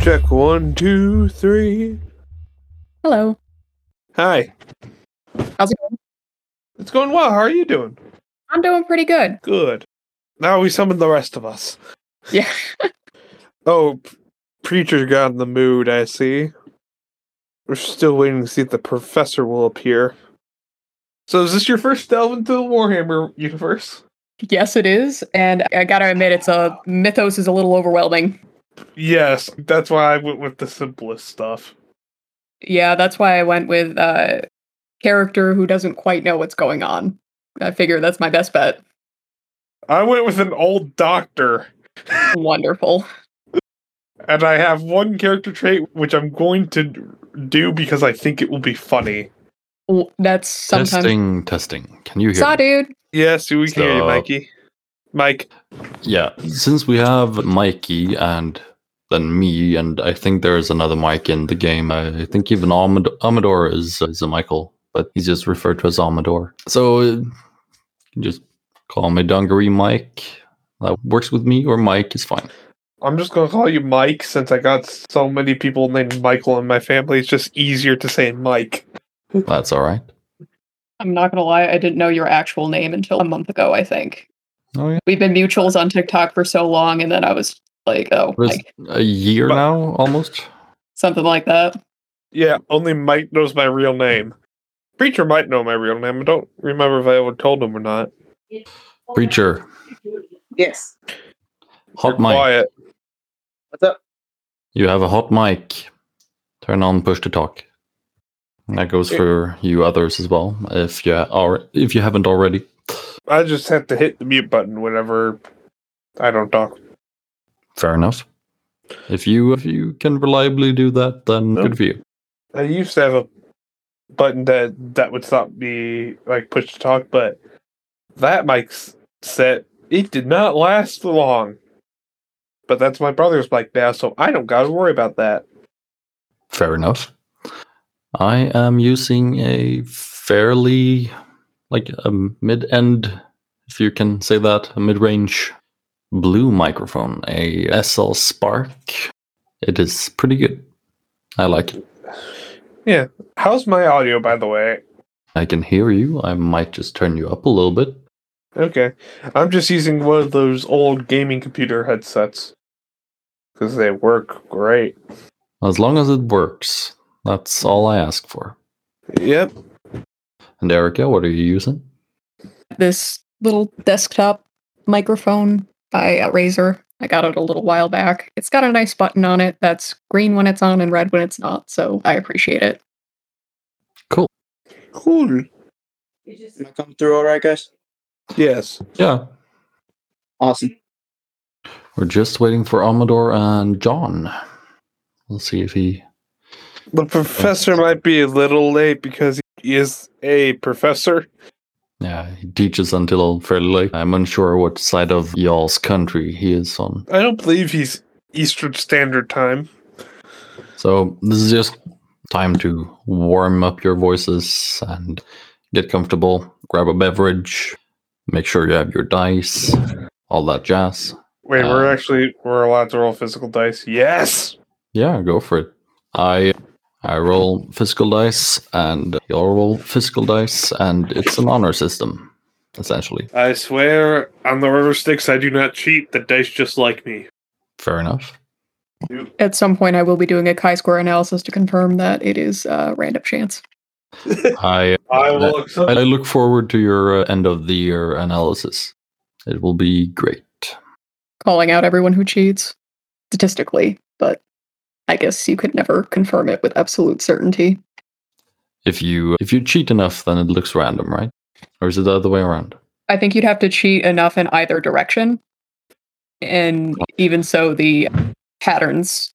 Check one, two, three. Hello. Hi. How's it going? It's going well. How are you doing? I'm doing pretty good. Good. Now we summon the rest of us. Yeah. Oh, p- preacher got in the mood, I see. We're still waiting to see if the professor will appear. So is this your first delve into the Warhammer universe? Yes, it is. And I gotta admit, it's a mythos is a little overwhelming. Yes, that's why I went with the simplest stuff. Yeah, that's why I went with uh, character who doesn't quite know what's going on. I figure that's my best bet. I went with an old doctor. Wonderful. and I have one character trait which I'm going to do because I think it will be funny. W- That's sometimes. Testing, testing. Can you hear? Saw, me? dude. Yes, we can hear you, So- Mikey. Mike, Yeah. Since we have Mikey and then me, and I think there is another Mike in the game. I think even Amad- Amador is is a Michael, but he's just referred to as Amador. So uh, you just call me Dungaree Mike. That works with me, or Mike is fine. I'm just going to call you Mike since I got so many people named Michael in my family. It's just easier to say Mike. That's all right. I'm not gonna lie, I didn't know your actual name until a month ago, I think. Oh yeah. We've been mutuals on TikTok for so long, and then I was like, oh, There's like, a year But- now almost. something like that. Yeah, only Mike knows my real name. Preacher might know my real name. I don't remember if I ever told him or not. Preacher, Yes. hot You're mic. quiet. What's up? You have a hot mic. Turn on push to talk. And That goes Yeah. for you others as well, if you are if you haven't already. I just have to hit the mute button whenever I don't talk. Fair enough. If you if you can reliably do that, then Nope. good for you. I used to have a button that that would stop me like push to talk, but that mic's set it did not last long. But that's my brother's mic now, so I don't gotta worry about that. Fair enough. I am using a fairly like a mid end, if you can say that, a mid range blue microphone, a SL Spark. It is pretty good. I like it. How's my audio, by the way? I can hear you. I might just turn you up a little bit. Okay, I'm just using one of those old gaming computer headsets because they work great. As long as it works, that's all I ask for. Yep. And Erica, what are you using? This little desktop microphone by uh, Razer. I got it a little while back. It's got a nice button on it that's green when it's on and red when it's not, so I appreciate it. Cool. Am I coming through all right, guys? Yes. Yeah. Awesome. We're just waiting for Amador and John. We'll see if he. The professor might be a little late because he is a professor. Yeah, he teaches until fairly late. I'm unsure what side of y'all's country he is on. I don't believe he's Eastern Standard Time. So this is just time to warm up your voices and get comfortable. Grab a beverage. Make sure you have your dice, all that jazz. Wait, we're Um, actually we're allowed to roll physical dice. Yes. Yeah, go for it. I I roll physical dice and you'll roll physical dice and it's an honor system, essentially. I swear on the river sticks I do not cheat. The dice just like me. Fair enough. At some point, I will be doing a chi square analysis to confirm that it is uh, random chance. I I will accept I look forward to your uh, end of the year analysis. It will be great. Calling out everyone who cheats statistically, but I guess you could never confirm it with absolute certainty. If you if you cheat enough then it looks random, right? Or is it the other way around? I think you'd have to cheat enough in either direction. And even so, the patterns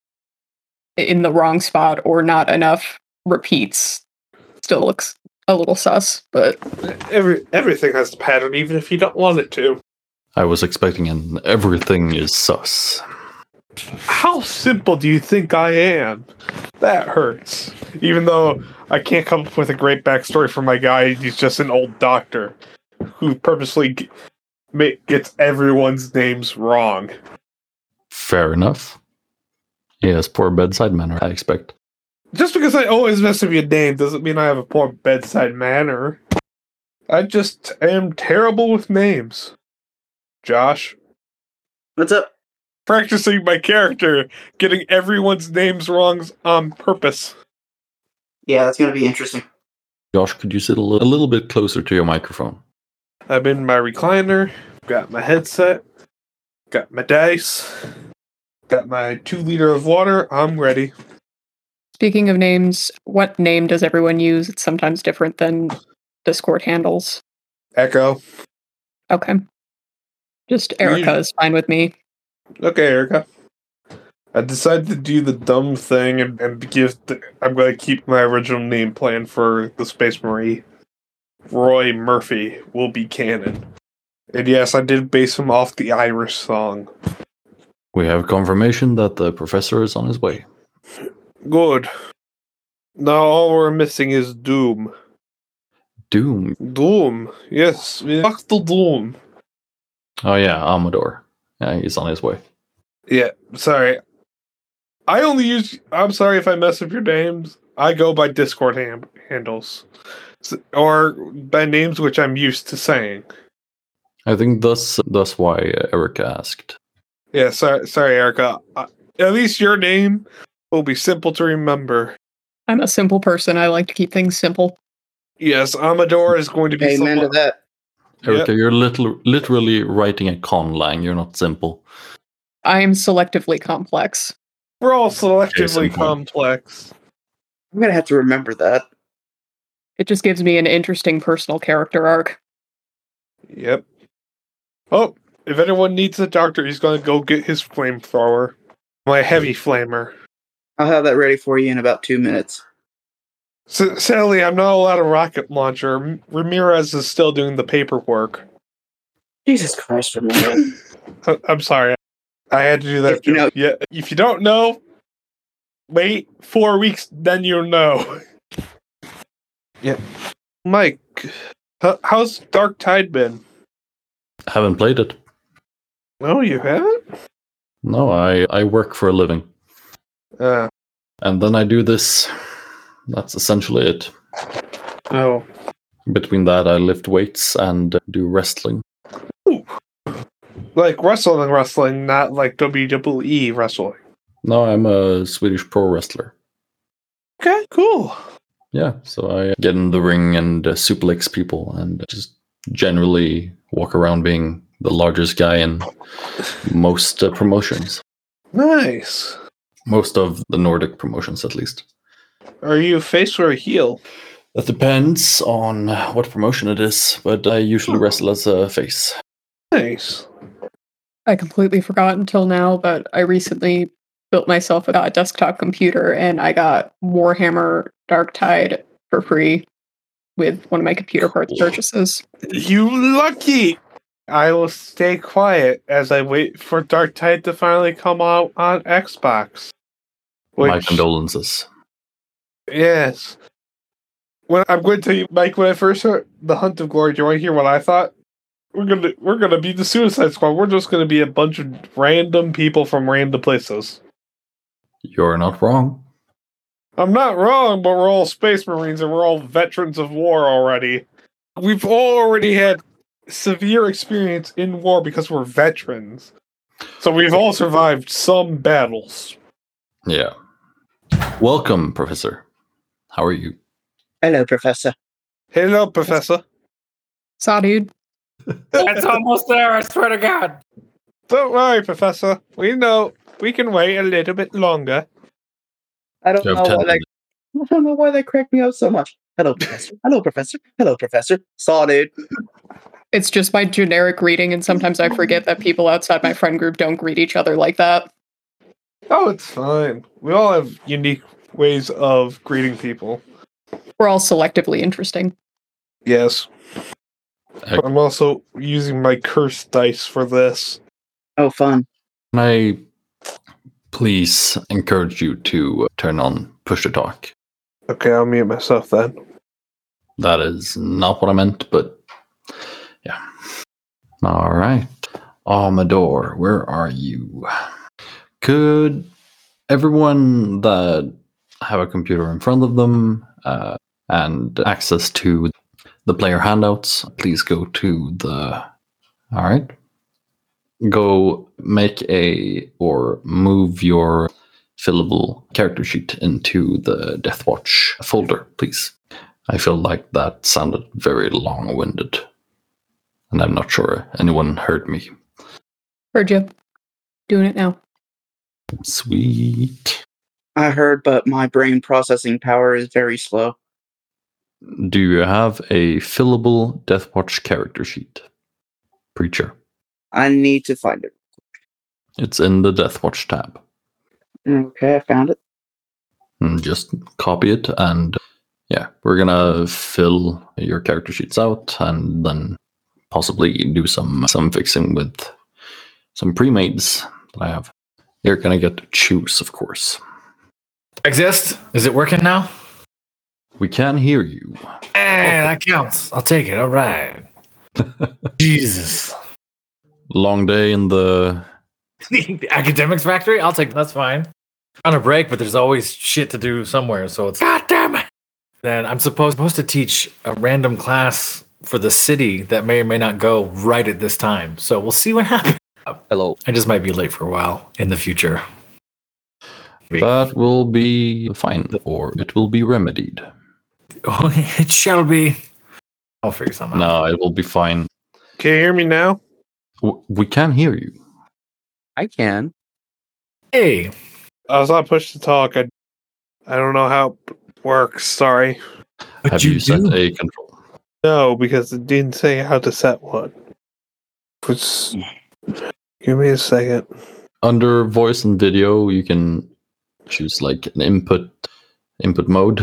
in the wrong spot or not enough repeats still looks a little sus, but every everything has a pattern, even if you don't want it to. I was expecting an everything is sus. How simple do you think I am? That hurts. Even though I can't come up with a great backstory for my guy, he's just an old doctor who purposely g- ma- gets everyone's names wrong. Fair enough. Yes, poor bedside manner, I expect. Just because I always mess up your name doesn't mean I have a poor bedside manner. I just am terrible with names. Josh, What's up? practicing my character, getting everyone's names wrongs on purpose. Yeah, that's gonna be interesting. Josh, could you sit a li- a little bit closer to your microphone? I'm in my recliner, got my headset, got my dice, got my two liter of water. I'm ready. Speaking of names, what name does everyone use? It's sometimes different than Discord handles. Echo. Okay. Just Erica is fine with me. Okay, Erica. I decided to do the dumb thing and, and give. The, I'm going to keep my original name plan for the Space Marine. Roy Murphy will be canon. And yes, I did base him off the Irish song. We have confirmation that the professor is on his way. Good. Now all we're missing is Doom. Doom. Doom. Yes, we fuck the Doom. Oh, yeah, Amador. Yeah, he's on his way. Yeah, sorry. I only use. I'm sorry if I mess up your names. I go by Discord ham- handles, S- or by names which I'm used to saying. I think thus thus why uh, Eric asked. Yeah, sorry, sorry, Erica. Uh, at least your name will be simple to remember. I'm a simple person. I like to keep things simple. Yes, Amador is going to be. Amen to someone- that. Erica, you're little, literally writing a conlang. You're not simple. I am selectively complex. We're all Jason selectively Bourne. complex. I'm gonna have to remember that. It just gives me an interesting personal character arc. Yep. Oh, if anyone needs a doctor, he's going to go get his flamethrower. My heavy flamer. I'll have that ready for you in about two minutes. S- sadly, I'm not allowed a rocket launcher. M- Ramirez is still doing the paperwork. Jesus Christ, remember. I- I'm sorry. I had to do that. If you joke. yeah. If you don't know, wait four weeks, then you'll know. yeah. Mike, h- how's Dark Tide been? Haven't played it. No, you haven't? No, I, I work for a living. Uh, And then I do this. That's essentially it. oh. Between that, I lift weights and uh, do wrestling. Like wrestling, wrestling, not like WWE wrestling. No, I'm a Swedish pro wrestler. Okay, cool. Yeah, so I get in the ring and uh, suplex people and just generally walk around being the largest guy in most uh, promotions, Nice. most of the Nordic promotions at least. Are you a face or a heel? That depends on what promotion it is, but I usually wrestle as a face. Nice. I completely forgot until now, but I recently built myself a desktop computer and I got Warhammer Dark Tide for free with one of my computer parts Cool. purchases. You lucky. I will stay quiet as I wait for Dark Tide to finally come out on Xbox. My Which, condolences. yes. When I'm going to tell you, Mike, when I first heard the Hunt of Glory, do you want to hear what I thought? We're gonna we're gonna be the Suicide Squad. We're just gonna be a bunch of random people from random places. You're not wrong. I'm not wrong, but we're all space marines and we're all veterans of war already. We've already had severe experience in war because we're veterans. So we've all survived some battles. Yeah. Welcome, Professor. How are you? Hello, Professor. Hello, Professor. Saw dude. It's almost there, I swear to God. Don't worry, Professor. We know we can wait a little bit longer. I don't You know have ten why that I don't know why that cracked me up so much. Hello, Professor. Hello, Professor. Hello, Professor. Saw dude. It's just my generic reading, and sometimes I forget that people outside my friend group don't greet each other like that. Oh, it's fine. We all have unique ways of greeting people. We're all selectively interesting. Yes. Ec- I'm also using my cursed dice for this. Oh fun. Can I please encourage you to uh, turn on push to talk? Okay, I'll mute myself then. That is not what I meant, but yeah. All right. Amador, where are you? Could everyone that have a computer in front of them uh, and access to the player handouts, please go to the. All right. Go make a or move your fillable character sheet into the Deathwatch folder, please. I feel like that sounded very long winded. And I'm not sure anyone heard me. Heard you. Doing it now. Sweet. I heard, but my brain processing power is very slow. Do you have a fillable Deathwatch character sheet? Preacher. I need to find it. It's in the Deathwatch tab. Okay, I found it. Mm, Just copy it and yeah, we're gonna fill your character sheets out and then possibly do some some fixing with some pre-mades that I have. You're gonna get to choose, of course. Exist? Is it working now? We can hear you. Hey, that counts. I'll take it. All right. Jesus. Long day in the the academics factory? I'll take that's fine. On a break, but there's always shit to do somewhere, so it's God damn it. Then I'm supposed, supposed to teach a random class for the city that may or may not go right at this time. So we'll see what happens. hello. I just might be late for a while in the future. That will be fine, or it will be remedied. Oh, it shall be. I'll figure something out. No, it will be fine. Can you hear me now? W- We can hear you. I can. Hey, I was on push to talk. I, I don't know how it works. Sorry. but have you, you, set do. a control? No, because it didn't say how to set one. It's, give me a second. Under voice and video, you can choose like an input input mode.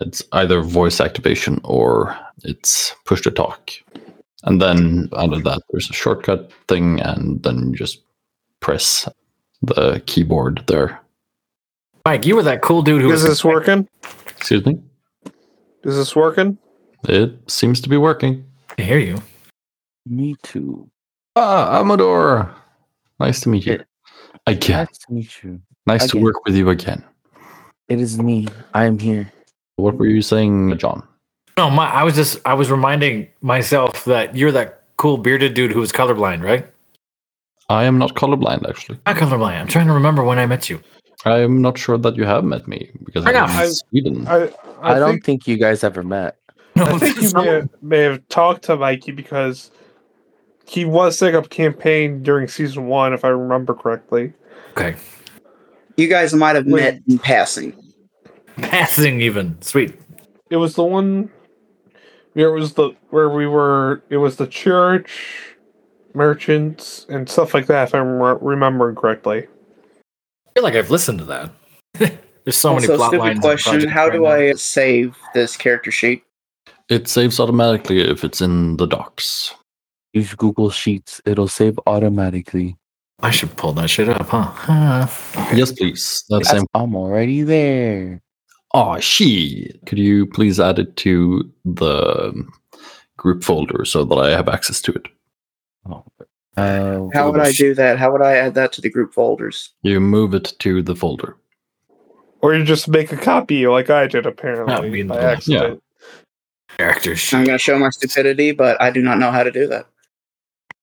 It's either voice activation or it's push to talk. And then under that, there's a shortcut thing, and then you just press the keyboard there. Mike, you were that cool dude who Is was this working? Excuse me. Is this working? It seems to be working. I hear you. Me too. Ah, Amador. Nice to meet you. Again. Nice to meet you. Nice to again. work with you again. It is me. I am here. What were you saying, John? No, my, I was just I was reminding myself that you're that cool bearded dude who was colorblind, right? I am not colorblind, actually. Not colorblind. I'm trying to remember when I met you. I am not sure that you have met me because I know. I'm in I- Sweden. I, I, I, don't think, think you guys ever met. No, I think you may have, may have talked to Mikey because he was setting up campaign during season one, if I remember correctly. okay. You guys might have Wait. met in passing. Passing even sweet. It was the one where it was the where we were. It was the church, merchants, and stuff like that. If I'm re- remembering correctly. I feel like I've listened to that. There's so many Also, plot lines. stupid and question. projects How right do now. I save this character sheet? it saves automatically if it's in the docs. Use Google Sheets. It'll save automatically. I should pull that shit up, huh? huh? Yes, please. That same. I'm already there. Oh, she. Could you please add it to the group folder so that I have access to it? Oh, uh, How would I Google do that? How would I add that to the group folders? You move it to the folder. Or you just make a copy like I did, apparently, mean, by yeah. accident. Character I'm shit. going to show my stupidity, but I do not know how to do that.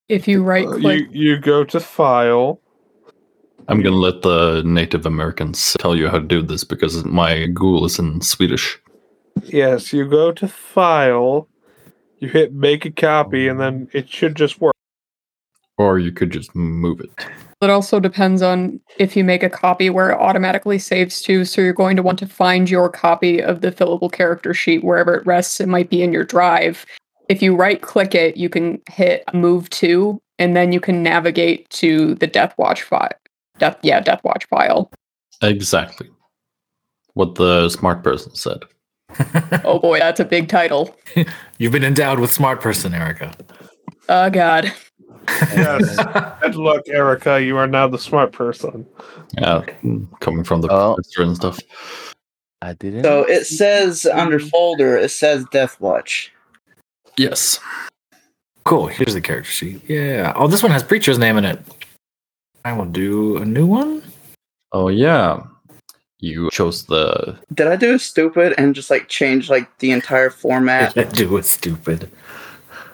If you right Uh, click, you you go to file. I'm going to let the Native Americans tell you how to do this because my Google is in Swedish. Yes, you go to file. You hit make a copy, and then it should just work. Or you could just move it. that also depends on if you make a copy where it automatically saves to. So you're going to want to find your copy of the fillable character sheet wherever it rests. It might be in your drive. If you right click it, you can hit move to, and then you can navigate to the Death Watch file. Death, yeah, Death Watch file. Exactly. What the smart person said. Oh boy, that's a big title. You've been endowed with smart person, Erica. Oh god. Yes. Good luck, Erica. You are now the smart person. Yeah, coming from the Oh. professor and stuff. I didn't. So it says under folder, it says Death Watch. Yes. Cool. Here's the character sheet. Yeah. Oh, this one has Preacher's name in it. I will do a new one. Oh yeah, you chose the Did I do stupid and just like change like the entire format? That dude was stupid.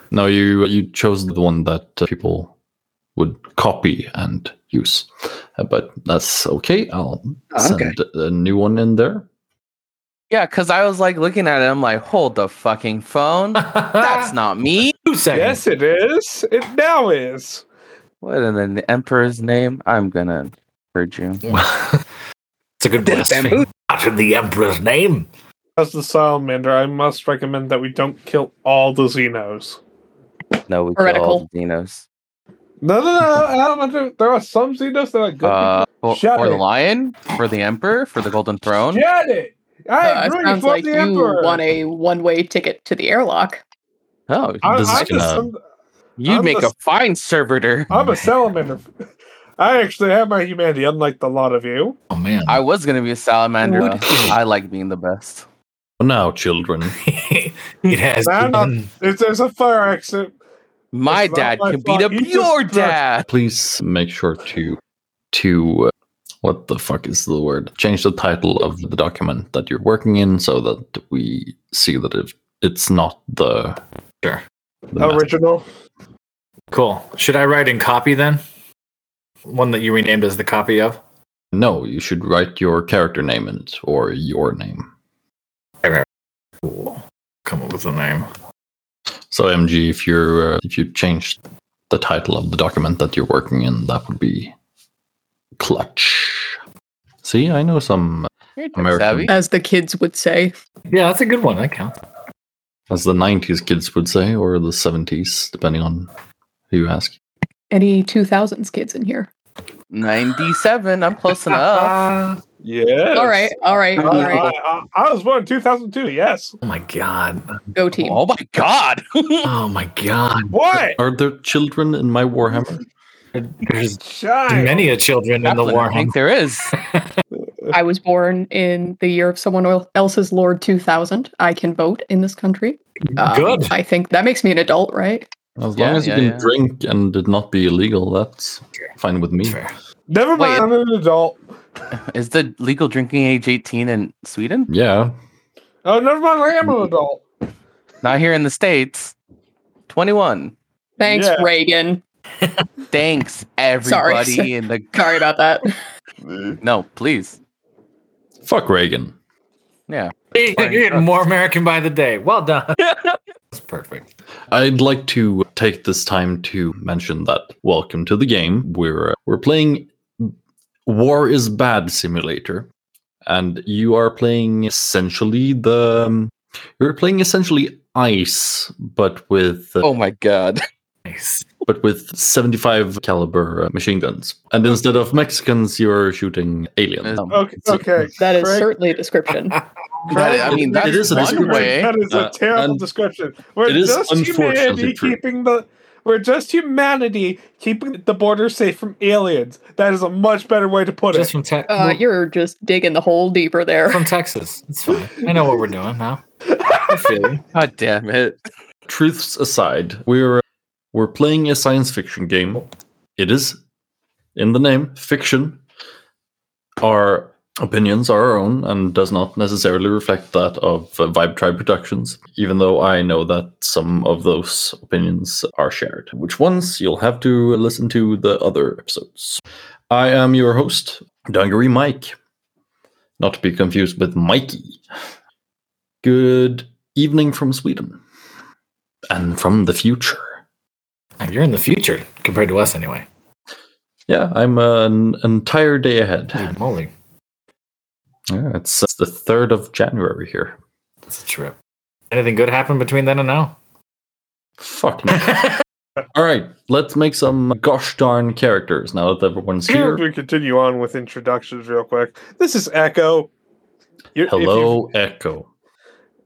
no. You you chose the one that uh, people would copy and use, Uh, but that's okay. I'll send Okay. a new one in there. Yeah, because I was like looking at it, I'm like, hold the fucking phone. That's not me. two Yes, seconds. it is. It now is. What in the n- emperor's name? I'm gonna purge you. it's a good Dead blasphemy. bamboo. Not in the emperor's name. As the salamander, I must recommend that we don't kill all the Xenos. No, we kill all Heretical. the Xenos. No, no, no. I don't want to- There are some Xenos that are good. Uh, for, Shut for the it. lion, for the emperor, for the golden throne. people. Get it. I Uh, agree sounds for like the you emperor. want a one-way ticket to the airlock. Oh, I, This is I'm, gonna- a, some- you'd I'm make the- a fine servitor. I'm a salamander. I actually have my humanity, unlike the lot of you. Oh man. I was gonna be a salamander. Would- but I like being the best. Now, children, it has I'm not- been If there's a fire accident, My It's not dad my can beat fault. up You just your crushed- dad. please make sure to to uh, what the fuck is the word? Change the title of the document that you're working in so that we see that if it's not the Sure. the Oh, mess- original. cool. Should I write in copy then? One that you renamed as the copy of? No, you should write your character name in it or your name. Cool. Come up with a name. So MG, if you're uh, if you change the title of the document that you're working in, that would be clutch. See, I know some You're tech American. savvy. As the kids would say, Yeah, that's a good one. That counts. as the '90s kids would say, or the '70s, depending on who you ask. any 2000s kids in here. Ninety-seven. I'm close enough. Uh, Yes. All right, all right, I, all right. I- I- I was born in 2002. Yes. Oh my god. Go team. Oh my god. Oh my god. What? Are there children in my Warhammer? There's Child. many a children in the Kaplan, I war. think there is. I was born in the year of someone el- else's Lord 2000. I can vote in this country. Um, Good. I think that makes me an adult, right? As Yeah, long as you yeah, can yeah. drink and it not be illegal, that's fine with me. Fair. Never Wait. mind. I'm an adult. Is the legal drinking age 18 in Sweden? Yeah, Oh, never mind. I am an adult. Not here in the States. 21. Thanks, Yeah. Reagan. Thanks, everybody in the. Sorry about that. No, please. fuck Reagan. Yeah. You're getting more American by the day. Well done. That's perfect. I'd like to take this time to mention that welcome to the game. We're uh, we're playing War is Bad Simulator, and you are playing essentially the um, you're playing essentially ice, but with uh, Oh my God. Nice. but with 75 caliber uh, machine guns, and instead of Mexicans, you're shooting aliens. Um, Okay. okay. That is Craig- certainly a description. that- I mean, It- that's it is a one Craig, way. That is a uh, terrible and description. We're it is just humanity unfortunately true. keeping the. We're just humanity keeping the border safe from aliens. That is a much better way to put it. Just from, Tex. Uh, you're just digging the hole deeper there. from Texas. It's fine. I know what we're doing now. I feel you. God damn it. truths aside, we're we're playing a science fiction game. It is in the name fiction. Our opinions are our own and does not necessarily reflect that of uh, Vibe Tribe Productions, even though I know that some of those opinions are shared. Which ones you'll have to listen to the other episodes. I am your host, Dungaree Mike. Not to be confused with Mikey. Good evening from Sweden and from the future. You're in the future compared to us, anyway. Yeah, I'm uh, an entire day ahead. Holy moly. Yeah, it's, it's the 3rd of January here. That's a trip. Anything good happened between then and now? Fuck me. All right, let's make some gosh darn characters now that everyone's Here here. we continue on with introductions real quick. This is Echo. You're- if you've- Hello, Echo.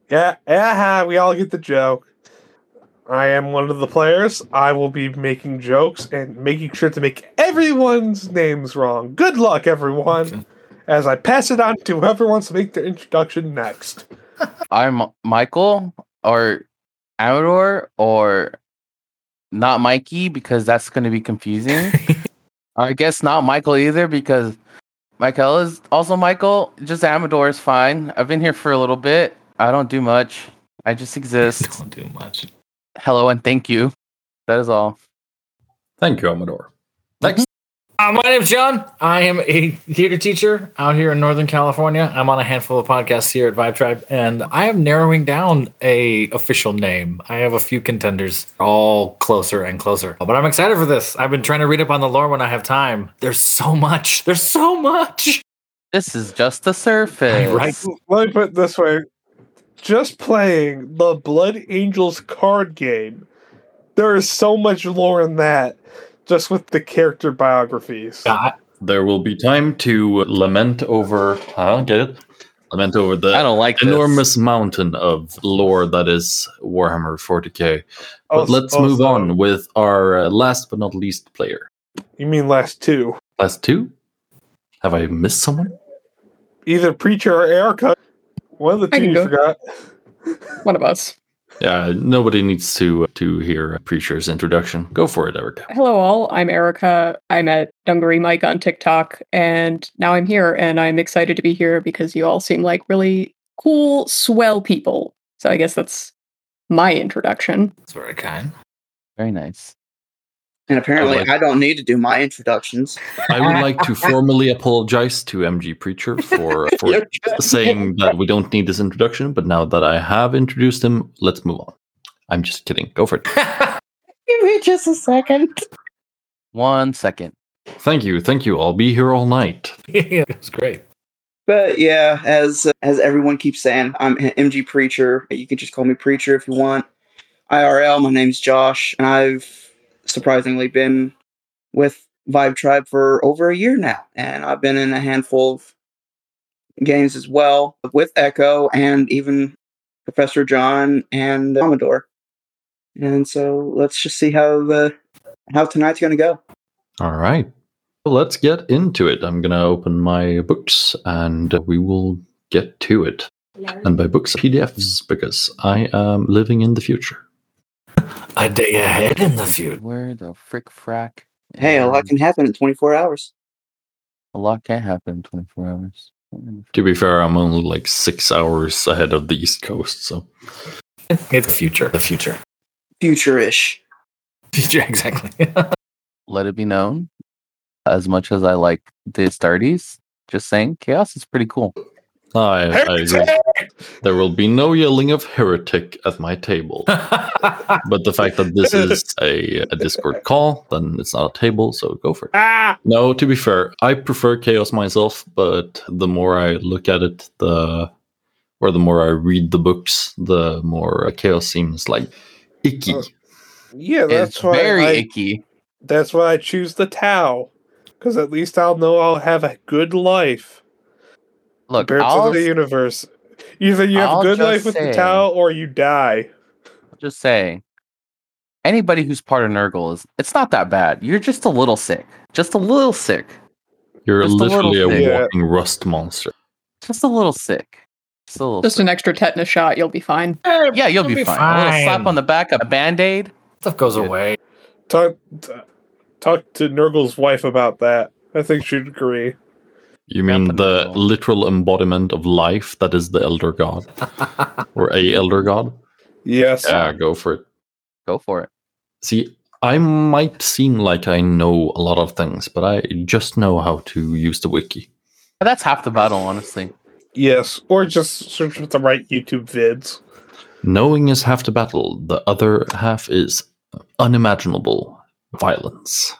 Yeah, yeah, we all get the joke. I am one of the players. I will be making jokes and making sure to make everyone's names wrong. Good luck, everyone, as I pass it on to whoever wants to make their introduction next. I'm Michael or Amador or not Mikey because that's going to be confusing. I guess not Michael either because Michael is also Michael. Just Amador is fine. I've been here for a little bit. I don't do much. I just exist. Don't do much. Hello and thank you. That is all. Thank you, Amador. Next. Uh, my name's John. I am a theater teacher out here in Northern California. I'm on a handful of podcasts here at Vibe Tribe, and I am narrowing down a official name. I have a few contenders, all closer and closer. But I'm excited for this. I've been trying to read up on the lore when I have time. There's so much. There's so much. This is just the surface. Right. Let me put it this way: just playing the Blood Angels card game, there is so much lore in that. Just with the character biographies, Yeah, I- There will be time to lament over. I don't get it. Lament over the I don't like this. enormous mountain of lore that is Warhammer 40k. But Also- let's move also- on with our uh, last but not least player. You mean last two? Last two? Have I missed someone? Either preacher or Erica. One of the I two can you go. forgot. One of us. Yeah, nobody needs to uh, to hear Preacher's introduction. Go for it, Erica. Hello, all. I'm Erica. I'm at Dungaree Mike on TikTok, and now I'm here, and I'm excited to be here because you all seem like really cool, swell people. So I guess that's my introduction. That's very kind. Very nice. And apparently, like- I don't need to do my introductions. I would like to formally apologize to MG Preacher for for saying that we don't need this introduction, but now that I have introduced him, let's move on. I'm just kidding. Go for it. Give me just a second. One second. Thank you. Thank you. I'll be here all night. it was great. But yeah, as as everyone keeps saying, I'm an MG Preacher. You can just call me Preacher if you want. IRL, my name's Josh, and I've surprisingly been with Vibe Tribe for over a year now, and I've been in a handful of games as well with Echo and even Professor John and Amador. And so let's just see how the how tonight's going to go. All right. Well, let's get into it. I'm going to open my books and uh, we will get to it. And by books, PDFs, because I am living in the future. A day ahead in the future. Where the frick frack? Hey, a lot is- can happen in 24 hours. a lot can happen in 24 hours. Mm. To be fair, I'm only like six hours ahead of the East Coast. So It's the future. The future. Future-ish. Future, exactly. Let it be known, as much as I like the Astartes, just saying, chaos is pretty cool. I, I agree. There will be no yelling of heretic at my table. But the fact that this is a, a Discord call, then it's not a table, so go for it. Ah, No, to be fair, I prefer chaos myself, but the more I look at it, the or the more I read the books, the more uh, chaos seems like icky. Oh. yeah, that's it's why. very I, icky. That's why I choose the Tau, because at least I'll know I'll have a good life Look, compared I'll to the universe. Either you have I'll a good just life with say- the Tau, or you die. just say, anybody who's part of Nurgle is, it's not that bad. You're just a little sick. Just a little sick. You're Just a little literally a, thing. Yeah. walking rust monster. Just a little sick. Just a little Just sick. an extra tetanus shot, you'll be fine. yeah, you'll be, be fine. A little slap fine. on the back, a band aid. Stuff goes away. Talk, t- talk to Nurgle's wife about that. I think she'd agree. You mean Rapid the Nurgle. literal embodiment of life that is the elder god or a elder god? Yes. Yeah, go for it. Go for it. See, I might seem like I know a lot of things, but I just know how to use the wiki. That's half the battle, honestly. Yes. Or just search with the right YouTube vids. Knowing is half the battle, the other half is unimaginable violence.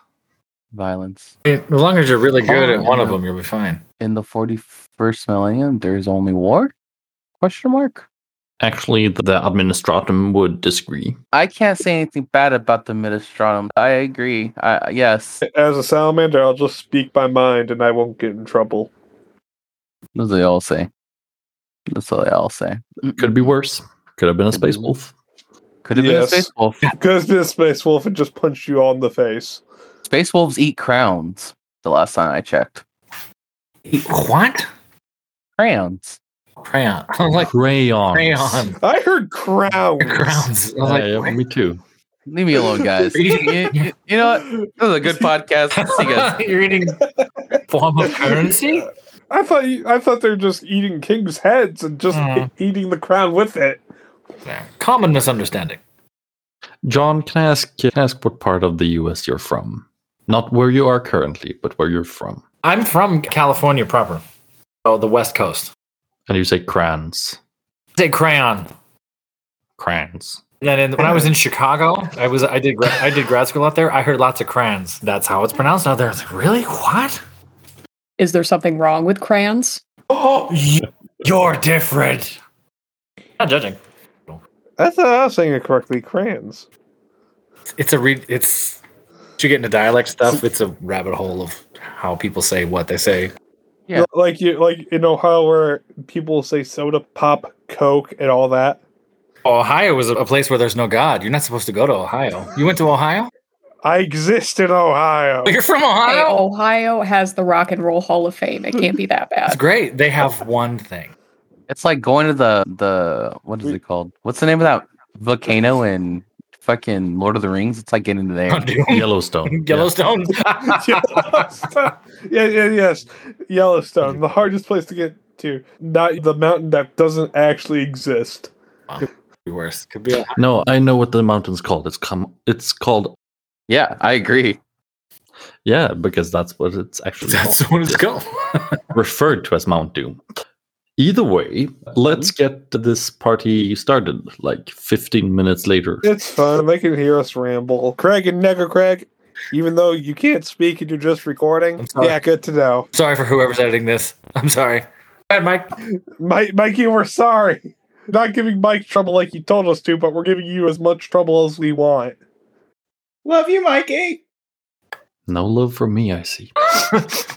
Violence. As long as you're really good at one of them, you'll be fine. In the 41st millennium, there is only war? Question mark. Actually, the administratum would disagree. I can't say anything bad about the Midastronom. I agree. I, yes, As a salamander, I'll just speak my mind and I won't get in trouble. that's what they all say. That's what they all say. Could be worse. Could have been a space wolf. Could have been a Yes. space wolf. Goes to the space wolf and just punch you all in the face. Space wolves eat crowns. The last time I checked, What? crayons. Crayon. I was like Crayons. crayon. I heard crowns. Crowns. I was Yeah, yeah, like, me too. Leave me alone, guys. you, you- you know what? This is a good podcast. See you guys. You're eating form of currency? I thought you, I thought they were just eating kings' heads and just Mm. e- eating the crown with it. Yeah, Common misunderstanding. John, can I ask can I ask what part of the US you're from? Not where you are currently, but where you're from. I'm from California proper. Oh, the West Coast. And you say crayons. Say crayon. Crayons. And then in, when I was in Chicago, I was I did gra- I did grad school out there. I heard lots of crayons. That's how it's pronounced out there. I was like, really? What? Is there something wrong with crayons? Oh, you- you're different. Not judging. I thought I was saying it correctly. Crayons. It's a read. It's to get into dialect stuff. It's a rabbit hole of how people say what they say. Yeah. Like you, like in Ohio, where people say soda pop, Coke, and all that. Ohio is a place where there's no God. You're not supposed to go to Ohio. You went to Ohio? I exist in Ohio. Oh, You're from Hey, Ohio? Ohio has the Rock and Roll Hall of Fame. It can't be that That's bad. great. They have one thing. It's like going to the the what is it called? What's the name of that volcano in fucking Lord of the Rings? It's like getting into there. Yellowstone. Yellowstone. Yellowstone. yeah, yeah, yes. Yellowstone, the hardest place to get to. Not the mountain that doesn't actually exist. Be worse. Could be. Yeah. No, I know what the mountain's called. It's come it's called Yeah, I agree. yeah, because that's what it's actually That's called. what it's called. referred to as Mount Doom. Either way, let's get this party started like 15 minutes later. It's fun. They can hear us ramble. Craig and Necker Craig, even though you can't speak and you're just recording, I'm sorry. yeah, good to know. sorry for whoever's editing this. I'm sorry. Go ahead, Mike. Mike, Mikey, we're sorry. Not giving Mike trouble like you told us to, but we're giving you as much trouble as we want. Love you, Mikey. No love for me, I see.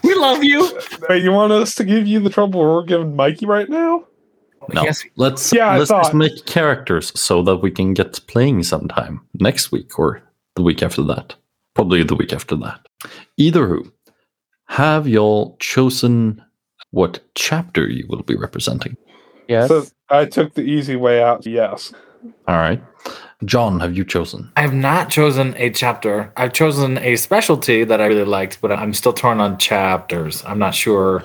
we love you. Wait, you want us to give you the trouble we're giving Mikey right now? No. Yes. Let's Yeah, I let's just thought. make characters so that we can get playing sometime next week or the week after that. Probably the week after that. Either who, have y'all chosen what chapter you will be representing? Yes. So I took the easy way out. Yes. All right. John, have you chosen? I have not chosen a chapter. I've chosen a specialty that I really liked, but I'm still torn on chapters. I'm not sure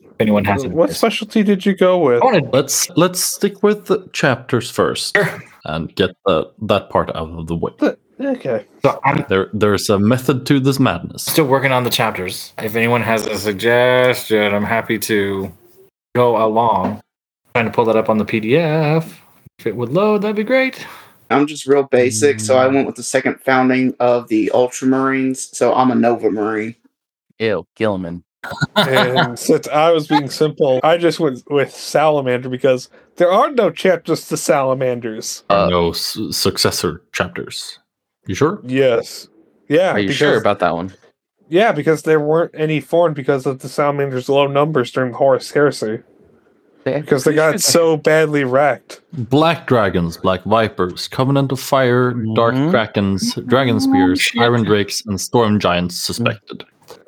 if anyone has it. What specialty did you go with? I want Let's let's stick with the chapters first Sure. and get the, that part out of the way. Okay. to. I'm There there's a method to this madness. still working on the chapters. If anyone has a suggestion, I'm happy to go along. trying to pull that up on the PDF. If it would load, that'd be great. I'm just real basic, so I went with the second founding of the Ultramarines. So I'm a Nova Marine. Ew, Gilliman. And since I was being simple, I just went with salamander because there are no chapters to salamanders. Uh, no s- successor chapters. You sure? Yes. Yeah. Are you because- sure about that one? Yeah, because there weren't any formed because of the salamanders' low numbers during the Horus Heresy. Because they got so badly wrecked. Black dragons, black vipers, covenant of fire, dark Mhm. krakens, dragon spears, iron drakes, and storm giants suspected.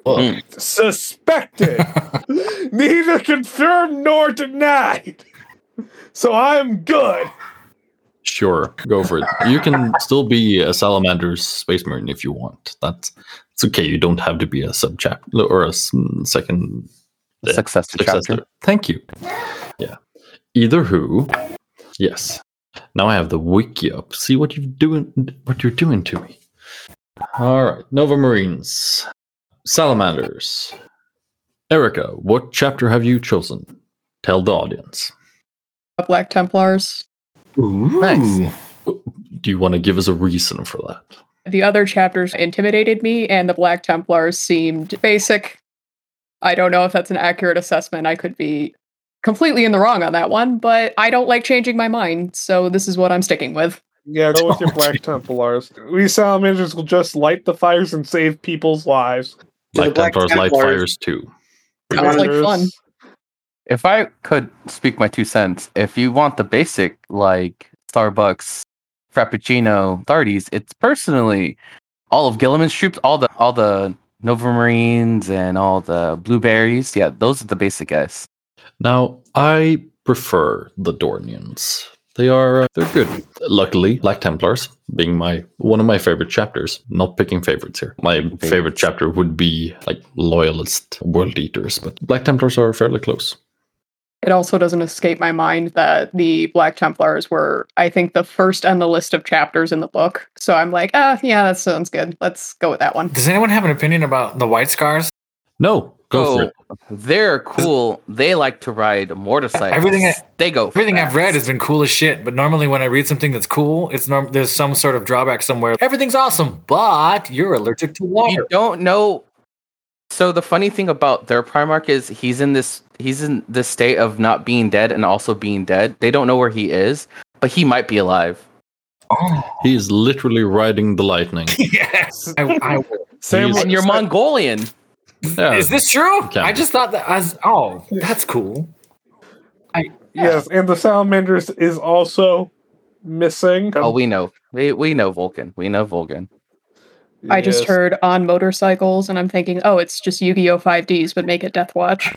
Mm. Suspected! Neither confirmed nor denied! So I'm good! Sure, go for it. You can still be a salamander's space marine if you want. That's it's okay. You don't have to be a sub chapter or a s- second The successor, successor. chapter. Thank you. Yeah. Either who. Yes. Now I have the wiki up. See what you're doing. What you're doing to me. All right. Nova Marines, salamanders. Erica, what chapter have you chosen? Tell the audience. Black Templars. Nice. Do you want to give us a reason for that? The other chapters intimidated me, and the Black Templars seemed basic. I don't know if that's an accurate assessment. I could be completely in the wrong on that one, but I don't like changing my mind, so this is what I'm sticking with. Yeah, go with your Oh, black Templars. We salamanders will just light the fires and save people's lives. To the Black Black Templars, Light Templars. Fires too. Sounds like fun. If I could speak my two cents, if you want the basic like Starbucks Frappuccino 30s, it's personally all of Gilliman's troops, all the all the Nova Marines and all the blueberries. Yeah, those are the basic guys. Now, I prefer the Dornians They are uh, they're good. Luckily, Black Templars being my one of my favorite chapters. Not picking favorites here. My favorite chapter would be like loyalist world eaters, but Black Templars are fairly close. It also doesn't escape my mind that the Black Templars were, I think, the first on the list of chapters in the book. So I'm like, ah, yeah, that sounds good. Let's go with that one. Does anyone have an opinion about the white scars? No, go for Oh, it. they're cool. They like to ride motorcycles. E-, Everything I- they go. Everything I've fast. read has been cool as shit, but normally when I read something that's cool, it's norm- there's some sort of drawback somewhere. Everything's awesome, but you're allergic to water. You don't know. So the funny thing about their Primarch is he's in this he's in this state of not being dead and also being dead. They don't know where he is, but he might be alive. He is literally riding the lightning. yes. I, I, Sam, He's- And you're Mongolian. Yeah. is this true? Okay. I just thought that I was, oh, that's cool. yes, and the salamanders is also missing. Oh, we know. We we know Vulcan. We know Vulcan. I just Yes. heard on motorcycles, and I'm thinking, oh, it's just Yu Gi Oh! 5Ds, but make it Death Watch.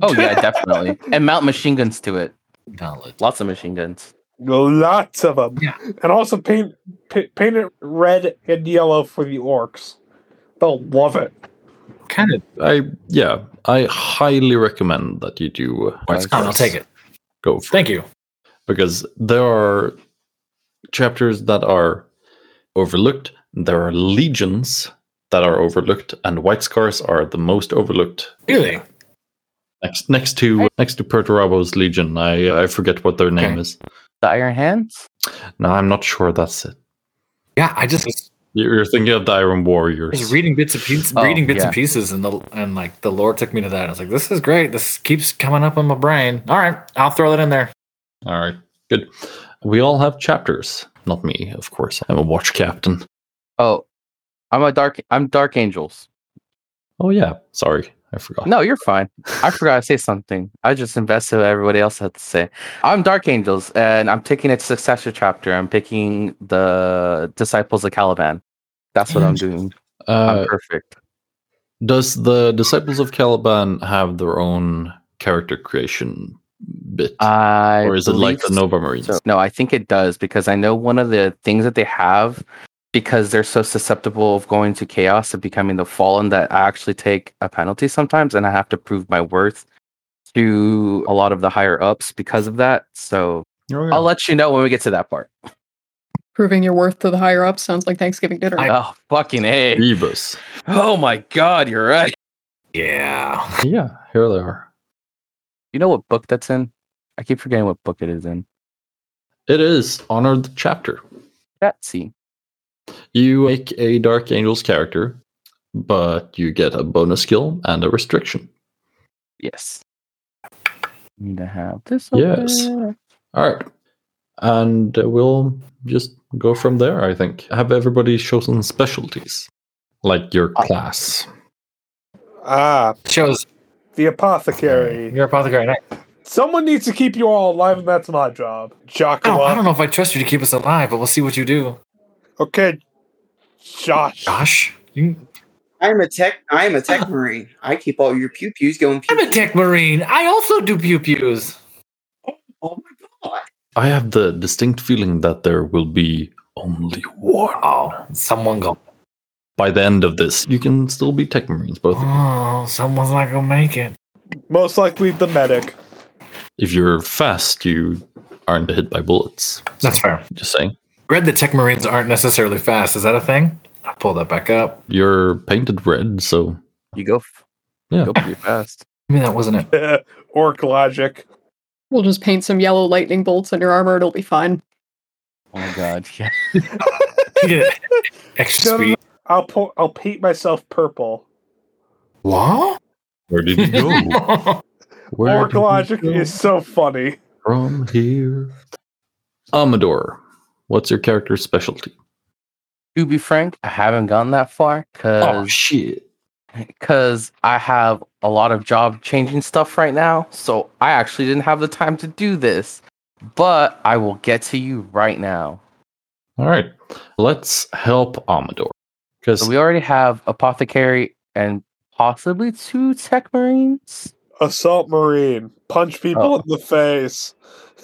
Oh yeah, definitely. and mount machine guns to it. Knowledge. Lots of machine guns. lots of them, Yeah. and also paint pa- paint it red and yellow for the orcs. They'll love it. Kind of. I yeah, I highly recommend that you do. uh, White I'll take it. Go for Thank you. because there are chapters that are overlooked. There are legions that are overlooked, and white scars are the most overlooked. Really? Next, next to next to Perturabo's legion, I I forget what their name Okay. is. The Iron Hands. No, I'm not sure that's it. Yeah, I just was, You're you're thinking of the Iron was Warriors. reading bits of pieces, Oh, reading bits yeah. and pieces, and the and like the lore took me to that. I was like, this is great. This keeps coming up in my brain. All right, I'll throw that in there. all right, good. We all have chapters. Not me, of course. I'm a watch captain. Oh, I'm a dark. I'm Dark Angels. Oh yeah, sorry, I forgot. No, you're fine. I forgot to say something. I just invested what everybody else had to say. I'm Dark Angels, and I'm taking its successor chapter. I'm picking the Disciples of Caliban. That's what I'm doing. Uh, I'm perfect. Does the Disciples of Caliban have their own character creation bit? I or is it like the believe Nova Marines? So, no, I think it does because I know one of the things that they have because they're so susceptible of going to chaos and becoming the fallen that I actually take a penalty sometimes and I have to prove my worth to a lot of the higher ups because of that. So Oh, yeah. I'll let you know when we get to that part. Proving your worth to the higher up sounds like Thanksgiving dinner. oh fucking A. Rebus. Oh my god, you're right. Yeah. Yeah, here they are. You know what book that's in? I keep forgetting what book it is in. It is Honor the Chapter. Betsy. You make a Dark Angels character, but you get a bonus skill and a restriction. Yes. Need to have this. Yes. over. All right. And uh, we'll just go from there, I think. Have everybody chosen specialties, like your class. Ah, Shows the apothecary. your apothecary. Next. Someone needs to keep you all alive, and that's my job. I don't, Oh, I Joshua. don't know if I trust you to keep us alive, but we'll see what you do. Okay, Josh. Josh, you, I am a tech. I am a tech marine. I keep all your pew pews going. Pew I'm a tech marine. I also do pew pews. Oh my god! I have the distinct feeling that there will be only one. Oh, someone go. by the end of this, you can still be tech marines, both of you. Oh, someone's not gonna make it. Most likely the medic. If you're fast, you aren't hit by bullets. That's fair. Just saying. Read that tech marines aren't necessarily fast. Is that a thing? I'll pull that back up. You're painted red, so You go. f- Yeah. Go pretty fast. I mean, that wasn't it. Orc logic. We'll just paint some yellow lightning bolts on your armor. It'll be fine. Oh my god. Yeah. He did it. Extra No, no, speed. I'll po- I'll paint myself purple. What? where did you go? Where Orc did you logic go is so funny. from here. Amador, what's your character's specialty? To be frank, I haven't gone that far Oh because shit! because I have a lot of job changing stuff right now. So I actually didn't have the time to do this, but I will get to you right now. All right, let's help Amador because So we already have apothecary and possibly two tech marines. Assault marine. Punch people Oh. in the face.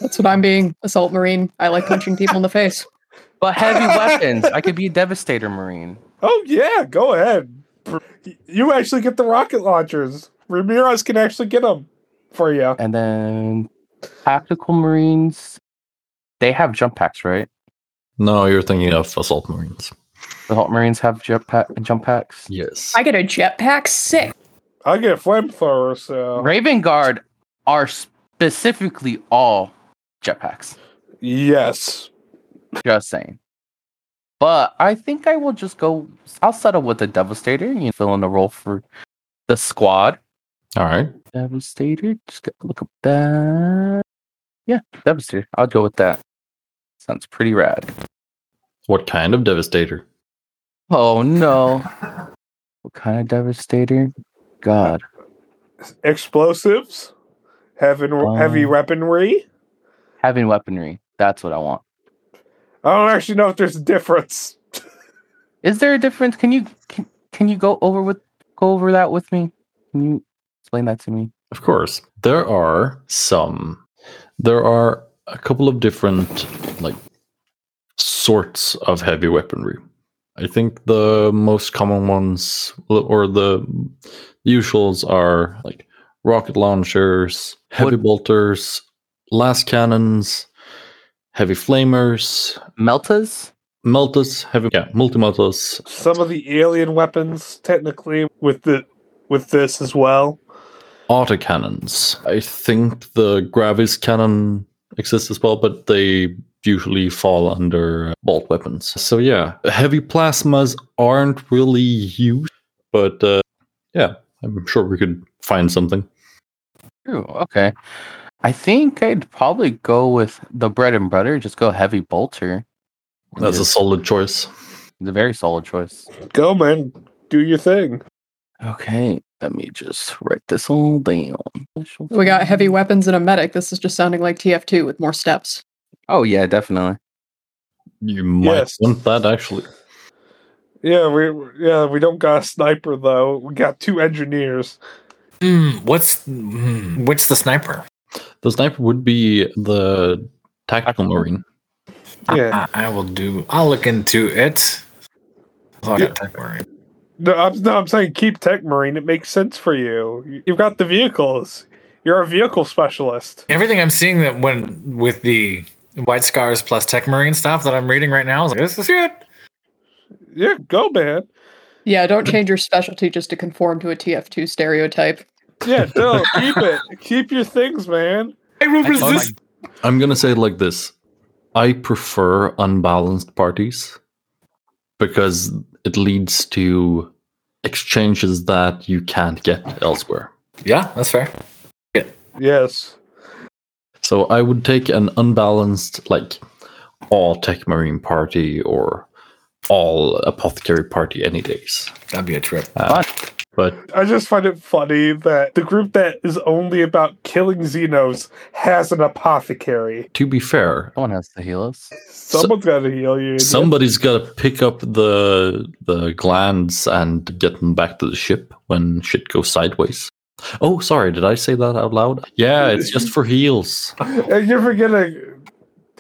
That's what I'm being. Assault Marine. I like punching people in the face. But heavy weapons. I could be a Devastator Marine. Oh yeah, go ahead. You actually get the rocket launchers. Ramirez can actually get them for you. And then Tactical Marines. They have jump packs, right? No, you're thinking of assault marines. The Hulk Marines have jump, pack, jump packs. Yes. I get a jetpack. Sick. I get flamethrower, so Raven Guard are specifically all jetpacks. yes. Just saying. But I think I will just go. I'll settle with the Devastator. You fill in the role for the squad. All right. Devastator. Just gotta look up that. Yeah, Devastator. I'll go with that. Sounds pretty rad. What kind of devastator? Oh no. What kind of Devastator? God. Explosives, heavy heavy Um. weaponry. Having weaponry. That's what I want. I don't actually know if there's a difference. Is there a difference? Can you can, can you go over with go over that with me? Can you explain that to me? Of course. There are some. There are a couple of different like sorts of heavy weaponry. I think the most common ones or the usuals are like rocket launchers, heavy What- bolters, last cannons, heavy flamers, Meltas? meltas, heavy yeah, multi meltas. Some of the alien weapons, technically, with the with this as well. autocannons. I think the Gravis cannon exists as well, but they usually fall under bolt weapons. So yeah, heavy plasmas aren't really used, but uh, yeah, I'm sure we could find something. True. Okay. I think I'd probably go with the bread and butter, just go heavy bolter. That's a It's solid choice. a very solid choice. Go, man. Do your thing. Okay. Let me just write this all down. We got heavy weapons and a medic. This is just sounding like TF2 with more steps. Oh yeah, definitely. You might Yes. want that actually. Yeah, we yeah we don't got a sniper though. We got two engineers. Hmm, what's hmm, what's the sniper? The sniper would be the tactical marine. Yeah. I, I will do. I'll look into it. Oh, I got Yeah. tech marine. No, I'm, no, I'm saying keep Tech Marine. It makes sense for you. You've got the vehicles. You're a vehicle specialist. Everything I'm seeing that when with the white scars plus tech marine stuff that I'm reading right now is like, this is good. Yeah, go, man. Yeah, don't change your specialty just to conform to a TF2 stereotype. Yeah, no, keep it. Keep your things, man. I will I- oh my- resist. I'm gonna say it like this: I prefer unbalanced parties because it leads to exchanges that you can't get elsewhere. yeah, that's fair. Yes. So I would take an unbalanced, like all tech marine party or all apothecary party any days. That'd be a trip. Uh, but I just find it funny that the group that is only about killing Xenos has an apothecary. to be fair, Someone has to heal us. Someone's got to heal you. idiot. somebody's got to pick up the the glands and get them back to the ship when shit goes sideways. Oh, sorry, did I say that out loud? Yeah, it's just for heals. And you're forgetting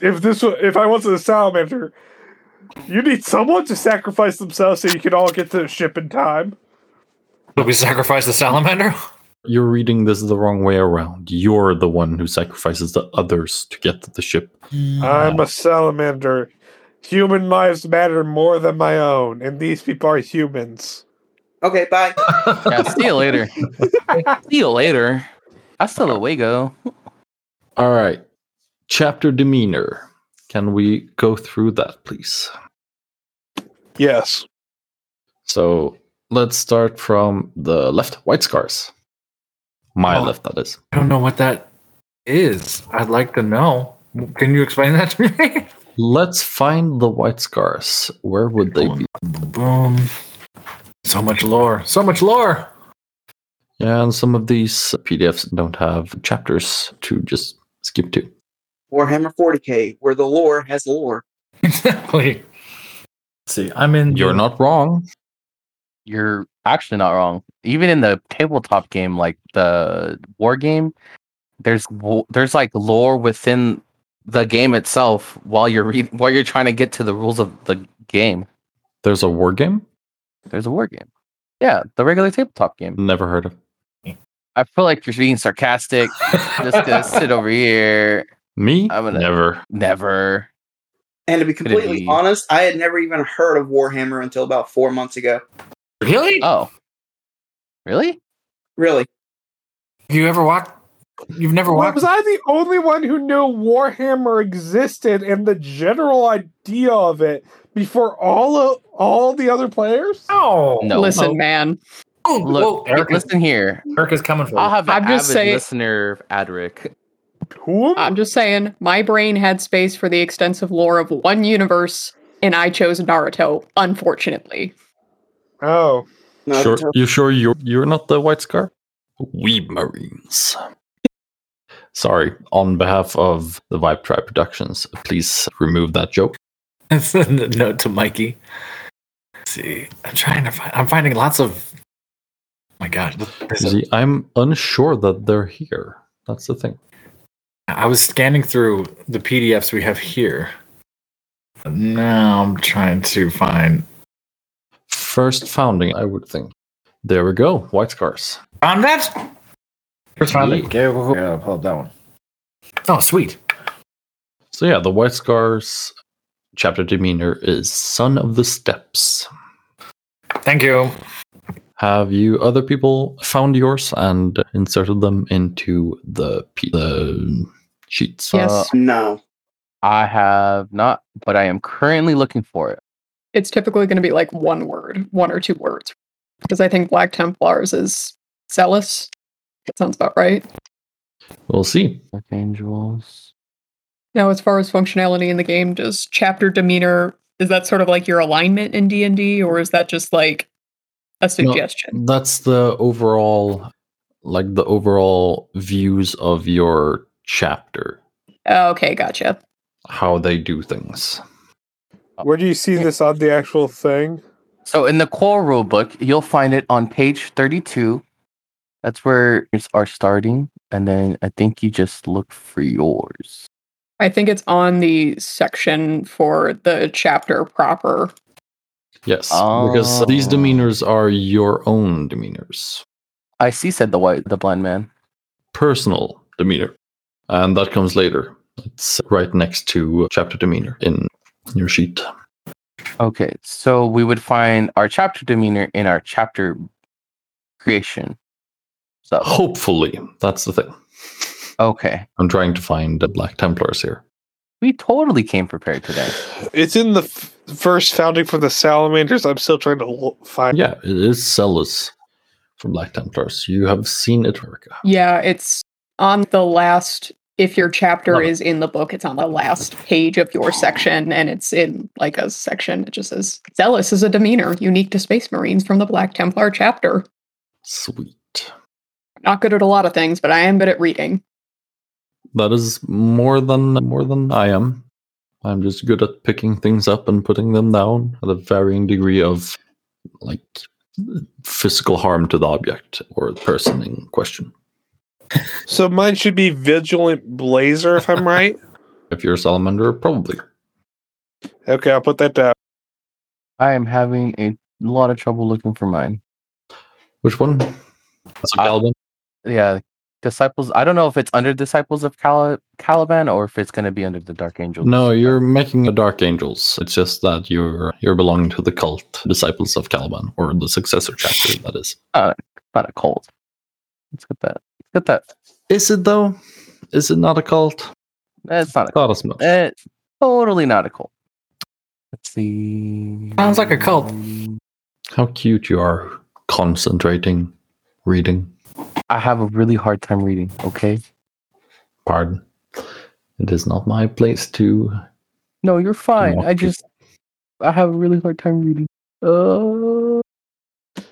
if this wa- if I wasn't a salamander, you need someone to sacrifice themselves so you can all get to the ship in time. Did we sacrifice the salamander? You're reading this the wrong way around. You're the one who sacrifices the others to get to the ship. I'm a salamander. Human lives matter more than my own, and these people are humans. Okay, bye. Yeah, see you later. see you later. Hasta luego. All right. Chapter demeanor. Can we go through that, please? Yes. So let's start from the left. White scars. My Oh. left, that is. I don't know what that is. I'd like to know. Can you explain that to me? Let's find the white scars. Where would they be? Boom. So much lore. So much lore. Yeah, and some of these PDFs don't have chapters to just skip to. Warhammer 40k, where the lore has lore. Exactly. See, I'm in. You're not wrong. You're actually not wrong. Even in the tabletop game, like the war game, there's wo- there's like lore within the game itself while you're re- while you're trying to get to the rules of the game. There's a war game? There's a war game. Yeah, the regular tabletop game. Never heard of. I feel like you're being sarcastic. just gonna sit over here. Me? I'm gonna- Never. Never. And to be Could it completely be- honest, I had never even heard of Warhammer until about four months ago. Really? Oh, really? Really? you ever walked? You've never Why walked. was I the only one who knew Warhammer existed and the general idea of it before all of, all the other players? No. No. Listen, man. Oh, Look, whoa, Eric, is, listen here. Eric is coming for I'll you. have an I'm avid just saying- listener, Adric. Whom? I'm just saying, my brain had space for the extensive lore of one universe, and I chose Naruto, unfortunately. Oh, No, sure. it's a- You sure you're you're not the White Scar? We Marines. Sorry, on behalf of the Vibe Tribe Productions, please remove that joke. note to Mikey. Let's see, I'm trying to find. I'm finding lots of. oh my God, there's a- See, I'm unsure that they're here. That's the thing. I was scanning through the PDFs we have here. Now I'm trying to find. First founding, I would think. There we go. White Scars. Found that. um, First found it. Sweet. Okay, well, yeah, pull up that one. Oh, sweet. So yeah, the White Scars chapter demeanor is Son of the Steps. Thank you. Have you other people found yours and inserted them into the p- the sheets? Yes, no. I have not, but I am currently looking for it. it's typically going to be like one word, one or two words, because I think Black Templars is zealous. That sounds about right. We'll see. Archangels. Now, as far as functionality in the game, does chapter demeanor is that sort of like your alignment in D and D, or is that just like a suggestion? That's the overall, like the overall views of your chapter, Okay, gotcha. how they do things. where do you see this on the actual thing? So in the core rulebook, you'll find it on page 32. That's where yours are starting. And then I think you just look for yours. I think it's on the section for the chapter proper. Yes, because these Oh. demeanors are your own demeanors, I see, said the white, the blind man. personal demeanor, and that comes later. It's right next to chapter demeanor in your sheet. Okay. So we would find our chapter demeanor in our chapter creation. So, Hopefully, that's the thing. okay. I'm trying to find the Black Templars here. We totally came prepared today. It's in the f- first founding for the Salamanders. I'm still trying to l- find. Yeah, it is Celis from Black Templars. You have seen it, Erica. Yeah, it's on the last. If your chapter Love it. is in the book, it's on the last page of your section, and it's in like a section. It just says zealous is a demeanor unique to Space Marines from the Black Templar chapter. Sweet. Not good at a lot of things, but I am good at reading. That is more than more than I am. I'm just good at picking things up and putting them down at a varying degree of like physical harm to the object or the person in question. So mine should be Vigilant Blazer, if I'm right. If you're a salamander, probably. okay, I'll put that down. I am having a lot of trouble looking for mine. Which one? That's a Uh, Galvan. yeah disciples i don't know if it's under disciples of Cal- caliban or if it's going to be under the dark angels No, you're making a Dark Angels. It's just that you're you're belonging to the cult Disciples of Caliban, or the successor chapter, that is. not a cult let's get that let's get that Is it though? Is it not a cult? Eh, it's not a cult Thought as much. Eh, totally not a cult let's see Sounds like a cult. How cute you are concentrating, reading. i have a really hard time reading okay Pardon. It is not my place to. no you're fine No. i just i have a really hard time reading uh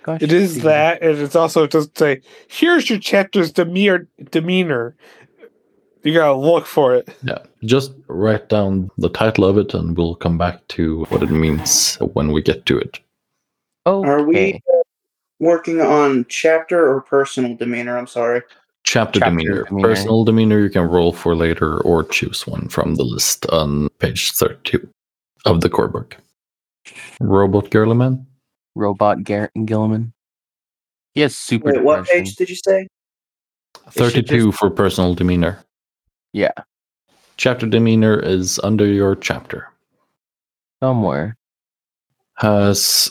gosh It is see. that, and it's also it doesn't say here's your chapter's demeanor. Demeanor. You gotta look for it. Yeah. Just write down the title of it and we'll come back to what it means when we get to it. okay. Are we uh, working on chapter or personal demeanor? I'm sorry. Chapter, Chapter demeanor. demeanor. Personal demeanor you can roll for later or choose one from the list on page 32 of the core book. Robot Garleman? Robot Garrett and Gilliman. He has super Wait, what depression. page did you say? It should 32 for personal demeanor. Yeah. Chapter demeanor is under your chapter. Somewhere. Has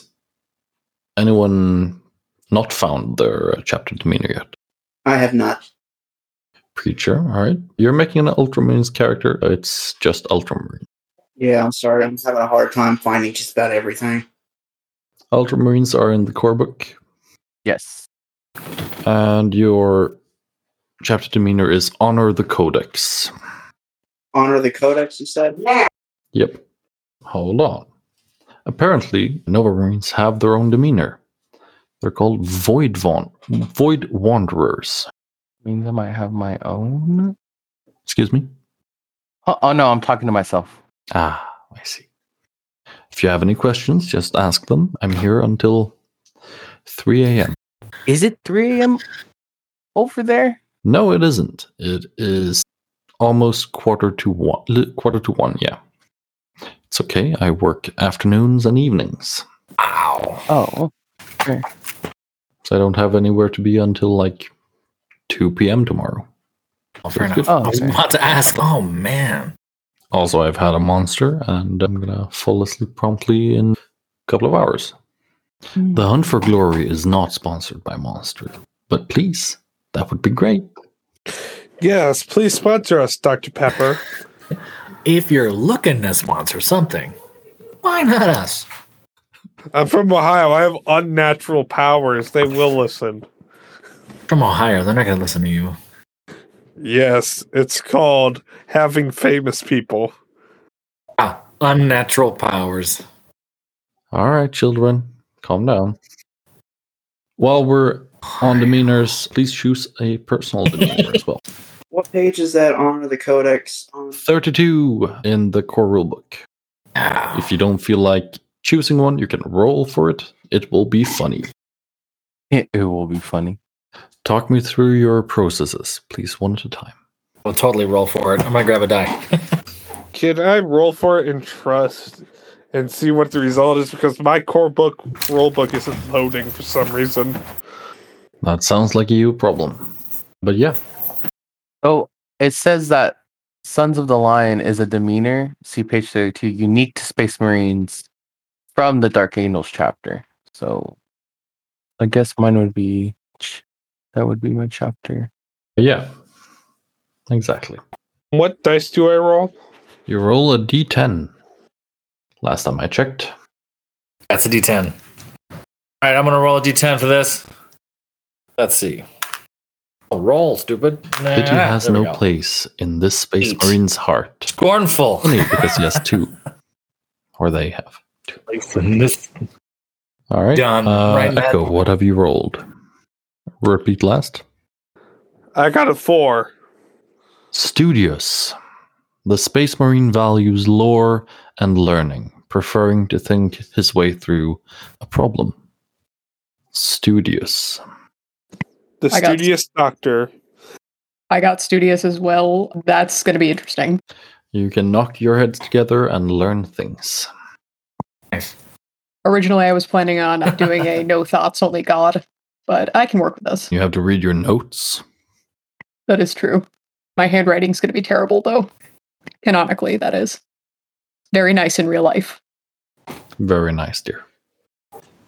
anyone not found their uh, chapter demeanor yet? I have not. Preacher, all right. You're making an Ultramarine's character. It's just Ultramarine. Yeah, I'm sorry. I'm having a hard time finding just about everything. Ultramarines are in the core book, Yes. and your chapter demeanor is honor the codex. Honor the Codex, you said? Yep. Hold on. Apparently, Nova Marines have their own demeanor. They're called Void Von Void Wanderers. Means I might have my own. Excuse me? Oh, oh no, I'm talking to myself. Ah, I see. If you have any questions, just ask them. I'm here until 3 a.m. Is it 3 a.m. over there? No, it isn't. It is almost quarter to one. li- Quarter to one, yeah. It's okay. I work afternoons and evenings, Ow. Oh, so I don't have anywhere to be until like 2 p.m. tomorrow. Oh, fair enough. Oh, I was okay. about to ask. Oh man. Also, I've had a monster, and I'm gonna fall asleep promptly in a couple of hours. Hmm. The Hunt for Glory is not sponsored by Monster, but please, that would be great. Yes, please sponsor us, Dr. Pepper. If you're looking to sponsor something, why not us? I'm from Ohio. I have unnatural powers. They will listen. From Ohio, they're not gonna listen to you. Yes, it's called having famous people. Ah, unnatural powers. All right, children, calm down. While we're on demeanors, please choose a personal demeanor as well. What page is that? Honor the Codex. Um, 32 in the core rulebook. Ow. If you don't feel like choosing one, you can roll for it. It will be funny. it, it will be funny. Talk me through your processes, please, one at a time. We'll totally roll for it. I'm gonna grab a die. Can I roll for it and trust and see what the result is? Because my core book roll book isn't loading for some reason. That sounds like a you problem. But yeah, So it says that Sons of the Lion is a demeanor, see page 32, unique to Space Marines from the Dark Angels chapter. So I guess mine would be that would be my chapter. yeah, exactly. What dice do I roll? You roll a d10. Last time I checked, That's a D10. All right, I'm gonna roll a D10 for this. Let's see. Oh, roll, stupid. Nah, pity has there we no go. place in this Space Eight. Marine's heart. Scornful. Only because he has two, or they have. this All right, Done. Uh, Right, Matt? Echo, what have you rolled? Repeat last. I got a four. Studious. The Space Marine values lore and learning, preferring to think his way through a problem. Studious. The I got- studious doctor. I got studious as well. That's going to be interesting. You can knock your heads together and learn things. Nice. Originally, I was planning on doing a no thoughts, only God, but I can work with this. You have to read your notes. That is true. My handwriting's going to be terrible, though. Canonically, that is. Very nice in real life. Very nice, dear.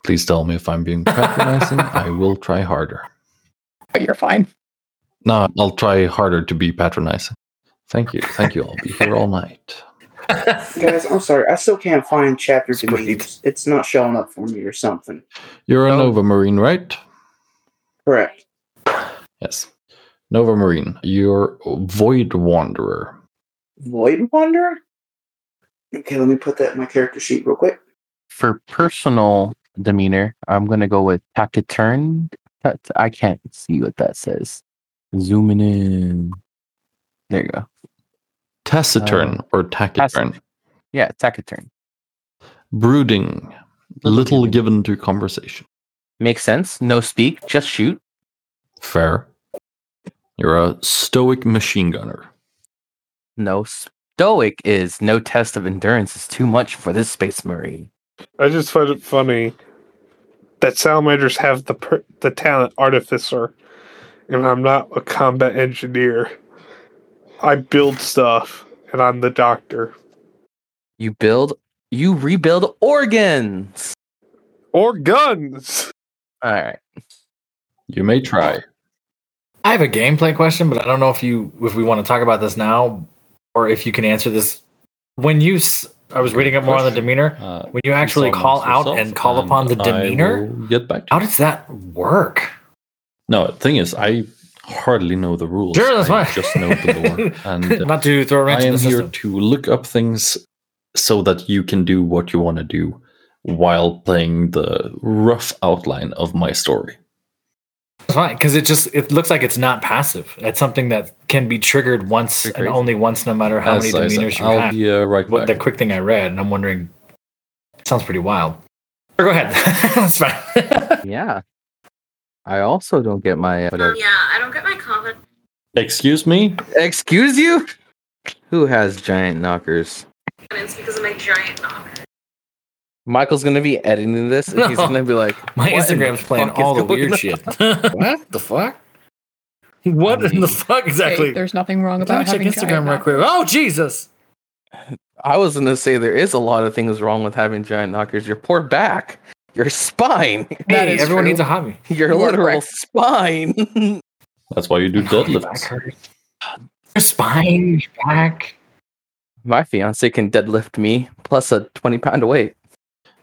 Please tell me if I'm being patronizing. I will try harder. But you're fine. No, I'll try harder to be patronizing. Thank you. Thank you. I'll be here all night. guys, I'm sorry. I still can't find chapter It's great. demeanors. It's not showing up for me or something. You're a Oh. Nova Marine, right? Correct. Yes. Nova Marine, you're Void Wanderer. Void Wanderer? Okay, let me put that in my character sheet real quick. For personal demeanor, I'm gonna go with tactic turn. Tact- I can't see what that says. Zooming in. There you go. Taciturn or Uh, Taciturn. Taciturn. Yeah, tactic turn. Brooding. Little Little given. given to conversation. Makes sense. No speak, just shoot. Fair. You're a stoic machine gunner. No, stoic is no test of endurance is too much for this space marine. I just find it funny that salamanders have the per- the talent artificer, and I'm not a combat engineer. I build stuff, and I'm the doctor. You build, you rebuild organs. Or guns. All right. You may try. I have a gameplay question, but I don't know if you if we want to talk about this now or if you can answer this. When you, s- I was reading up more on the demeanor. Uh, When you actually consult call amongst out yourself, and call upon the I demeanor, will get back. To how does that work? No, the thing is, I hardly know the rules. Sure, that's I fine. just know the lore, and uh, Not to throw a wrench I in am the here system. to look up things so that you can do what you want to do while playing the rough outline of my story. That's fine because it just it looks like it's not passive. It's something that can be triggered once You're and crazy. only once, no matter how As many I said, demeanors you I'll have. be uh, right What the back. quick thing I read, and I'm wondering, it sounds pretty wild. Or go ahead. That's fine. Yeah. I also don't get my. uh, Um, yeah, I don't get my confidence. Excuse me. Excuse you? Who has giant knockers? It's because of my giant knocker. Michael's gonna be editing this, and he's No. gonna be like, My "What in the Instagram's playing fuck is all the going weird on?" shit. what the fuck? What in the fuck Hey, exactly? there's nothing wrong Let me about check having Instagram real giant quick. Oh Jesus! I was gonna say there is a lot of things wrong with having giant knockers. Your poor back, your spine, That hey, is everyone true. needs a hobby. your You are literal correct. spine. That's why you do deadlifts. Your spine, your back. my fiance can deadlift me plus a twenty pound weight.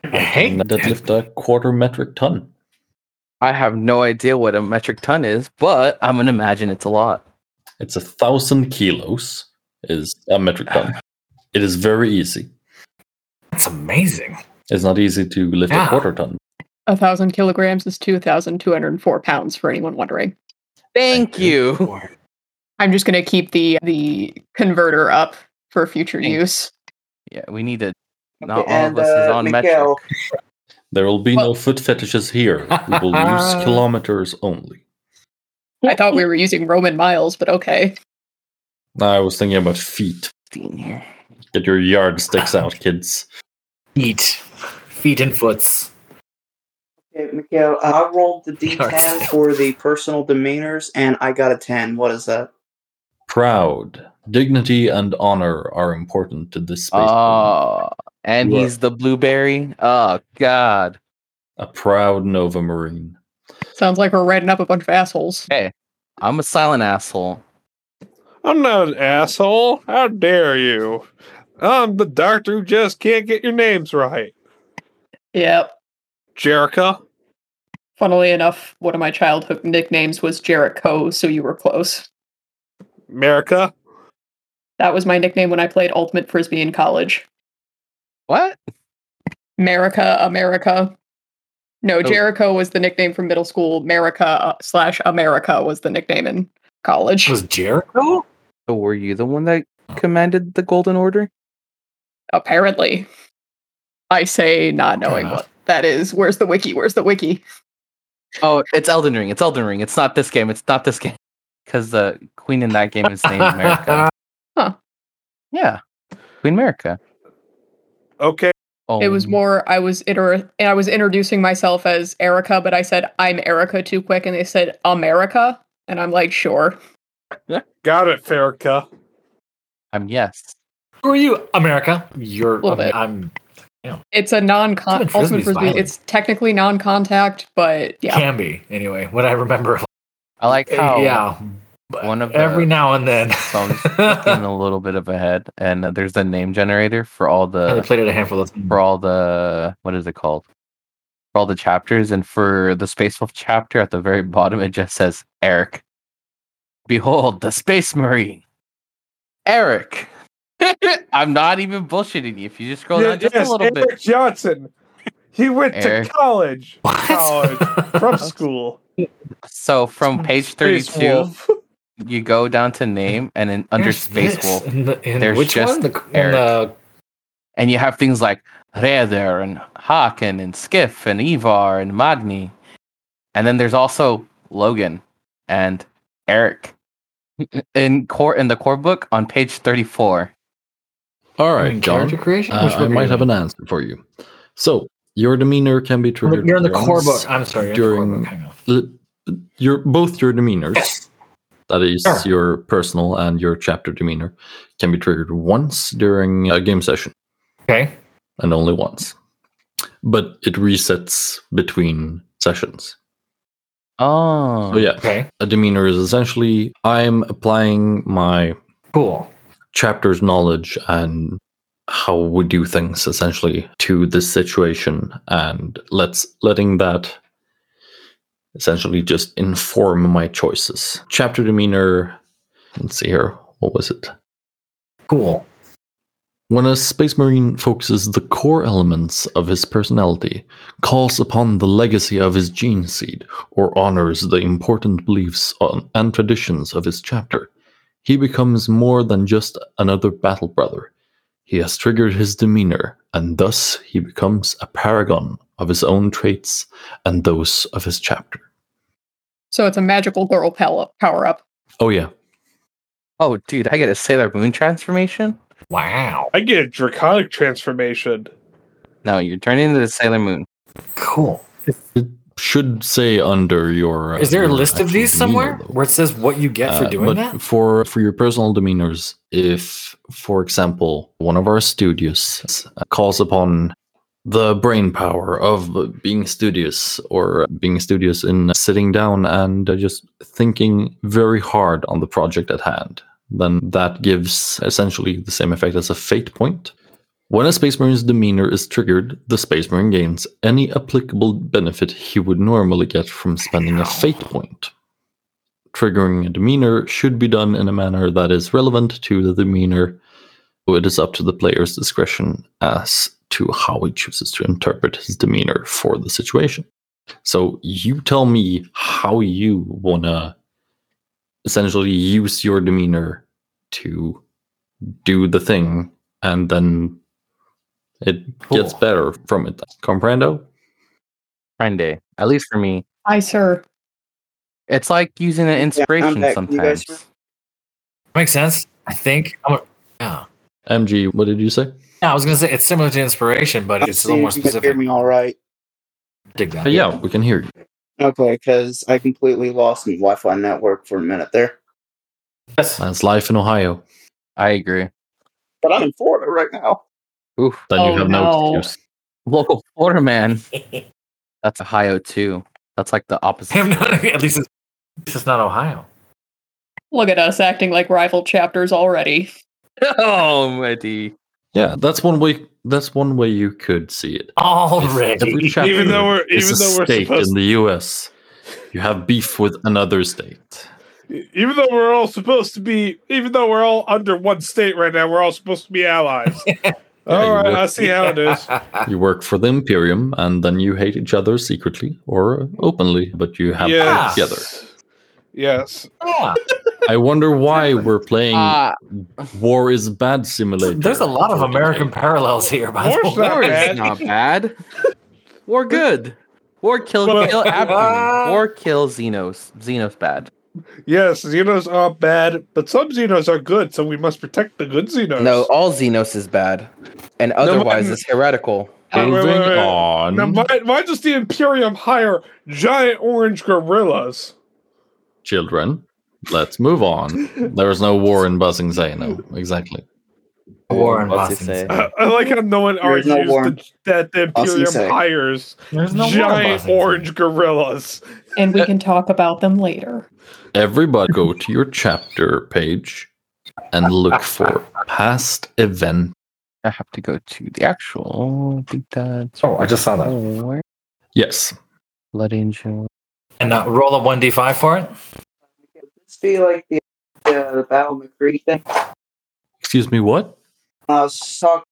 I hate And deadlift a quarter metric ton. I have no idea what a metric ton is, but I'm gonna imagine it's a lot. It's a thousand kilos. Is a metric ton. It is very easy. That's amazing. It's not easy to lift Yeah. a quarter ton. A thousand kilograms is two thousand two hundred four pounds. For anyone wondering, Thank, you. I'm just gonna keep the the converter up for future Thank- use. Yeah, we need to. Okay, Not all and, of us is uh, on Mikael. metric. There will be no foot fetishes here. We will use kilometers only. I thought we were using Roman miles, but okay. I was thinking about feet. here. Get your yardsticks out, kids. Feet, feet and foots. Okay, Mikael, I rolled the D10 Yardsticks. for the personal demeanors, and I got a 10. What is that? Proud. Dignity and honor are important to this space. program. Oh, and You are- he's the blueberry. Oh God. A proud Nova Marine. Sounds like we're writing up a bunch of assholes. I'm a silent asshole. I'm not an asshole. How dare you? I'm the doctor who just can't get your names right. Yep. Jerica. Funnily enough, one of my childhood nicknames was Jericho, so you were close. America. That was my nickname when I played Ultimate Frisbee in college. What? America, America. No, Oh. Jericho was the nickname from middle school. America uh, slash America was the nickname in college. Was Jericho? So were you the one that commanded the golden order? Apparently, I say not Fair knowing enough. what that is. Where's the wiki? Where's the wiki? Oh, it's Elden Ring. It's Elden Ring. It's not this game. It's not this game. Because the queen in that game is named America. Yeah, Queen America. Okay. Oh, It was Um, more I was inter- I was introducing myself as Erica, but I said I'm Erica too quick, and they said America, and I'm like, sure. Got it, Ferica. I'm yes. Who are you, America? You're. Little bit. I'm It's a non-con Ultimate ultimate Frisbee's frisbee. violent. It's technically non-contact, but yeah, can be anyway. What I remember. I like how Eh, yeah. but one of every the now and then. songs getting a little bit of a head, and there's a name generator for all I the played it a handful of times. for all the what is it called? For all the chapters, and for the Space Wolf chapter at the very bottom, it just says Eric. Behold the Space Marine, Eric. I'm not even bullshitting you. If you just scroll Yeah, down just yes, a little Eric bit, Johnson. He went Eric. to college College. from From school. so from page Space 32, Wolf. you go down to name, and then under Space Wolf, In the, in There's which just one? The, in Eric. the- and you have things like Reder and Haken and Skiff and Ivar and Magni. And then there's also Logan and Eric in core in the core book on page 34. All I right, mean, John. Character creation? Uh, Which I book are might you have in? an answer for you. So your demeanor can be You're, triggered. in the once. core book. I'm sorry. You're in the during- core book. Hang on. L- Your both your demeanors, Yes. that is Sure. your personal and your chapter demeanor, can be triggered once during a game session Okay. and only once. But it resets between sessions. Oh. So yeah, Okay. a demeanor is essentially I'm applying my Cool. chapter's knowledge and how we do things essentially to this situation and let's letting that essentially just inform my choices chapter demeanor let's see here what was it Cool. when a space marine focuses the core elements of his personality calls upon the legacy of his gene seed or honors the important beliefs on, and traditions of his chapter he becomes more than just another battle brother. He has triggered his demeanor, and thus he becomes a paragon of his own traits and those of his chapter. So it's a magical girl pow- power up. Oh, yeah. Oh, dude, I get a Sailor Moon transformation? Wow. I get a draconic transformation. No, you're turning into Sailor Moon. Cool. It should say under your. uh, Is there a your list of actual these demeanor, somewhere though. where it says what you get for Uh, doing but that? For, for your personal demeanors, if, for example, one of our studios calls upon the brain power of being studious or being studious in sitting down and uh, just thinking very hard on the project at hand, then that gives essentially the same effect as a fate point. When a Space Marine's demeanor is triggered, the Space Marine gains any applicable benefit he would normally get from spending a fate point. Triggering a demeanor should be done in a manner that is relevant to the demeanor, so it is up to the player's discretion as to how he chooses to interpret his demeanor for the situation. So you tell me how you wanna essentially use your demeanor to do the thing, and then it gets Cool. better from it. Comprendo? Friend day. At least for me. Aye, sir. It's like using an inspiration back. You guys- sometimes. Makes sense. I think. I'm a, yeah. MG, what did you say? Yeah, I was gonna say it's similar to inspiration, but it's a little See more if you can hear specific. me all right. Dig that. Uh, yeah, we can hear you. Okay, because I completely lost my Wi-Fi network for a minute there. Yes. That's life in Ohio. I agree. But I'm in Florida right now. Oof. Then Oh, you have no, no. excuse. Local Florida man. That's Ohio too. That's like the opposite. I'm not- at least it's, at least it's not Ohio. Look at us acting like rival chapters already. oh my D. Yeah, that's one way. That's one way you could see it. If Already. Every chapter Even though we're- is even a though we're state supposed- in the U.S., you have beef with another state. E-, Even though we're all supposed to be, even though we're all under one state right now, we're all supposed to be allies. all you right, would. I see how it is. You work for the Imperium, and then you hate each other secretly or openly, but you have yes. them together. Yes. Yeah. I wonder why we're playing Ah, War is Bad Simulator. There's a lot of American parallels here, by Of course the way. not war bad. is not bad. War good. War kill But- uh, kill Abdomen. War kill Xenos. Xenos bad. Yes, Xenos are bad, but some Xenos are good, so we must protect the good Xenos. No, all Xenos is bad, and otherwise I'm- it's heretical. Ah, Wait, Moving wait, wait, wait. on. um, Now, why, why does the Imperium hire giant orange gorillas? children. Let's move on. There is no war in Buzzing Zano. Exactly. War in What's he Boston. say? I, I like how no one There is argues no war. that, that the Us and Imperium say. hires There's no war in giant Boston. orange gorillas. And we can talk about them later. Everybody go to your chapter page and look for past event. I have to go to the actual. I think that's. Oh, I just saw that. War, Yes. Blood Angel. And uh, roll a 1d5 for it. Could this be like the uh, the Battle McCree thing? Excuse me, what? I was talking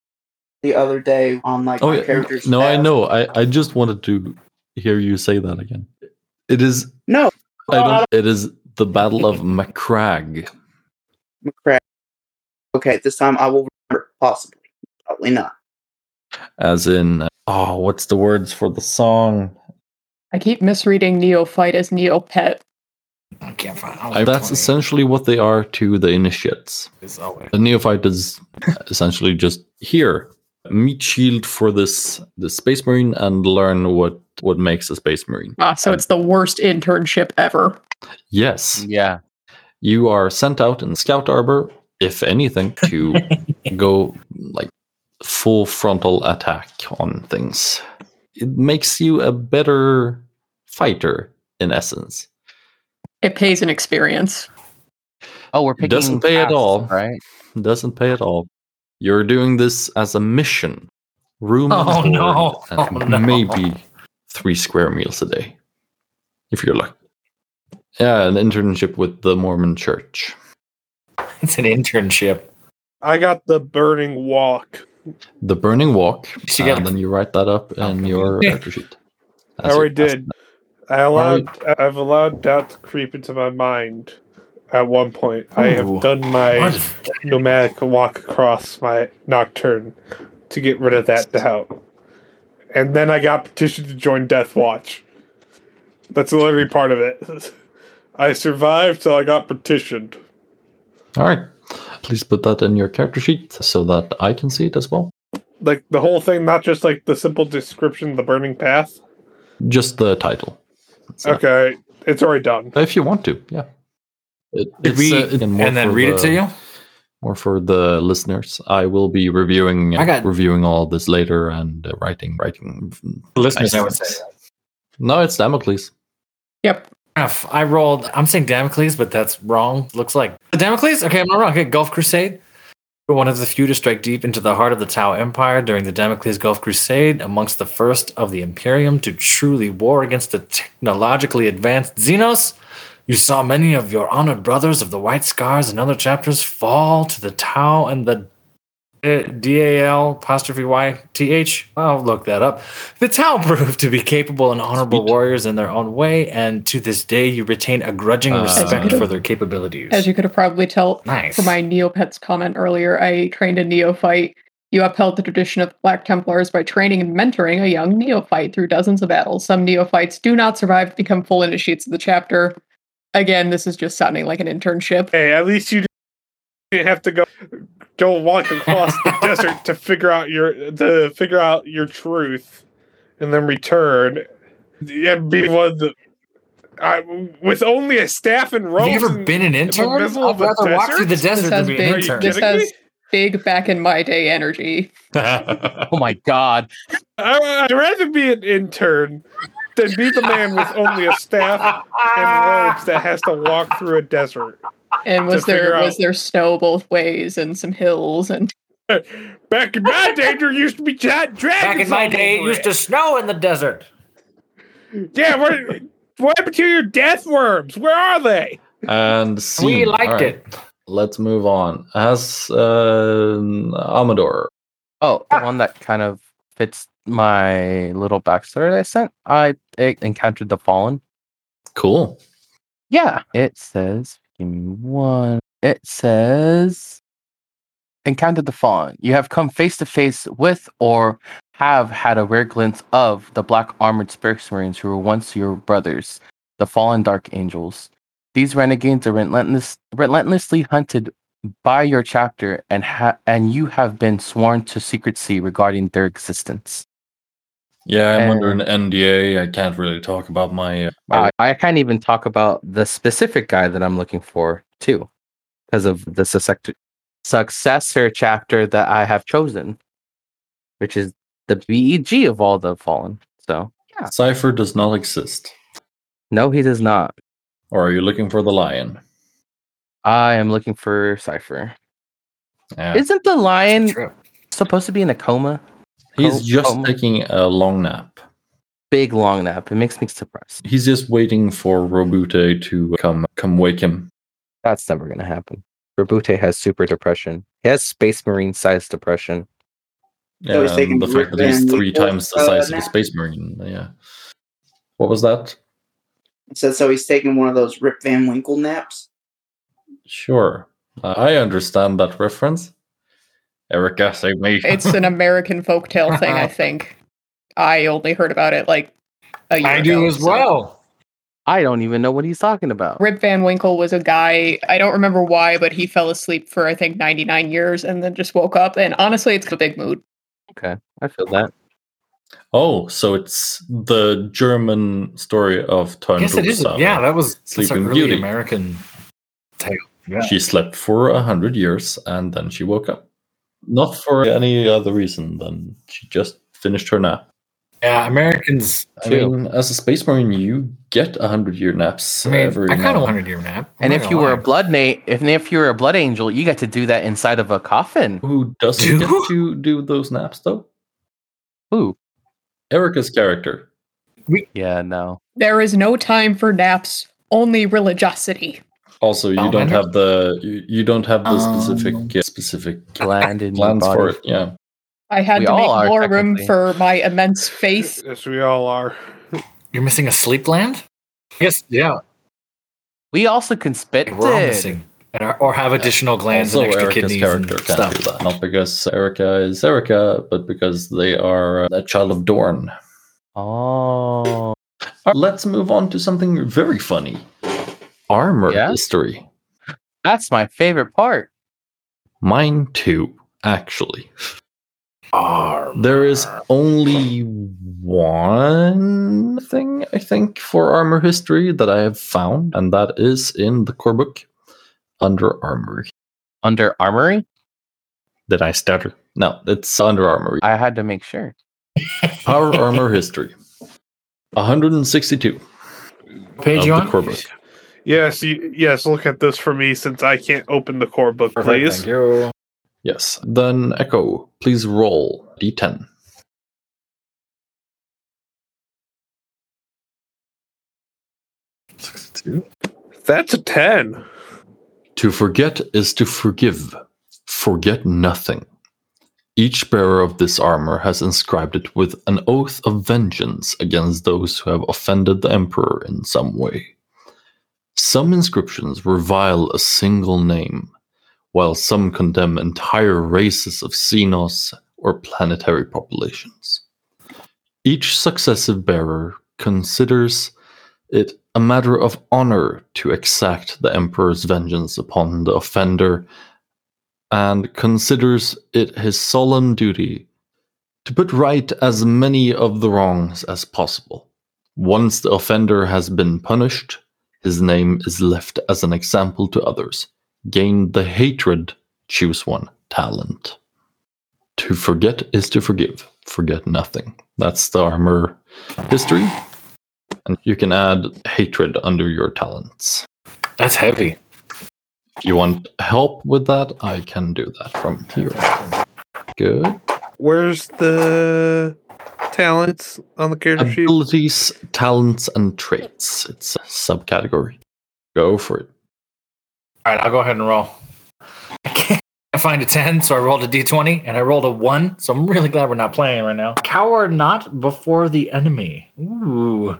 the other day on like Oh, my yeah. characters. No, I tab. know. I, I just wanted to hear you say that again. It is. No. I don't. It is the Battle of Macrag. McCrack. Okay, this time I will remember. Possibly, probably not. As in, oh, what's the words for the song? I keep misreading Neophyte as Neopet. I can't find. I- that's essentially what they are to the initiates. The neophyte is essentially just here, meet shield for this the space marine and learn what what makes a space marine. Ah, so it's the worst internship ever. Yes, Yeah. you are sent out in scout arbor, if anything, to go like full frontal attack on things. It makes you a better fighter in essence. It pays an experience. Oh, we're picking. Doesn't pay at paths, all. right? doesn't pay at all. You're doing this as a mission. Room and Oh, board, no. and Oh, no. maybe three square meals a day, if you're lucky. Yeah, an internship with the Mormon Church. It's an internship. I got the burning walk. The Burning Walk, She got- and then you write that up in your character sheet. I already did. I allowed I've allowed doubt to creep into my mind at one point. I Ooh. have done my What uh, is- nomadic walk across my nocturne to get rid of that doubt. And then I got petitioned to join Death Watch. That's the only part of it. I survived till I got petitioned. All right. Please put that in your character sheet so that I can see it as well. Like the whole thing, not just like the simple description of the burning path. Just the title. That's it. Okay, it's already done. If you want to, yeah. It, Did we uh, more and then for read it the- to you? or for the listeners i will be reviewing I got- reviewing all this later and uh, writing writing Listeners, I would nice things. say. no it's damocles Yep. F. I rolled. I'm saying Damocles, but that's wrong. Looks like Damocles. Okay, I'm not wrong. Okay, Gulf Crusade. Were one of the few to strike deep into the heart of the Tao Empire during the Damocles Gulf Crusade, amongst the first of the Imperium to truly war against the technologically advanced Xenos. You saw many of your honored brothers of the White Scars and other chapters fall to the Tau and the uh, DAL apostrophe Y T H. I'll look that up. The Tau proved to be capable and honorable Sweet. warriors in their own way, and to this day, you retain a grudging Uh, respect for their capabilities. As you could have probably tell nice. for my Neopets comment earlier, I trained a neophyte. You upheld the tradition of the Black Templars by training and mentoring a young neophyte through dozens of battles. Some neophytes do not survive to become full initiates of the chapter. Again, this is just sounding like an internship. Hey, at least you didn't have to go go walk across the desert to figure out your to figure out your truth, and then return and be one of the. I, with only a staff and Have robes. you ever and- been an intern? I'd middle of rather a walk through the desert? This desert than has be an big, Are you intern. this kidding has me? big back in my day energy. Oh my god. I, I'd rather be an intern than be the man with only a staff and robes that has to walk through a desert. And was To there figure was out- there snow both ways and some hills and Back in my day, there used to be giant dragons. Back in my all day, it over used to snow in the desert. Yeah, what, what happened to your death worms? Where are they? and scene. We liked All right, it. let's move on as uh, amador Oh, the one that kind of fits my little backstory that I sent. I it encountered the fallen. cool Yeah. It says, give me one. It says, encountered the fallen. You have come face to face with or have had a rare glimpse of the black armored space marines who were once your brothers, the fallen dark angels. These renegades are relentless, relentlessly hunted by your chapter, and ha- and you have been sworn to secrecy regarding their existence. yeah i'm under an And- nda i can't really talk about my, uh, my I, I can't even talk about the specific guy that I'm looking for too, because of the successor, successor chapter that I have chosen, which is the BEG of all the fallen. So yeah, cipher does not exist no, he does not. or are you looking for the lion I am looking for Cipher. yeah. Isn't the lion True. supposed to be in a coma? he's Oh, just um, taking a long nap Big long nap. It makes me surprised. he's just waiting for robute to come come wake him That's never gonna happen. Rabute has super depression. He has space marine sized depression. Yeah, he's taking and the the fact root that he's and three equals, times the uh, size of a nap. space marine. Yeah. What was that? It says so he's taking one of those Rip Van Winkle naps. Sure. I I understand that reference. Erica, save me. it's an American folktale thing, I think. I only heard about it like a year I do ago, as so- well. I don't even know what he's talking about. Rip Van Winkle was a guy, I don't remember why, but he fell asleep for I think 99 years and then just woke up. And honestly, it's a big mood. Okay, I feel that. Oh, so it's the German story of I guess it is. Tönnies. Yeah, that was that's a Sleeping really Beauty. American tale. Yeah. She slept for a hundred years and then she woke up. Not for any other reason than she just finished her nap. yeah, Americans I too. mean, as a space marine, you get a hundred year naps I mean, every. I kind now of wanted your nap. I'm And not if gonna you were a lie. blood mate, if and if you were a blood angel, you got to do that inside of a coffin. Who doesn't Do? get to do those naps though? Ooh, Erica's character. yeah, no. There is no time for naps, only religiosity. Also, you don't Salamander? have the you, you don't have the specific Um, uh, specific Gland in your plans body. for it. Yeah. I had We to all are, make more room technically. for my immense faith. Yes, we all are. You're missing a sleep land? Yes, yeah. We also conspected. We're all missing. And or, or have additional glands also, and extra Erica's kidneys character and can't stuff. do that. Not because Erica is Erica, but because they are uh, a child of Dorn. Oh, Let's move on to something very funny. Armor Yeah? history. that's my favorite part. Mine too, actually. Arm. There is only one thing I think for armor history that I have found, and that is in the core book, Under Armory. Under Armory, Did I stutter? No, it's Under Armory. I had to make sure. Power Armor History, 162 Page of the you on? core book. Yes, you, yes. Look at this for me, since I can't open the core book, Perfect, please. Thank you. Yes. Then Echo, please roll d10. That's a ten. To forget is to forgive. Forget nothing. Each bearer of this armor has inscribed it with an oath of vengeance against those who have offended the Emperor in some way. Some inscriptions revile a single name, while some condemn entire races of Xenos or planetary populations. Each successive bearer considers it a matter of honor to exact the emperor's vengeance upon the offender, and considers it his solemn duty to put right as many of the wrongs as possible. Once the offender has been punished, his name is left as an example to others. Gain the hatred, choose one talent. To forget is to forgive, forget nothing. That's the armor history and you can add hatred under your talents. That's heavy. If you want help with that, I can do that from here. Good. Where's the talents on the character sheet? Abilities, talents, and traits. It's a subcategory. Go for it. All right, I'll go ahead and roll. I can't find a 10, so I rolled a d20 and I rolled a 1. So I'm really glad we're not playing right now. Cower not before the enemy. Ooh.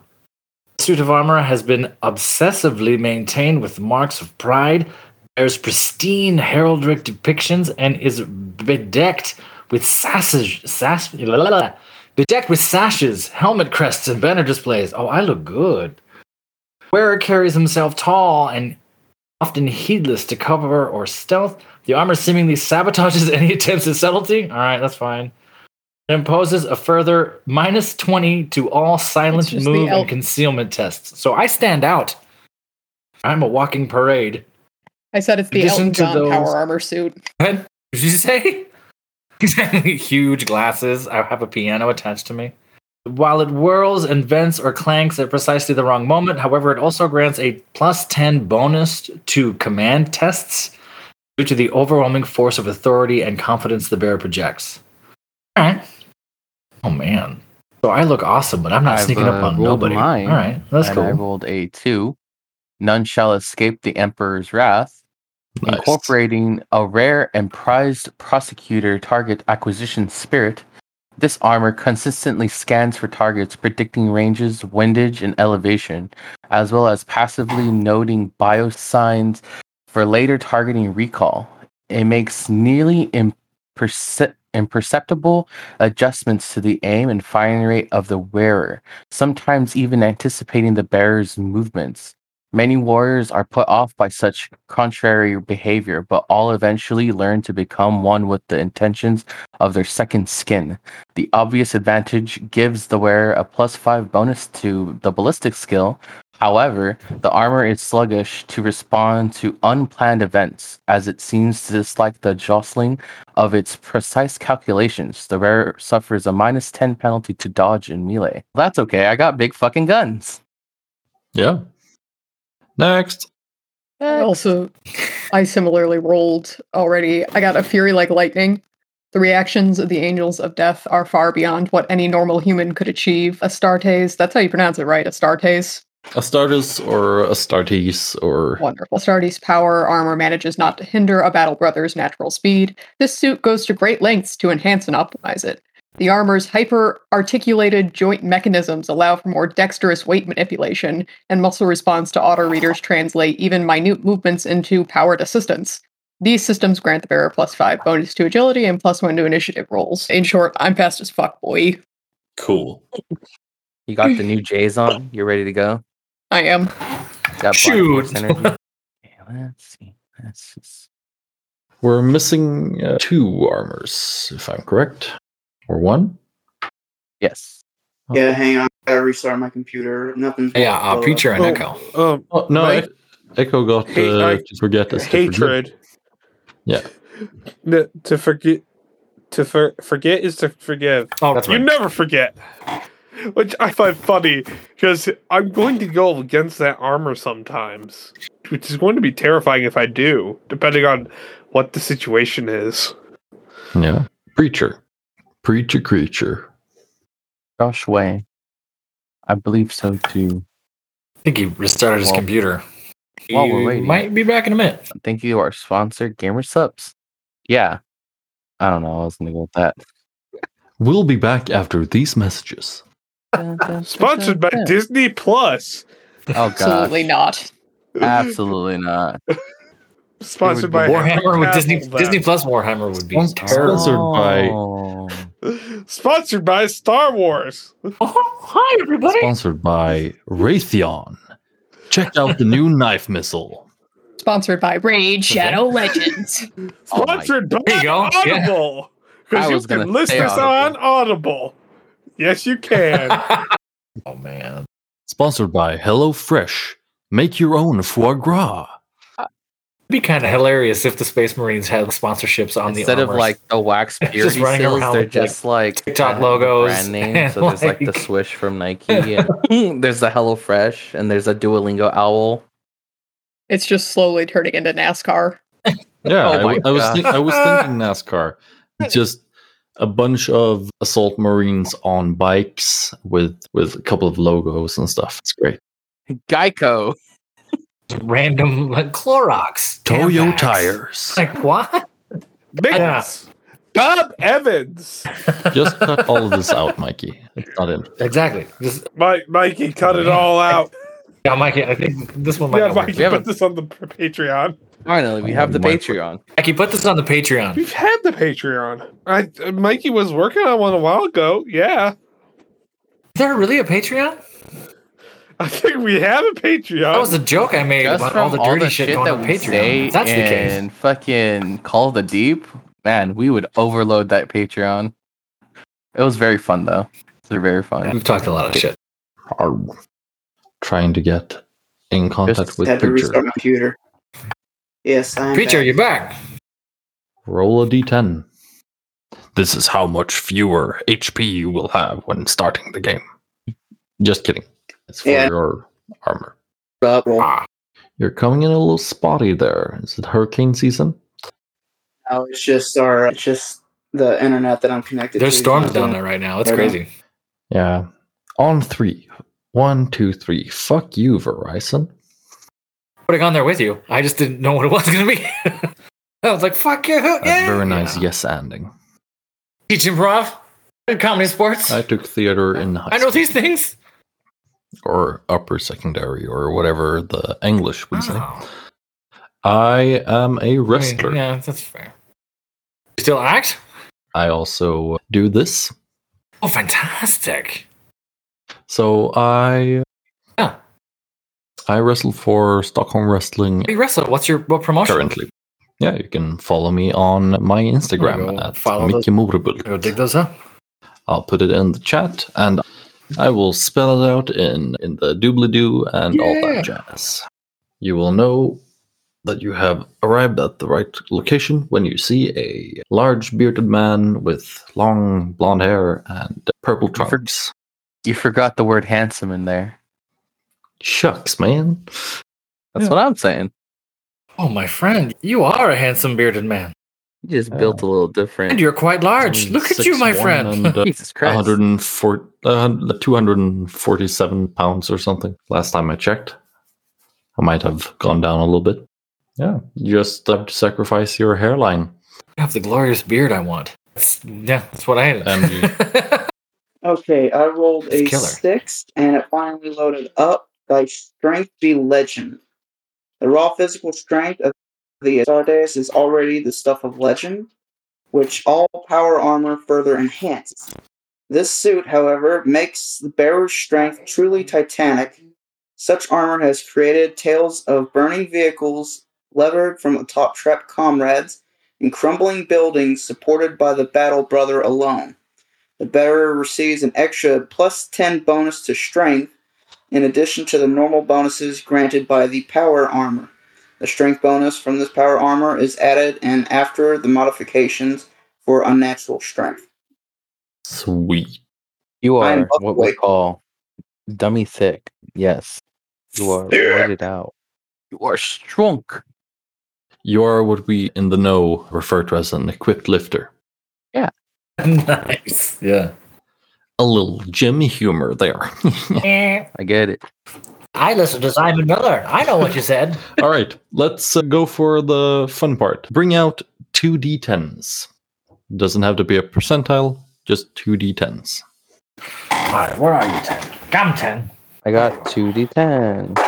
Suit of armor has been obsessively maintained with marks of pride, bears pristine heraldic depictions, and is bedecked with sashes, sash, la, la, la, la. bedecked with sashes, helmet crests, and banner displays. Oh, I look good. Wearer carries himself tall and often heedless to cover or stealth. The armor seemingly sabotages any attempts at subtlety. All right, that's fine. It imposes a further minus 20 to all It's silent just the move elf. and concealment tests. So I stand out. I'm a walking parade. I said it's the Addition Elton to John those- power armor suit. What What did you say? Exactly. Huge glasses. I have a piano attached to me. While it whirls and vents or clanks at precisely the wrong moment, however, it also grants a plus 10 bonus to command tests due to the overwhelming force of authority and confidence the bear projects. All right. Oh, man. So I look awesome, but I'm not I've, sneaking up uh, on rolled nobody. mine, All right. That's and cool. I rolled a two. None shall escape the emperor's wrath. Nice. Incorporating a rare and prized prosecutor target acquisition spirit, this armor consistently scans for targets, predicting ranges, windage, and elevation, as well as passively noting biosigns for later targeting recall. It makes nearly imperce- imperceptible adjustments to the aim and firing rate of the wearer, sometimes even anticipating the bearer's movements. Many warriors are put off by such contrary behavior, but all eventually learn to become one with the intentions of their second skin. The obvious advantage gives the wearer a plus five bonus to the ballistic skill. However, the armor is sluggish to respond to unplanned events, as it seems to dislike the jostling of its precise calculations. The wearer suffers a minus 10 penalty to dodge and melee. That's okay, I got big fucking guns. Yeah. Next. I also, I similarly rolled already. I got a fury like lightning. The reactions of the angels of death are far beyond what any normal human could achieve. Astartes, that's how you pronounce it, right? Astartes. Astartes or Astartes or Wonderful. Astartes' power armor manages not to hinder a battle brother's natural speed. This suit goes to great lengths to enhance and optimize it. The armor's hyper articulated joint mechanisms allow for more dexterous weight manipulation, and muscle response to auto readers translate even minute movements into powered assistance. These systems grant the bearer plus five bonus to agility and plus one to initiative rolls. In short, I'm fast as fuck, boy. cool. You got the new J's on, you're ready to go. I am. Got blind Shoot. force energy. Okay, let's see. Let's just... We're missing uh, two armors, if I'm correct, or one. Yes. Yeah, hang on. I gotta restart my computer. Nothing. Yeah, uh, Preacher and Echo. Um, Oh no, Right. E- Echo got Hate- uh, I- to forget this. to forget. hatred. Yeah. N- to forget, to for- forget is to forgive. Oh, you never forget, which I find funny because I'm going to go against that armor sometimes, which is going to be terrifying if I do, depending on what the situation is. Yeah. Preacher. Preacher creature. Josh Way. I believe so too. I think he restarted his Well, computer. while we're He waiting. might be back in a minute. Thank you to our sponsor, Gamer Subs. Yeah. I don't know. I was gonna go with that. We'll be back after these messages. Sponsored by Disney Plus. Oh god. Absolutely not. Absolutely not. Sponsored by Warhammer with Disney Hasselblad. Disney Plus Warhammer would be Sponsor- terrible. Sponsored by- Oh. Sponsored by Star Wars. hi everybody. Sponsored by Raytheon. Check out the new knife missile. Sponsored by Raid Shadow Legends. Oh my- Sponsored by There you go. Yeah. Audible. I Because you was gonna can listen say to us on Audible. Yes, you can. oh man. Sponsored by HelloFresh. Make your own foie gras. It'd be kind of hilarious if the Space Marines had sponsorships on Instead the of armors. like the wax Just purity running seals, around they're with, like, just like TikTok I have a logos brand name. and, So there's like the like- Swish from Nike, and there's the HelloFresh, and there's a Duolingo owl. it's just slowly turning into NASCAR. Yeah, Oh I, w- my I was God. think- I was thinking NASCAR. It's Just a bunch of assault marines on bikes with with a couple of logos and stuff. It's great. Geico. random like, Clorox, Toyo Tampax. tires. Like what? Big Yeah. Bob Evans. Just cut all of this out, Mikey. It's not in. Exactly. Just Mike, Mikey, cut it all out. yeah, Mikey. I think this one might. Yeah, not work. Mikey, put We haven't- this on the Patreon. Finally, we Oh, have the my- Patreon. Mikey, put this on the Patreon. We've had the Patreon. I uh, Mikey was working on one a while ago. Yeah, Is there really a Patreon? I think we have a That Patreon. was a joke I made Just about from all the dirty shit, going that on we Patreon. say If That's the case. and fucking Call of the Deep, man, we would overload that Patreon. It was very fun though. They're very fun. We've talked a lot of shit. Arr. Trying to get in contact Just with Had to Preacher. restart my computer. Yes, I'm. Preacher, back. you're back. Roll a d10. This is how much fewer HP you will have when starting the game. Just kidding. It's for Yeah. your armor. Up. Roll. You're coming in a little spotty there. Is it hurricane season? No, it's just our. It's just the internet that I'm connected. There's to. storms down there right now. It's Right now. crazy. Yeah. On three. One, two, three. Fuck you, Verizon. Putting on there with you. I just didn't know what it was gonna be. I was like, fuck you. A Yeah. very nice Yeah. yes ending. Teach improv. and Comedy sports. I I, took theater in high know school these things. or upper secondary or whatever the English would say. Oh. I am a I mean, wrestler. yeah, that's fair. You still act? I also do this. Oh, fantastic. So I Yeah. I wrestle for Stockholm Wrestling Hey, wrestler, what's your what promotion? currently. Yeah, you can follow me on my There you Instagram go. at Follow Mickey Morbult. Go dig those up. I'll put it in the chat and I will spell it out in, in the doobly doo and all Yeah. that jazz. You will know that you have arrived at the right location when you see a large bearded man with long blonde hair and purple for- trunks. You forgot the word handsome in there. Shucks, man. That's Yeah. what I'm saying. Oh, my friend, you are a handsome bearded man. You just Yeah. built a little And different. you're quite large. I'm Look at you, my 6'1" friend. and, uh, Jesus Christ. 104 uh, 247 pounds or something last time I checked. I might have gone down a little bit. Yeah, you just have to sacrifice your hairline. You have the glorious beard I want. That's, yeah, that's what I had. And Okay, I rolled a It's killer. six, and it finally loaded up. Thy strength be legend. The raw physical strength of the Astartes is already the stuff of legend, which all power armor further enhances. This suit, however, makes the bearer's strength truly titanic. Such armor has created tales of burning vehicles levered from atop trapped comrades and crumbling buildings supported by the battle brother alone. The bearer receives an extra plus 10 bonus to strength in addition to the normal bonuses granted by the power armor. The strength bonus from this power armor is added and after the modifications for unnatural strength. Sweet. You I am are what we overweight. call dummy thick. Yes. You are roided out. You are strong. You are what we in the know refer to as an equipped lifter. nice. Yeah. A little Jimmy humor there. I get it. I listened to Simon Miller. I know what you said. All right, let's uh, go for the fun part. Bring out two d10s. Doesn't have to be a percentile, just two d10s. All right, where are you, Ten? Come, Ten. I got 2d10.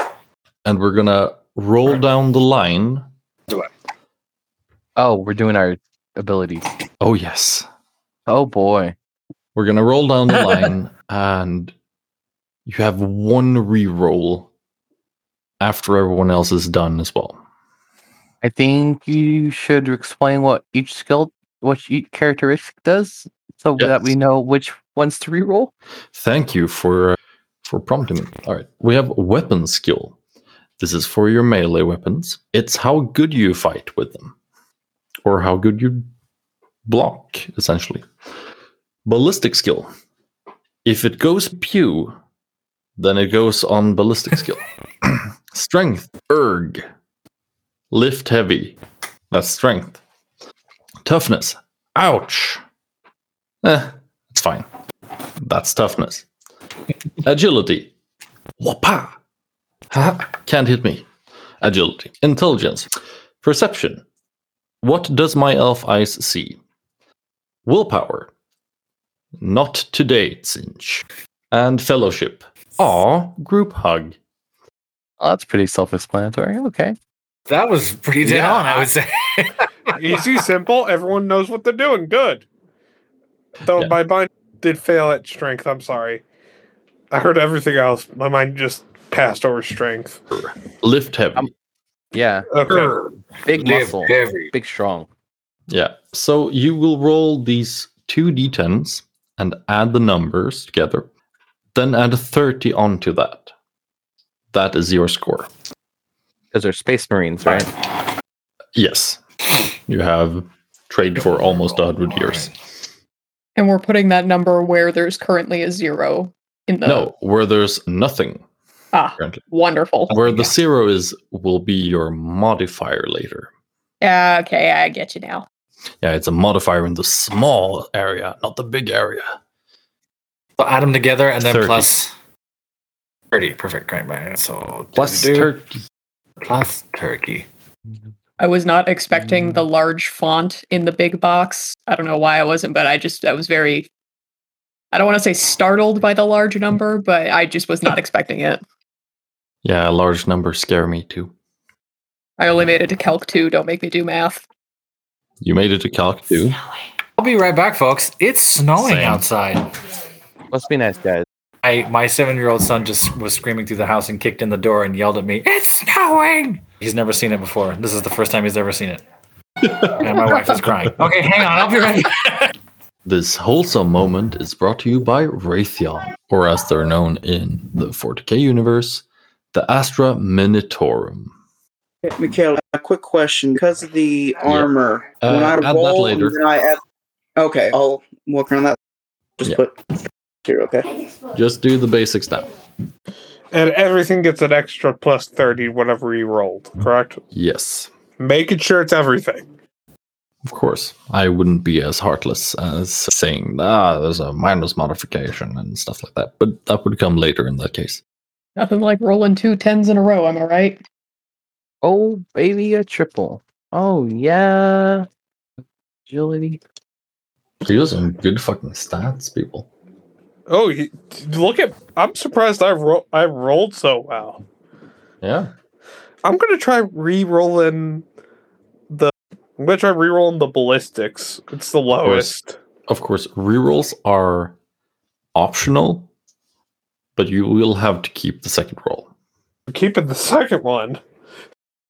And we're going to roll down the line Oh, we're doing our abilities. Oh, yes. Oh boy. We're going to roll down the line, and you have one reroll after everyone else is done as well. I think you should explain what each skill, what each characteristic does, so that we Yes. know which ones to reroll. Thank you for uh, for prompting me. All right. We have weapon skill. This is for your melee weapons. It's how good you fight with them or how good you block essentially. Ballistic skill. If it goes pew, then it goes on ballistic skill. strength erg. Lift heavy. That's strength. Toughness. Ouch. Eh, it's fine. That's toughness. Agility. Whoppa. Ha, Can't hit me. Agility. Intelligence. Perception. What does my elf eyes see? Willpower. Not today, Tzinch. And fellowship. Aw, group hug. Oh, that's pretty self-explanatory. Okay. That was pretty dead Yeah. on, I would say. Easy, simple. Everyone knows what they're doing. Good. Though Yeah. my mind did fail at strength. I'm sorry. I heard everything else. My mind just passed over strength. Lift heavy. Um, Yeah. Okay. Big Live muscle. heavy. Big strong. Yeah. So you will roll these two d10s and add the numbers together, then add a 30 onto that. That is your score. Because they're space marines, right? Yes. You have traded for almost a 100 years. And we're putting that number where there's currently a zero in the No, where there's nothing. Ah. currently. wonderful. Where the zero is will be your modifier later. Ah, okay, I get you now. Yeah, it's a modifier in the small area, not the big area. So add them together and then 30. plus 30. Perfect. Right, right. So Plus do- 30. plus turkey. I was not expecting the large font in the big box. I don't know why I wasn't, but I just I was very I don't want to say startled by the large number, but I just was not expecting it. Yeah, large numbers scare me too. I only made it to Calc 2, don't make me do math. You made it to Calc 2. I'll be right back, folks. It's snowing Same. outside. Let's be nice, guys. I my seven year old son just was screaming through the house and kicked in the door and yelled at me, It's snowing. He's never seen it before. This is the first time he's ever seen it. and my wife is crying. Okay, hang on, I'll be right back. This wholesome moment is brought to you by Raytheon, or as they're known in the 40k universe, the Astra Minitorum. Mikhail, a quick question. Because of the armor, Uh, when I add that roll, and later. then I add, okay, I'll work around that. Just Yeah. put here, okay. Just do the basics now. And everything gets an extra plus 30 whenever you rolled, correct? Yes, Making sure it's everything. of course. I wouldn't be as heartless as saying, ah, there's a minus modification and stuff like that, but that would come later in that case. Nothing like rolling two tens in a row, am I right? Oh, baby, a triple. Oh, yeah. Agility. You got some good fucking stats, people. Oh, he, look at. I'm surprised I, ro- I rolled so well. Yeah. I'm gonna try re-rolling the. I'm gonna try re-rolling the ballistics. It's the lowest. Of course, rerolls are optional, but you will have to keep the second roll. I'm keeping the second one.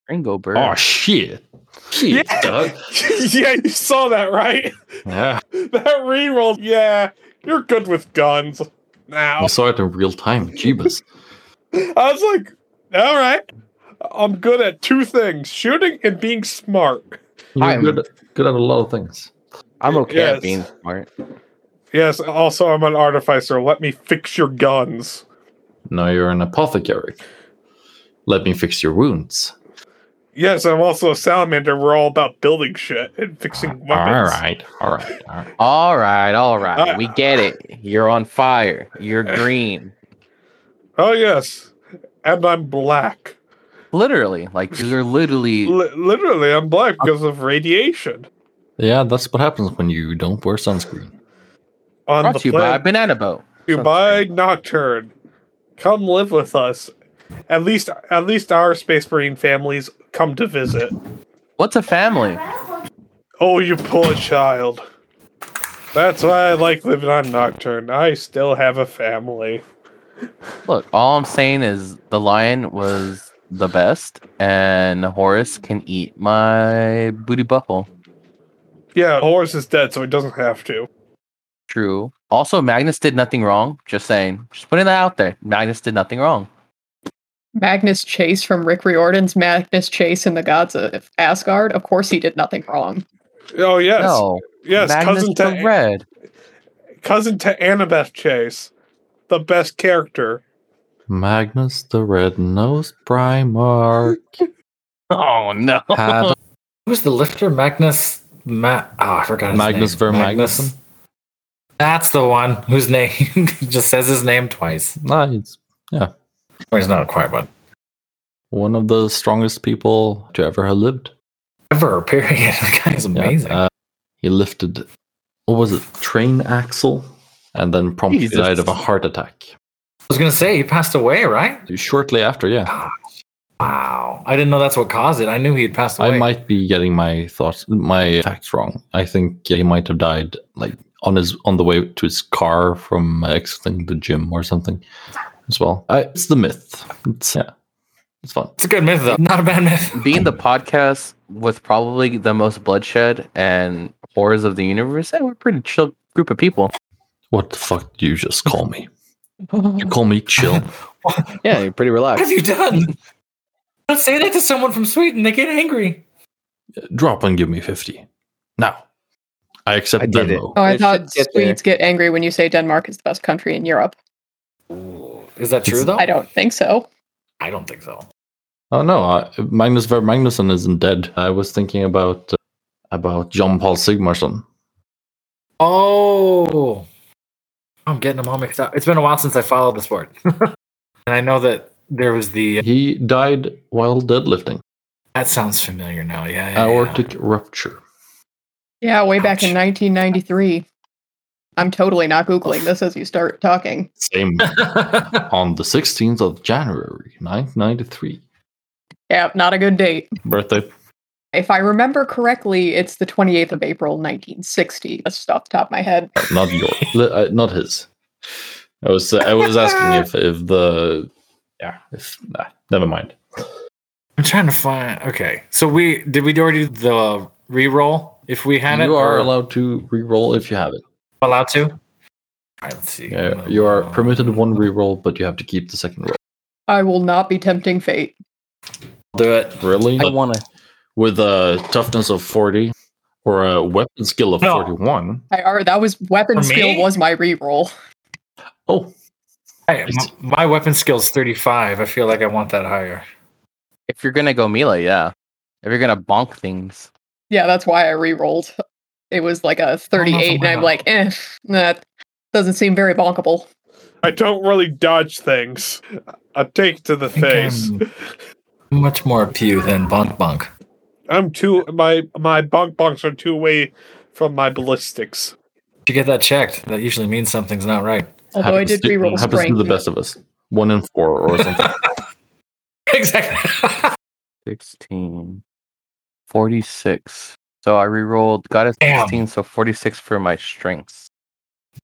Ringo Bird. Oh, shit. Shit, Yeah. Doug. yeah, you saw that, right? Yeah. That re-roll. Yeah, you're good with guns now. I saw it in real time. Jeebus. I was like, all right, I'm good at two things: shooting and being smart. You're I'm- good, at- good at a lot of things. I'm okay yes. at being smart. Yes. Also, I'm an artificer. Let me fix your guns. Now you're an apothecary. Let me fix your wounds. Yes, I'm also a salamander. We're all about building shit and fixing weapons. All right, all right, all right. All right, all right. Uh, we get it. You're on fire. You're green. Oh yes, and I'm black. literally, like you're literally. Li- literally, I'm black because of radiation Yeah, that's what happens when you don't wear sunscreen. on Brought the to you by planet Banana Boat. Dubai Nocturne. Come live with us. At least, at least our Space Marine families come to visit. What's a family? Oh, you poor child. That's why I like living on Nocturne. I still have a family. Look, all I'm saying is the lion was the best, and Horace can eat my booty buckle. Yeah, Horus is dead, so he doesn't have to. True. Also, Magnus did nothing wrong. Just saying. Just putting that out there. Magnus did nothing wrong. Magnus Chase from Rick Riordan's Magnus Chase and the Gods of Asgard. Of course, he did nothing wrong. Oh yes, No. yes, Magnus cousin the to Red. cousin to Annabeth Chase, the best character. Magnus the Red Nosed Primarch Oh no. had Who's the lifter? Magnus Ma oh, I forgot his Magnus name. Ver Magnuson. That's the one whose name just says his name twice. Nah, it's Or he's not quite one. one of the strongest people to ever have lived. Ever, period. The guy's Yeah, amazing. uh, he lifted, what was it, train axle, and then promptly Jesus. died of a heart attack. I was gonna say he passed away, right? Shortly after, yeah. Wow. I didn't know that's what caused it. I knew he had passed away. I might be getting my thoughts, my facts wrong. I think he might have died like on his on the way to his car from exiting the gym or something, as well. I, it's the myth. It's yeah, it's fun. It's a good myth though. Not a bad myth. Being the podcast with probably the most bloodshed and horrors of the universe, and we're a pretty chill group of people. What the fuck do you just call me? You call me chill? Yeah, you're pretty What relaxed. have you done? Don't say that to someone from Sweden. They get angry. Drop and give me fifty now. I accept I did it. Venmo. Oh, I It thought should get Swedes get angry when you say Denmark is the best country in Europe. Is that true It's- though? I don't think so. I don't think so. Oh no, uh, Magnus Ver Magnusson isn't dead. I was thinking about uh, about John Paul Sigmarsson. Oh, I'm getting them all mixed up. It's been a while since I followed the sport, and I know that there was the. uh, He died while deadlifting. That sounds familiar now. Yeah, yeah, yeah. Aortic rupture. Yeah, way back in Ouch. 1993. I'm totally not Googling this as you start talking. Same on the 16th of January, 1993. Yeah, not a good date. Birthday. If I remember correctly, it's the 28th of April, 1960. That's just off the top of my head. not your, li- uh, not his. I was uh, I was asking if if the yeah if nah, never mind. I'm trying to find. Okay, so we did we already do the reroll if we had it. you are or allowed to re-roll if you have it. allowed to. All right, let's see. Yeah, you are permitted one re-roll, but you have to keep the second roll. I will not be tempting fate. Do it. Really? I want to. With a toughness of forty or a weapon skill of No. forty-one. I already, that was weapon For skill me? was my reroll. Oh, Hey, m- my weapon skill is 35. I feel like I want that higher. If you're gonna go melee, yeah. If you're gonna bonk things, Yeah, that's why I rerolled. It was like a 38, and I'm why. like, eh, that doesn't seem very bonkable. I don't really dodge things. I take to the I think face. I'm much more pew than bonk bonk. I'm too my my bonk bonks are too away from my ballistics. If you get that checked, that usually means something's not right. Although I happens did to- reroll Happens to spring. the best of us. One in four or something. exactly. 16, 46. So I rerolled, got a Damn. 16, so 46 for my strengths.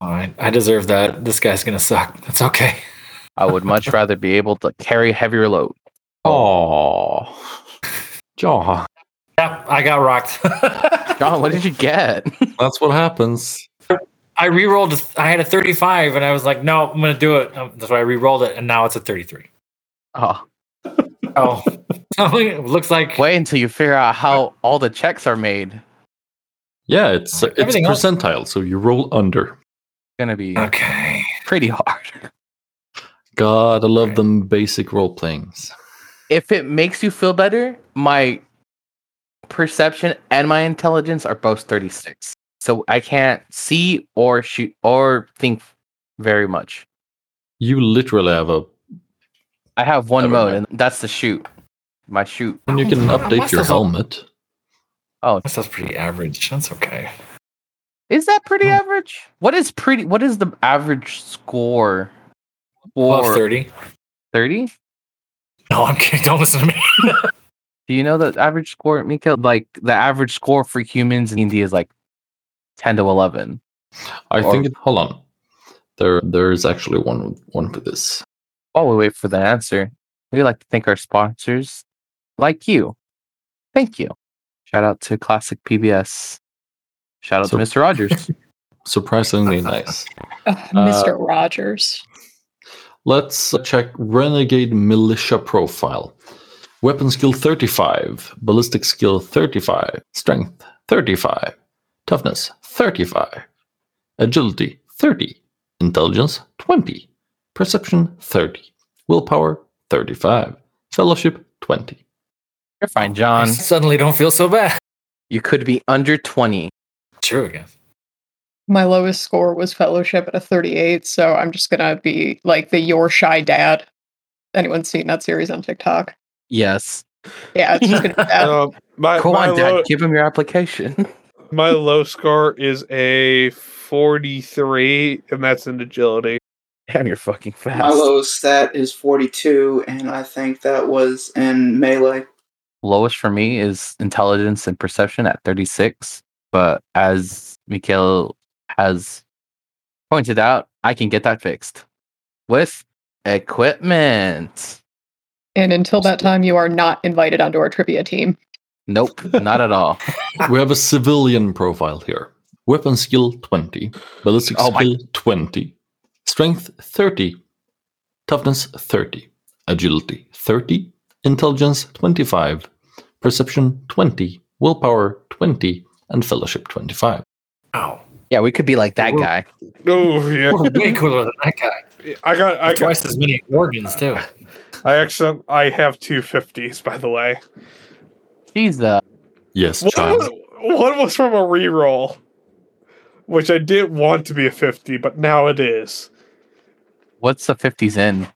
All right. I deserve that. This guy's going to suck. That's okay. I would much rather be able to carry heavier load. oh, jaw. Yep, I got rocked. John, what did you get? That's what happens. I re-rolled. a- I had a 35, and I was like, "No, I'm gonna do it." Um, That's why I re-rolled it, and now it's a 33. Oh, Oh, it looks like wait until you figure out how all the checks are made. Yeah, it's it's Everything else- percentile, so you roll under. gonna be okay. pretty hard. God, I love Right. them basic role playings. If it makes you feel better, my perception and my intelligence are both 36. So I can't see or shoot or think very much. You literally have a, I have one Never mode, mind. and that's the shoot. My shoot. and you can Oh, update what's your the whole- helmet. Oh, That stuff's pretty average. That's okay. is that pretty Oh. average? What is pretty? What is the average score? Above For 30. 30? No, I'm kidding. Don't listen to me. Do you know the average score, Mika? Like the average score for humans in India is like 10 to 11. I Or- think. Hold on, there there is actually one one for this. While we wait for the answer, we like to thank our sponsors, like you. Thank you. Shout out to Classic PBS. Shout out So- to Mr. Rogers. Surprisingly nice. Ugh, Uh, Mr. Rogers. Let's check Renegade Militia Profile. Weapon skill 35, ballistic skill 35, strength 35, toughness 35, agility 30, intelligence 20, perception 30, willpower 35, fellowship 20. You're fine, I John. suddenly don't feel so bad. You could be under 20. True, I guess. My lowest score was fellowship at a 38, so I'm just gonna be like the your shy dad. Anyone seen that series on TikTok? Yes. Yeah, it's just gonna be that. Uh, my Go my, on, Dad. low, Give him your application. my low score is a forty three, and that's in agility. Damn, you're fucking fast. My lowest stat is 42, and I think that was in melee. lowest for me is intelligence and perception at 36. But as Mikhail has pointed out, I can get that fixed with equipment. And until that time, you are not invited onto our trivia team. Nope, not at all. We have a civilian profile here. Weapon skill 20, ballistic Oh my- skill 20, strength 30, toughness 30, agility 30, intelligence 25, perception 20, willpower 20, and fellowship 25. Oh, Yeah, we could be like that Whoa. guy. Oh yeah, we're way cooler than that guy. I got I got Twice as many organs too. I actually I have two fifties by the way. He's uh, Yes, One child. was, one was from a reroll, which I didn't want to be a fifty, but now it is. what's the 50s in?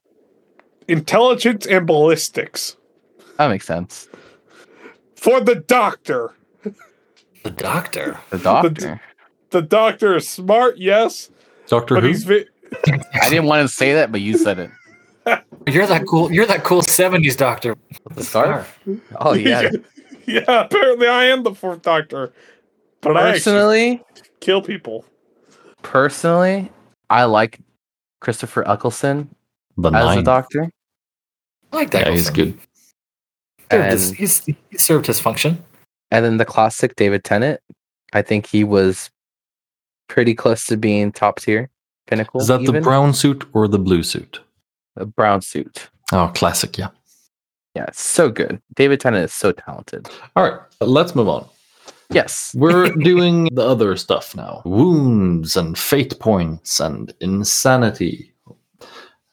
Intelligence and ballistics That makes sense. for the doctor. The doctor. The doctor. The doctor is smart, yes, Doctor but Who? he's vi- I didn't want to say that, but you said it. You're that cool. You're that cool 70s doctor. With the scarf? scarf. Oh yeah, yeah, apparently I am the fourth doctor. But I Personally, actually kill people. personally, I like Christopher Eccleston The as nine. a doctor. I like that. yeah, he's good. Served his- And- he's, he served his function. And then the classic David Tennant. I think he was pretty close to being top tier, pinnacle. Is that the even. brown suit or the blue suit? A brown suit? Oh, classic. Yeah. Yeah, it's so good. David Tennant is so talented. All right. Let's move on. Yes, We're doing the other stuff now wounds and fate points and insanity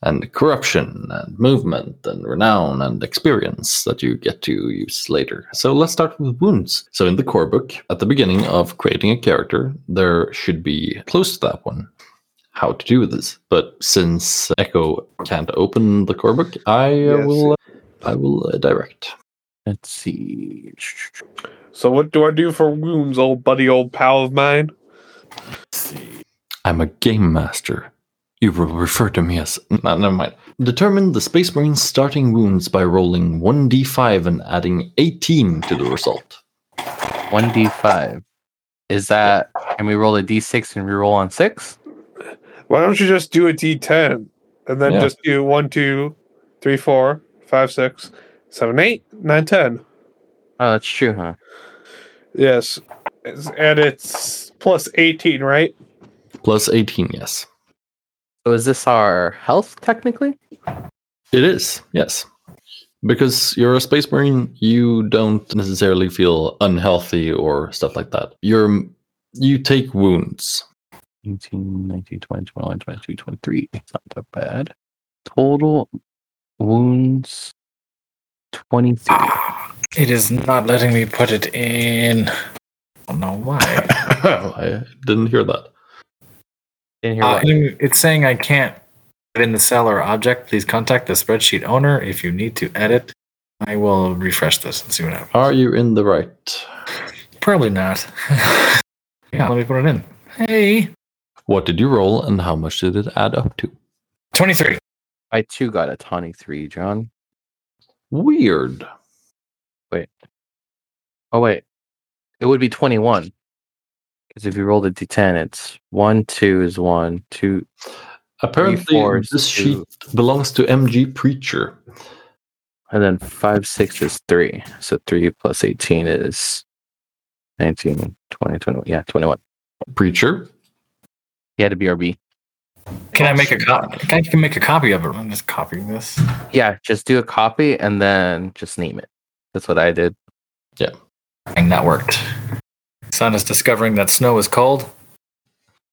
and corruption and movement and renown and experience that you get to use later. So let's start with wounds. So in the core book, at the beginning of creating a character, there should be close to that one how to do this. But since Echo can't open the core book, I uh, Yes. will I will uh, direct. let's see. So what do I do for wounds, old buddy, old pal of mine? I'm a game master. You will refer to me as. No, never mind. Determine the Space Marine's starting wounds by rolling 1d5 and adding 18 to the result. One d five. Is that? Can we roll a d six and re-roll on six? Why don't you just do a D10 and then Yeah. just do one, two, three, four, five, six, seven, eight, nine, ten. Oh, that's true, huh? Yes, It's- and it's plus eighteen, right? Plus 18, yes. So is this our health technically? It is, yes. Because you're a Space Marine, you don't necessarily feel unhealthy or stuff like that. You're. You take wounds. 18, 19, 20, 21, 22, 23. It's not that bad. Total wounds 23. It is not letting me put it in. Uh, I don't know why. Oh, I didn't hear that. In here, Uh, what? and it's saying I can't put in the cell or object. Please contact the spreadsheet owner if you need to edit. I will refresh this and see what happens. Are you in the right? Probably not. yeah, let me put it in. Hey, What did you roll and how much did it add up to? twenty-three. I too got a 23, John. Weird. Oh, wait. It would be 21. Because if you roll the d10, it's 1, 2 is 1, 2. Apparently, fours this to- sheet belongs to MG Preacher. And then 5, 6 is 3. So 3 plus 18 is 19, 20, 21. Yeah, 21. Preacher? He had a BRB. Can I make a copy? I can make a copy of it. I'm just copying this. Yeah, just do a copy and then just name it. That's what I did. And that worked. Sun is discovering that snow is cold.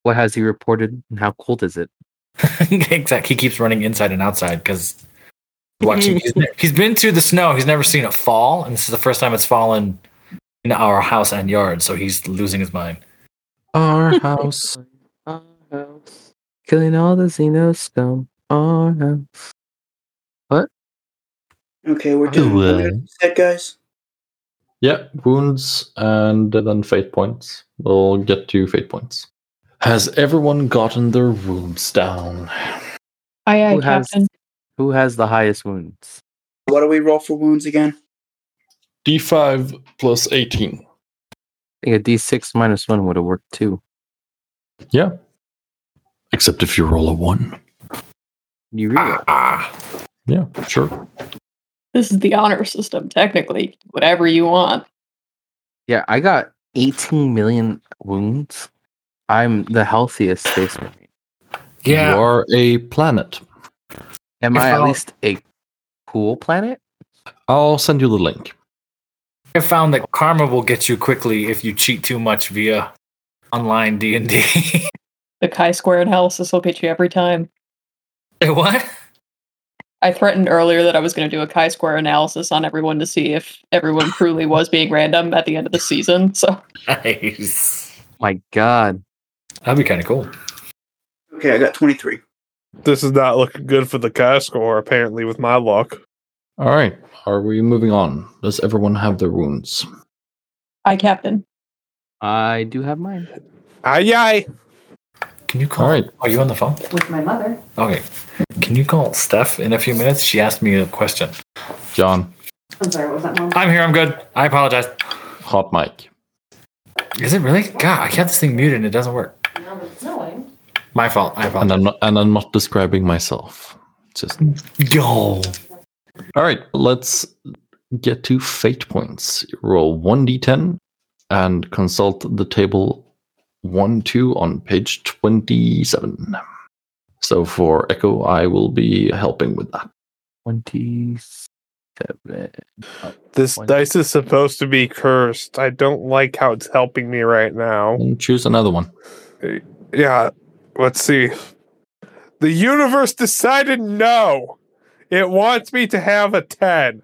What has he reported and how cold is it? exactly. He keeps running inside and outside because watching. he's, ne- he's been through the snow. He's never seen it fall, and this is the first time it's fallen in our house and yard. So he's losing his mind. Our house. Our house. Killing all the Xeno scum. Our house. Okay, we're Oh, done. well. We're gonna set, guys. yeah, wounds and then fate points. We'll get to fate points. Has everyone gotten their wounds down? Aye, aye, Who has- Captain. Who has the highest wounds? What do we roll for wounds again? D5 plus 18. I think a D6 minus one would have worked too. Yeah. Except if you roll a 1. You read it. Yeah, sure. This is the honor system, technically. Whatever you want. Yeah, I got 18 million wounds. I'm the healthiest space marine. Yeah, You are a planet. Am If I at I'll- least a cool planet? I'll send you the link. I found that karma will get you quickly if you cheat too much via online D and D. The chi square analysis will get you every time. What? I threatened earlier that I was going to do a chi square analysis on everyone to see if everyone truly was being random at the end of the season. So Nice. My God. That'd be kind of cool. Okay, I got 23. This is not looking good for the chi score, apparently, with my luck. All right. Are we moving on? Does everyone have their wounds? I, Captain. I do have mine. Aye, aye. Can you call? All right. Are you on the phone? with my mother. Okay. Can you call Steph in a few minutes? She asked me a question. John, I'm sorry, what was that one? I'm here. I'm good. I apologize. Hot mic. Is it really? God, I kept this thing muted and it doesn't work. No, but it's snowing. My fault. I And apologize. I'm not and I'm not describing myself. Just Yo. All right, let's get to fate points. Roll 1d10 and consult the table 1 2 on page 27. So for Echo, I will be helping with that. 27. This One- dice is supposed to be cursed. I don't like how it's helping me right now. And choose another one. Yeah, let's see. The universe decided no. It wants me to have a 10.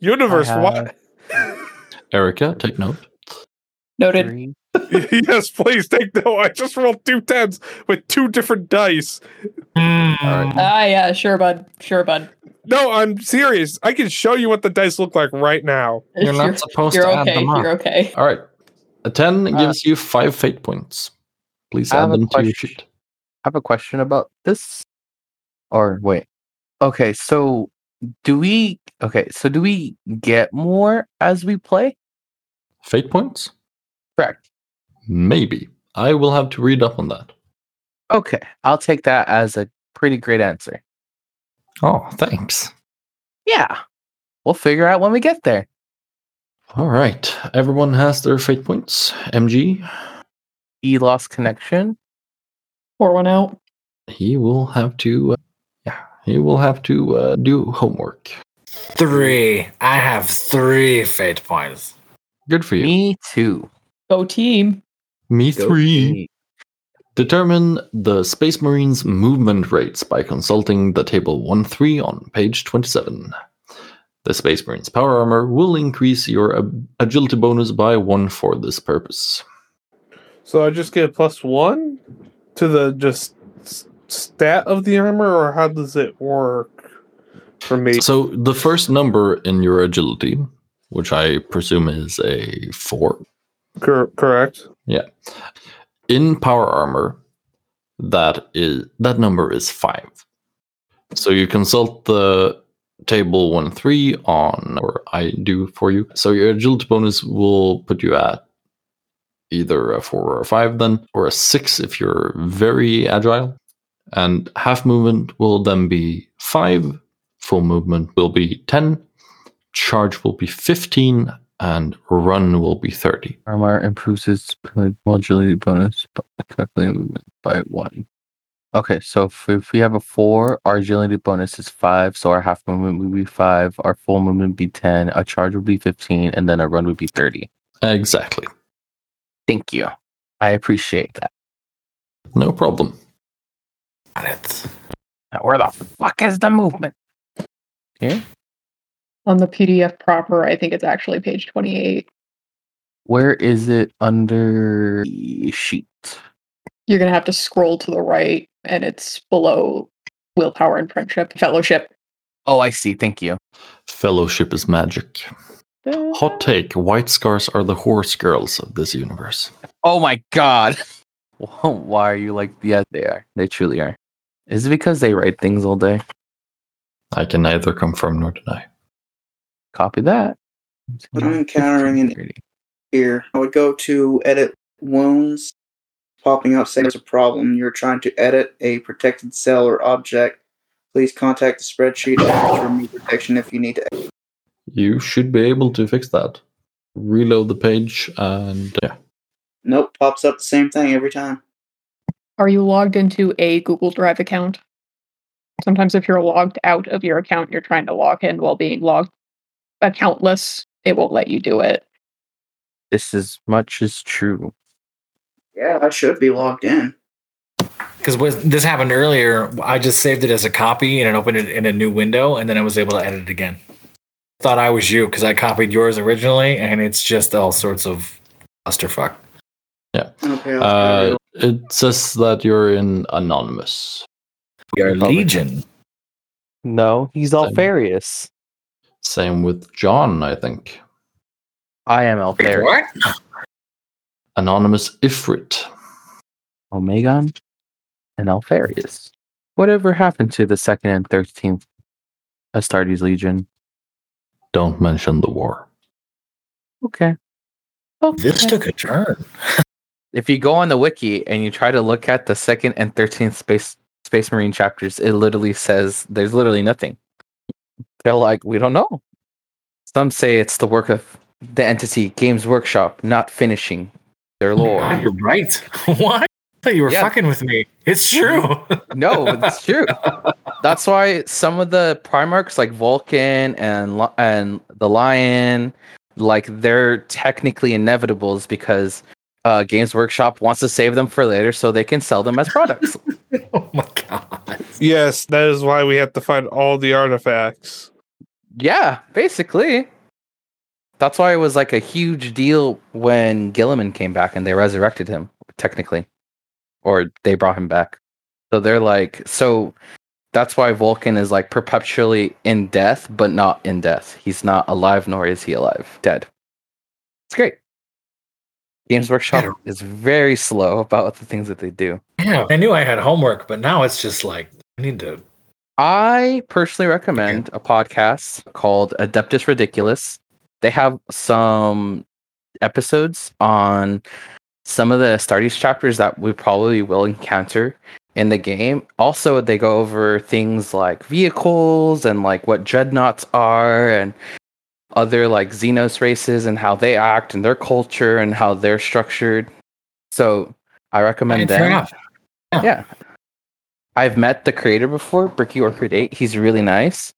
Universe, I what? Erica, take note. Noted. Three. yes, please take no. I just rolled two tens with two different dice. Mm. Ah, yeah, sure, bud. Sure, bud. No, I'm serious. I can show you what the dice look like right now. You're not supposed you're to add okay. them up. You're okay. All right. A 10 Uh, gives you 5 fate points. Please I add have a them to your question. sheet. I have a question about this. Or wait. Okay, so do we okay, so do we get more as we play? Fate points? Correct. Maybe. I will have to read up on that. Okay. I'll take that as a pretty great answer. Oh, thanks. Yeah. We'll figure out when we get there. All right. Everyone has their fate points. MG, E lost connection. Pour one out. he will have to, uh, yeah, he will have to uh, do homework. Three. I have three fate points. Good for you. Me, Me too. Go team. Go three. me. Determine the Space Marines' movement rates by consulting the table 1 3 on page 27. The Space Marines' power armor will increase your ab- agility bonus by 1 for this purpose. So I just get a plus one to the just s- stat of the armor, or how does it work for me? So the first number in your agility, which I presume is a 4, Cor- correct. in power armor that is that number is five so you consult the table 1 3 on or i do for you so your agility bonus will put you at either a 4 or a 5 then or a 6 if you're very agile and half movement will then be 5 full movement will be 10 charge will be 15 and run will be 30 Armor improves its modulated bonus by calculated movement by one. Okay, so if, if we have a four, our agility bonus is five, so our half movement would be five, our full movement would be ten, a charge would be fifteen, and then a run would be thirty. exactly Thank you. I appreciate that. no problem Got it. Now, where the fuck is the movement? On the PDF proper, I think it's actually page 28. Where is it under the sheet? You're going to have to scroll to the right, and it's below willpower and friendship, fellowship. Oh, I see. Thank you. Fellowship is magic. Hot Uh, take White Scars are the horse girls of this universe. Oh my god. Why are you like, yeah, they are. They truly are. Is it because they write things all day? I can neither confirm nor deny. Copy that. But I'm encountering an- Security. here. I would go to edit loans, popping up saying there's a problem. You're trying to edit a protected cell or object. Please contact the spreadsheet to remove protection if you need to. You should be able to fix that. Reload the page and yeah. Nope, pops up the same thing every time. Are you logged into a Google Drive account? Sometimes, if you're logged out of your account, you're trying to log in while being logged accountless, it won't let you do it. This is much as true. Yeah, I should be logged in. Because this happened earlier, I just saved it as a copy and it opened it in a new window, and then I was able to edit it again. Thought I was you because I copied yours originally, and it's just all sorts of clusterfuck. Okay, I'll Uh, it says that you're in anonymous. We are Probably. Legion. No, he's Same. Alfarius. Same with John, I think. I am Alfarius. What? Anonymous Ifrit. Omegon and Alfarius. Whatever happened to the second and thirteenth Astartes Legion? Don't mention the war. Okay. This took a turn. If you go on the wiki and you try to look at the second and thirteenth space space marine chapters, it literally says there's literally nothing. They're like, we don't know. Some say it's the work of the entity Games Workshop not finishing their lore. You're right. What? You were Yeah. fucking with me. It's true. No, it's true. That's why some of the Primarchs, like Vulcan and Li- and the Lion, like they're technically inevitables because uh, Games Workshop wants to save them for later so they can sell them as products. oh my god. Yes, that is why we have to find all the artifacts. yeah, basically. That's why it was like a huge deal when Gilliman came back and they resurrected him, technically, or they brought him back. So they're like, so that's why Vulcan is like perpetually in death, but not in death. He's not alive, nor is he alive. Dead. It's great. Games Workshop is very slow about the things that they do. Yeah, I knew I had homework, but now it's just like I need to. I personally recommend a podcast called Adeptus Ridiculous. They have some episodes on some of the Astartes chapters that we probably will encounter in the game. Also, they go over things like vehicles and like what dreadnoughts are and other like Xenos races and how they act and their culture and how they're structured. So I recommend Fair them. enough. I've met the creator before, Bricky Orchard Eight. He's really nice.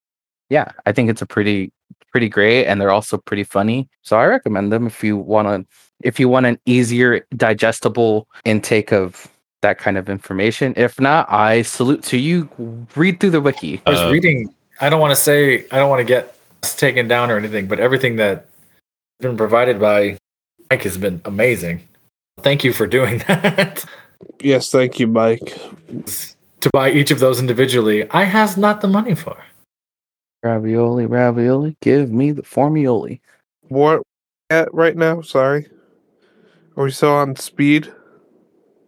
Yeah, I think it's a pretty pretty great, and they're also pretty funny. So I recommend them if you want to if you want an easier digestible intake of that kind of information. If not, I salute to you. Read through the wiki. I was Uh, reading. I don't want to say. I don't want to get us taken down or anything, but everything that's been provided by Mike has been amazing. Thank you for doing that. Yes, thank you, Mike. to buy each of those individually, I has not the money for. Ravioli, ravioli, give me the formioli. What at right now? Sorry. Are we still on speed?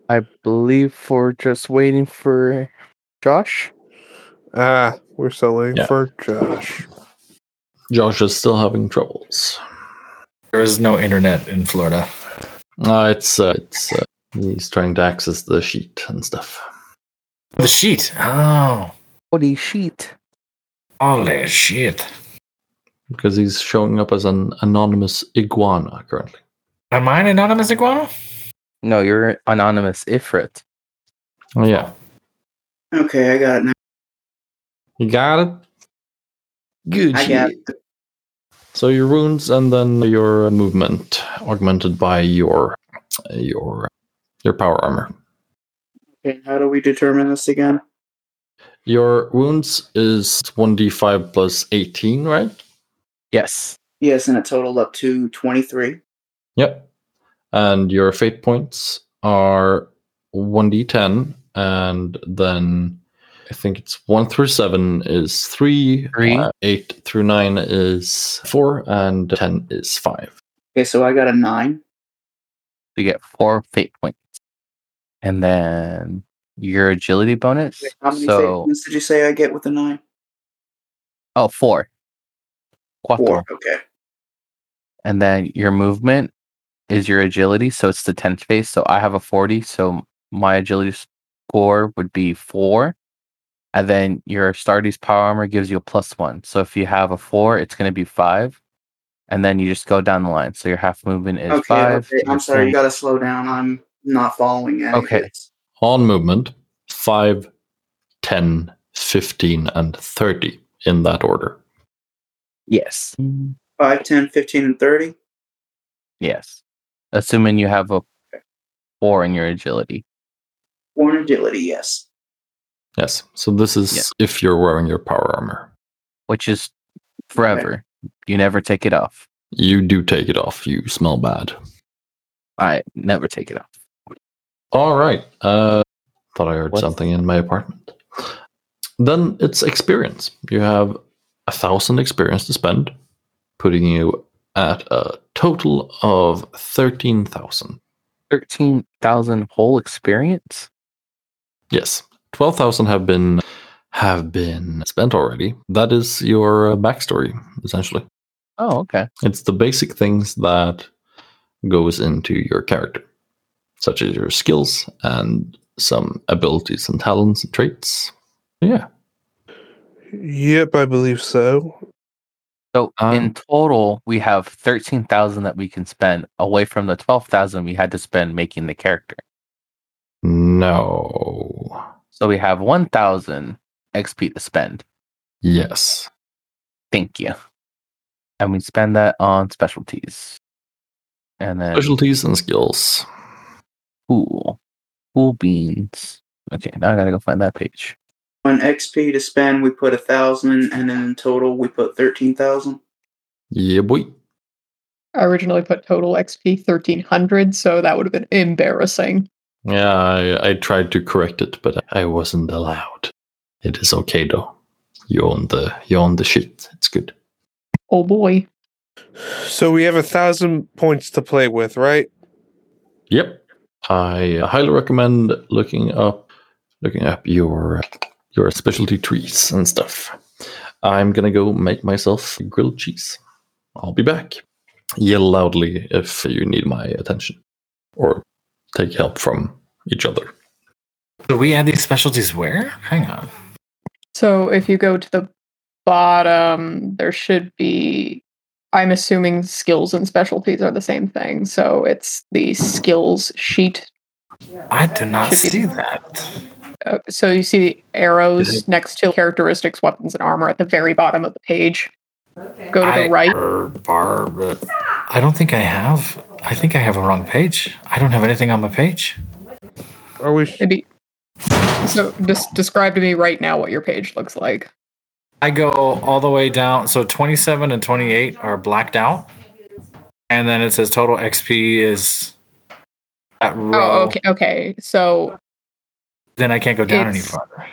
I believe we're just waiting for Josh. Ah, we're still waiting Yeah. for Josh. Josh is still having troubles. There is no internet in Florida. Uh, it's uh, it's uh, he's trying to access the sheet and stuff. The sheet. Oh, Holy sheet. holy shit! because he's showing up as an anonymous iguana currently. Am I an anonymous iguana? No, you're anonymous Ifrit. Oh yeah, Okay, I got it now. you got it. Good. I got shit. So your wounds and then your uh, movement augmented by your your your power armor. Okay, how do we determine this again? Your wounds is one d five plus eighteen, right? Yes. Yes, and it totaled up to 23. Yep. And your fate points are 1d10, and then I think it's 1 through 7 is 3, Three. uh, 8 through 9 is 4, and 10 is 5. Okay, so I got a 9. you get four fate points, and then your agility bonus. Wait, How many fate so, points did you say I get with a 9? oh, four. Cuatro. 4. Okay. And then your movement is your agility, so it's the tenth phase. So I have a forty, so my agility score would be four. And then your Astartes power armor gives you a plus one. So if you have a four, it's going to be five. And then you just go down the line. So your half movement is Okay, five. okay, I'm your sorry, full- you gotta slow down. I'm not following any of Okay. this. On movement, 5, 10, 15, and 30 in that order. Yes. 5, 10, 15, and 30? Yes. Assuming you have a four in your agility. 4 in agility, yes. Yes. So this is Yeah. if you're wearing your power armor. which is forever. You never take it off. You do take it off. You smell bad. I never take it off. All right. Uh, thought I heard What's- something in my apartment. Then it's experience. You have a thousand experience to spend, putting you at a total of thirteen thousand. Thirteen thousand whole experience. Yes, twelve thousand have been have been spent already. That is your uh, backstory, essentially. Oh, okay. It's the basic things that goes into your character, such as your skills and some abilities and talents and traits. Yeah. Yep, I believe so. So Um, in total, we have thirteen thousand that we can spend away from the twelve thousand we had to spend making the character. No. So we have one thousand XP to spend. Yes. Thank you. And we spend that on specialties. And then Specialties and skills. cool, cool beans. Okay, now I gotta go find that page. On XP to spend, we put a thousand, and then in total, we put thirteen thousand. Yeah, boy. I originally put total XP 1300, so that would have been embarrassing. Yeah, I, I tried to correct it, but I wasn't allowed. It is okay though. You own the you own the shit. It's good. Oh boy. So we have a thousand points to play with, right? Yep. I highly recommend looking up looking up your your specialty trees and stuff. I'm gonna go make myself grilled cheese. I'll be back. Yell loudly if you need my attention. Or take help from each other. Do we add these specialties where? Hang on. So if you go to the bottom, there should be. I'm assuming skills and specialties are the same thing. So it's the skills sheet. I did not Should be- see that. Uh, so you see the arrows next to characteristics, weapons, and armor at the very bottom of the page. Go to I- the right. Bar- bar- I don't think I have. I think I have a wrong page. I don't have anything on my page. Are we? sh- Maybe. So just describe to me right now what your page looks like. I go all the way down. So 27 and 28 are blacked out. And then it says total XP is that row. Oh, okay. Okay. So Then I can't go down any It's- farther.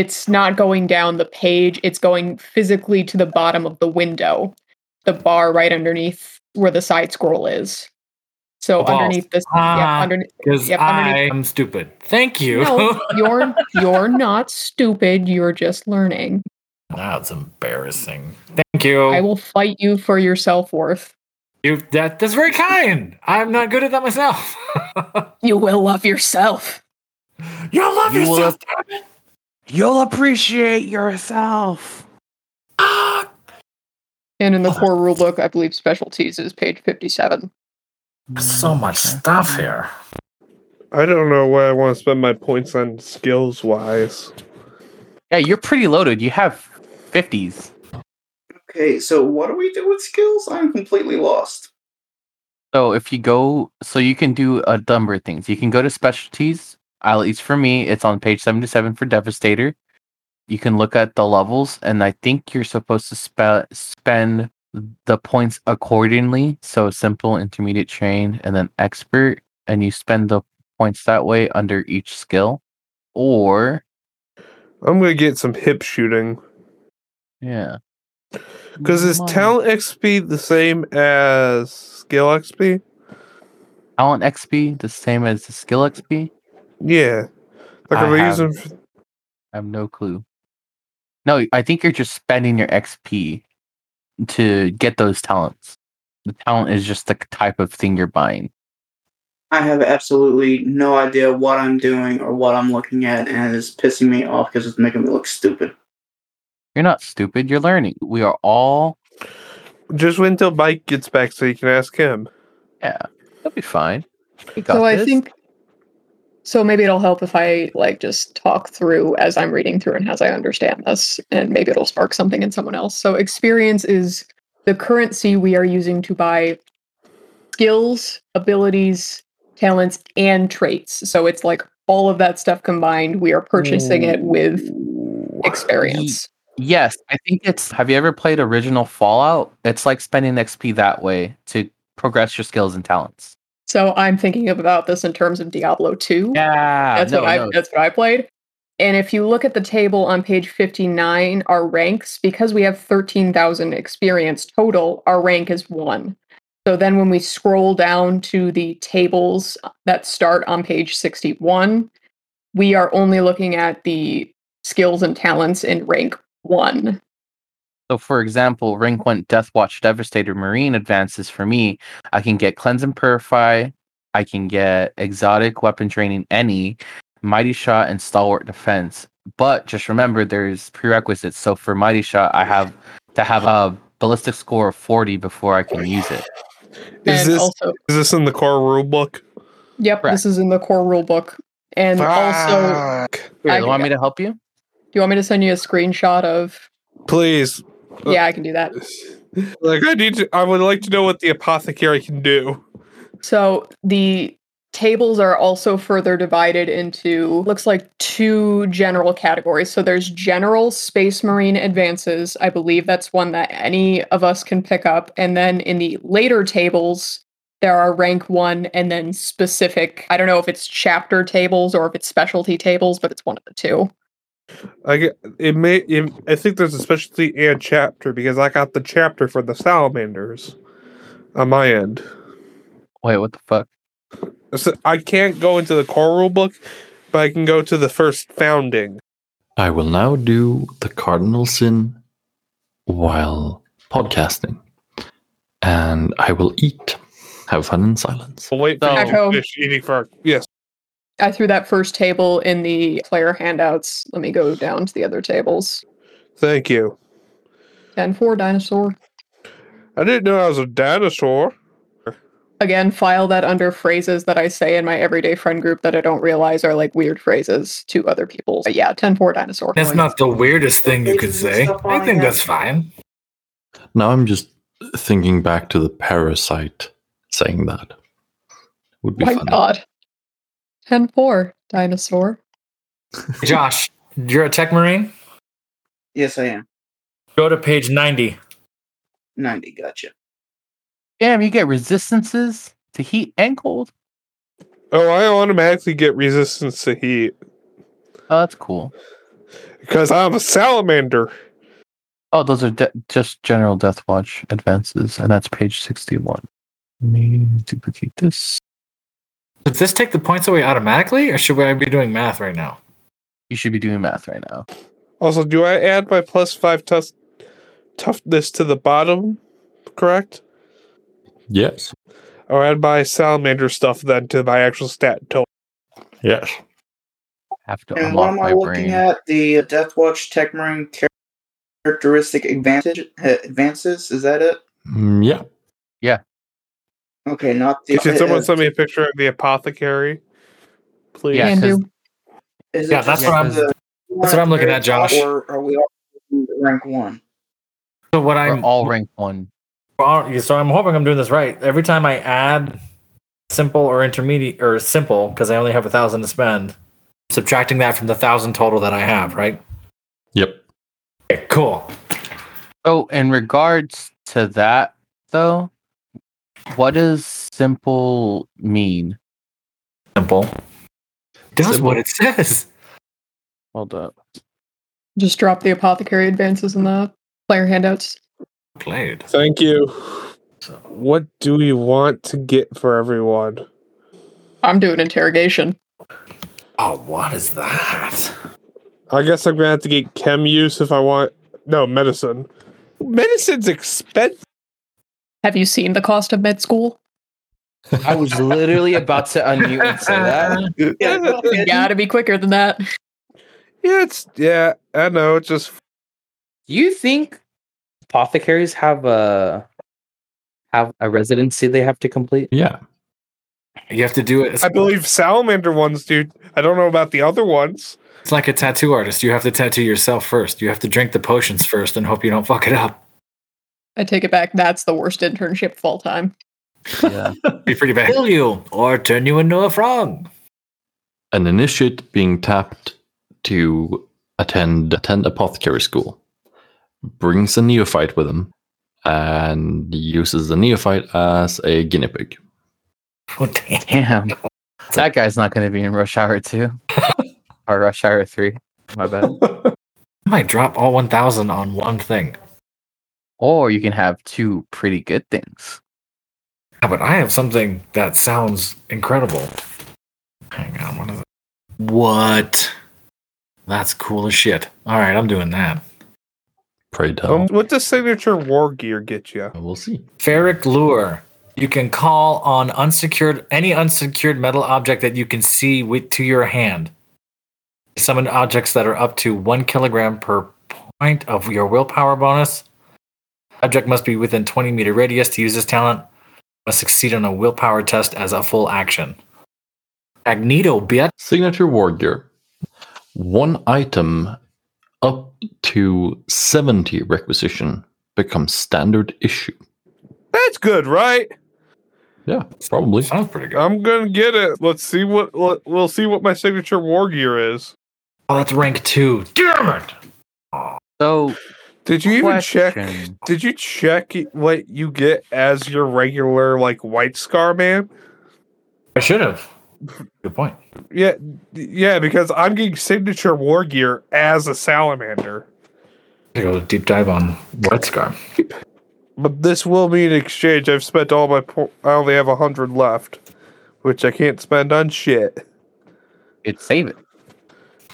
it's not going down the page it's going physically to the bottom of the window the bar right underneath where the side scroll is so The balls. underneath this Ah, yeah underneath Because Yep, I underneath- am stupid. Thank you. no, you're you're not stupid you're just learning That's embarrassing. Thank you. i will fight you for your self-worth you that, that's very kind. I'm not good at that myself. you will love yourself You'll love You will- yourself. You'll appreciate yourself. Ah, and Oh. in the core rulebook i believe specialties is page 57 so Mm, much stuff here. I don't know why I want to spend my points on skills wise. Yeah, you're pretty loaded. You have fifties. Okay, so what do we do with skills? I'm completely lost. So if you go, so you can do a number of things. You can go to specialties. At least for me, it's on page seventy-seven for Devastator. You can look at the levels, and I think you're supposed to spe- spend the points accordingly. So simple, intermediate, trained, and then expert, and you spend the points that way under each skill. Or I'm gonna get some hip shooting yeah, because is Money. talent XP the same as skill XP? talent XP the same as the skill XP? Yeah. Like, I are we have- using? f- I have no clue. No, I think you're just spending your XP to get those talents. The talent is just the type of thing you're buying. I have absolutely no idea what I'm doing or what I'm looking at, and it is pissing me off because it's making me look stupid. You're not stupid. You're learning. We are all. Just wait until Mike gets back so you can ask him. It'll be fine. We got so i this. think so maybe it'll help if i like just talk through as i'm reading through and as i understand this and maybe it'll spark something in someone else so experience is the currency we are using to buy skills abilities talents and traits so it's like all of that stuff combined we are purchasing it with experience Yes, I think it's. Have you ever played original Fallout? It's like spending XP that way to progress your skills and talents. so i'm thinking about this in terms of diablo 2 Yeah, that's what I that's what I played. And if you look at the table on page 59, our ranks, because we have 13,000 experience total, our rank is one. So then when we scroll down to the tables that start on page 61, we are only looking at the skills and talents in rank one. So, for example, Ringquent, Deathwatch, Devastator, Marine advances for me. I can get Cleanse and Purify. I can get Exotic Weapon Training, any, Mighty Shot, and Stalwart Defense. But just remember, there's prerequisites. So for Mighty Shot, I have to have a ballistic score of 40 before I can use it. Is and this also, is this in the core rule book? yep, Correct. this is in the core rule book. And also, Fuck. Here, I you can want me to help you? do you want me to send you a screenshot of? please, Yeah, I can do that. like I need. To, I would like to know what the apothecary can do. So the tables are also further divided into looks like two general categories. So there's general space marine advances. I believe that's one that any of us can pick up. And then in the later tables, there are rank one and then specific. I don't know if it's chapter tables or if it's specialty tables, but it's one of the two. I get, it may. It, I think there's a specialty and chapter because I got the chapter for the salamanders on my end. Wait, what the fuck? So I can't go into the core rule book, but I can go to the first founding. I will now do the cardinal sin while podcasting, and I will eat, have fun in silence. We'll wait for So- you to Echo. finish eating for our- yes. I threw that first table in the player handouts. Let me go down to the other tables. Thank you. 10 4 dinosaur. I didn't know I was a dinosaur. again file that under phrases that i say in my everyday friend group that i don't realize are like weird phrases to other people but yeah 10 4 dinosaur That's not the weirdest thing you could say. I think that's fine. Now I'm just thinking back to the parasite saying that. Would be my fun. god 10 4 dinosaur Josh, you're a tech marine? Yes, I am. Go to page 90. 90, gotcha. Damn, you get resistances to heat and cold. Oh, I automatically get resistance to heat Oh, that's cool. because I'm a salamander. Oh, those are de- just general Deathwatch advances, and that's page 61. Let me duplicate this. Does this take the points away automatically, or should I be doing math right now? You should be doing math right now. Also, do I add my plus five tough toughness to the bottom? Correct. Yes. Or add my salamander stuff then to my actual stat total. Yes. have to And what unlock am my I looking brain. at? The uh, Death Watch Tech Marine char- characteristic advantage uh, advances. Is that it? Mm, yeah. Okay, not the. Can someone uh, send me a picture of the apothecary, please? Yeah, Can do. is it Yeah, that's just what I'm- the- that's what I'm looking at, Josh. Or are we all rank one? So what We're I'm all rank one. uh, Well, So I'm hoping I'm doing this right. Every time I add simple or intermediate or simple, because I only have a thousand to spend, subtracting that from the thousand total that I have, right? Yep. Okay, cool. Oh, in regards to that, though, what does simple mean? Simple. Does Simple. what it says. Hold up. just drop the apothecary advances in the player handouts Played. Thank you. What do we want to get for everyone? i'm doing interrogation Oh, what is that? I guess I'm gonna have to get chem use if I want. No, medicine. Medicine's expensive. have you seen the cost of med school I was literally about to unmute and say that. Yeah, you gotta be quicker than that it's yeah. I know. It's just You think apothecaries have a have a residency they have to complete? Yeah. You have to do it. I believe salamander ones, dude. I don't know about the other ones. It's like a tattoo artist. You have to tattoo yourself first. You have to drink the potions first and hope you don't fuck it up. i take it back that's the worst internship of all time Yeah. Be pretty bad. Kill you or turn you into a frog. An initiate being tapped to attend attend apothecary school brings a neophyte with him and uses the neophyte as a guinea pig. Oh, damn. Damn. That guy's not going to be in Rush Hour 2 or Rush Hour 3. My bad. I might drop all 1,000 on one thing. Or you can have two pretty good things. Yeah, but I have something that sounds incredible. Hang on, what is it? What? That's cool as shit. All right, I'm doing that. Pray tell. Um, what does signature war gear get you? we'll see. Ferric lure. You can call on unsecured any unsecured metal object that you can see with to your hand. Summon objects that are up to one kilogram per point of your willpower bonus. Object must be within 20 meter radius to use this talent. Must succeed on a willpower test as a full action. Magneto, bitch. Signature war gear. One item up to 70 requisition becomes standard issue. That's good, right? Yeah, probably. Sounds pretty good. I'm gonna get it. Let's see what let, we'll see what my signature war gear is. Oh, that's rank two. Damn it! So Did you even check? question. Did you check what you get as your regular like white scar man? I should have. Good point. Yeah, yeah, because I'm getting signature war gear as a salamander. I go deep dive on White Scar. But this will be an exchange. I've spent all my. Po- I only have a hundred left, which I can't spend on shit. it's save it.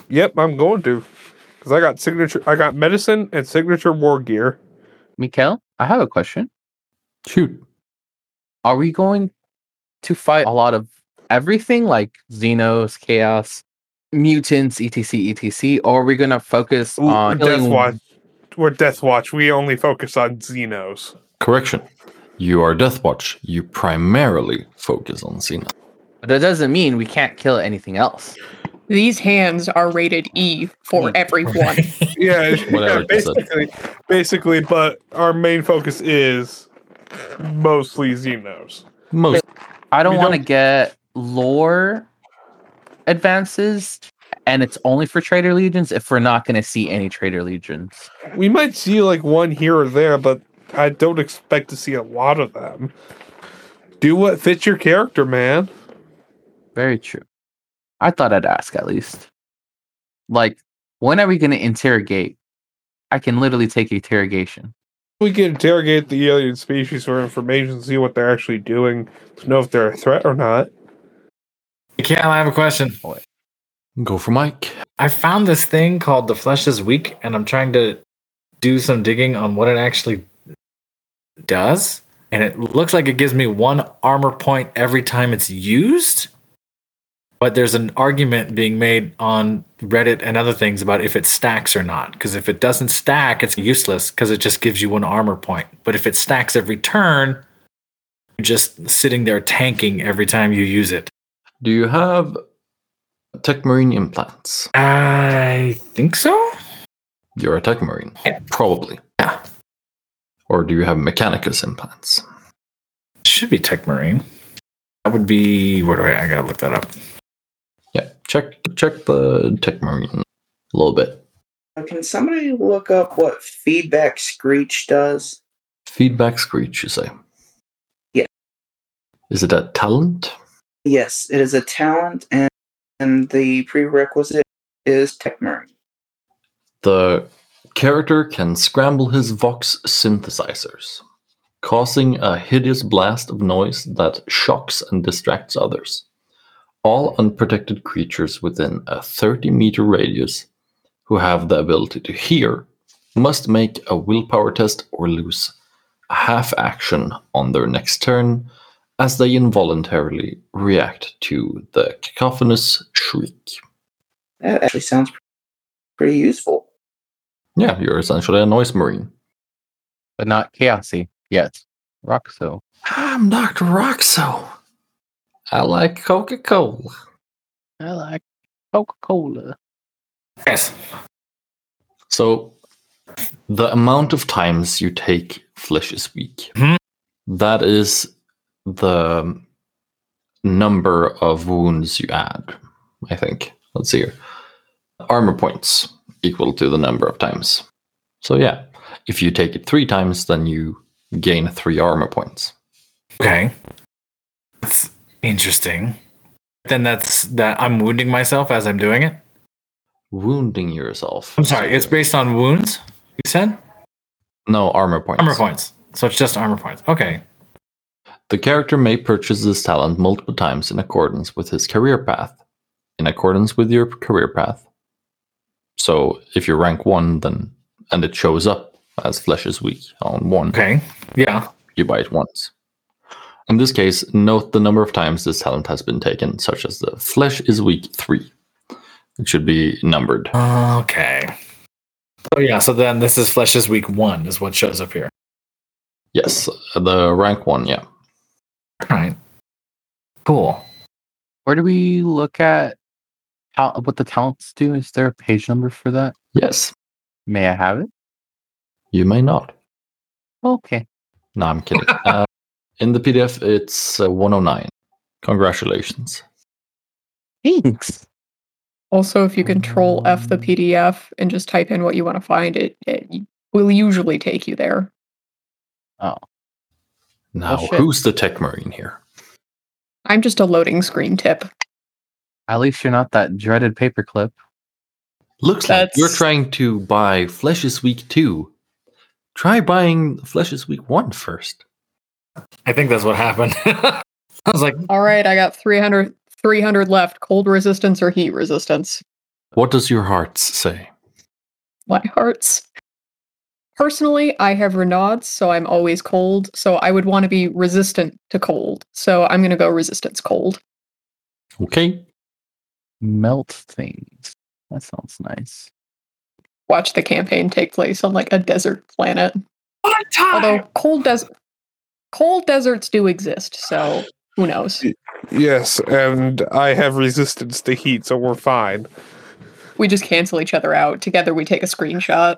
Yep, I'm going to, because I got signature. I got medicine and signature war gear. Mikael, I have a question. Shoot. Are we going to fight a lot of everything like Xenos, Chaos, mutants, etc., etc., or are we gonna focus Ooh, on Death killing- Watch. We're Death Watch. We only focus on Xenos. Correction. You are Death Watch. You primarily focus on Xena. But that doesn't mean we can't kill anything else. These hands are rated E for everyone. Yeah, Whatever yeah it is. basically, basically. But our main focus is mostly Xenos. Most I don't We want to don't- get lore advances, and it's only for Trader Legions if we're not going to see any Trader Legions. We might see like one here or there, but I don't expect to see a lot of them. Do what fits your character, man. Very true. I thought I'd ask at least. Like, when are we going to interrogate? I can literally take interrogation. We can interrogate the alien species for information, see what they're actually doing, to know if they're a threat or not. Cam, I have a question. go for Mike. I found this thing called the flesh is weak, and I'm trying to do some digging on what it actually does. And it looks like it gives me one armor point every time it's used. But there's an argument being made on Reddit and other things about if it stacks or not. Because if it doesn't stack, it's useless because it just gives you one armor point. But if it stacks every turn, you're just sitting there tanking every time you use it. Do you have Tech Marine implants? I think so. You're a Tech Marine. Yeah. Probably. Yeah. Or do you have Mechanicus implants? Should be Tech Marine. That would be where do I? I gotta look that up. Yeah. Check check the Tech Marine a little bit. Uh, Can somebody look up what feedback screech does? Feedback screech, you say? Yeah. Is it a talent? Yes, it is a talent, and, and the prerequisite is tech marine. The character can scramble his vox synthesizers, causing a hideous blast of noise that shocks and distracts others. All unprotected creatures within a 30 meter radius who have the ability to hear must make a willpower test or lose a half action on their next turn as they involuntarily react to the cacophonous shriek. That actually sounds pretty useful. Yeah, you're essentially a noise marine. But not Chaosy yet. Roxo. I'm Dr. Roxo. I like Coca Cola. I like Coca Cola. Yes. So, the amount of times you take flesh is weak. Mhm. That is the number of wounds you add, I think. Let's see here. Armor points equal to the number of times. So, yeah, if you take it three times, then you gain three armor points. Okay. That's interesting. Then that's that. I'm wounding myself as I'm doing it. Wounding yourself. I'm sorry. It's based on wounds. You said No, armor points. armor points. So it's just armor points. Okay. The character may purchase this talent multiple times in accordance with his career path. In accordance with your career path. So if you're rank one, then and it shows up as flesh is weak on one. Okay. Yeah. You buy it once. In this case, note the number of times this talent has been taken, such as the flesh is weak three. It should be numbered. Okay. So yeah, so then this is Flesh's week one is what shows up here. Yes, the rank one, yeah. All right. Cool. Where do we look at how what the talents do? Is there a page number for that? Yes, May I have it? you may not. Okay. No, I'm kidding. uh, in the PDF, it's uh, 109. Congratulations. Thanks. Also, if you control F the PDF and just type in what you want to find, it, it will usually take you there. Now, shit. who's the tech marine here? I'm just a loading screen tip. At least you're not that dreaded paperclip. Looks like you're That's- trying to buy Flesh is Week 2. Try buying Flesh is Week 1 first. I think that's what happened. I was like, All right, I got 300, 300 left. Cold resistance or heat resistance? What does your hearts say? My hearts. Personally, I have Renauds, so I'm always cold. So I would want to be resistant to cold. So I'm going to go resistance cold. Okay. Melt things. That sounds nice. Watch the campaign take place on like a desert planet. Although cold des- cold deserts do exist, so who knows? Yes, and I have resistance to heat, so we're fine. We just cancel each other out. Together we take a screenshot.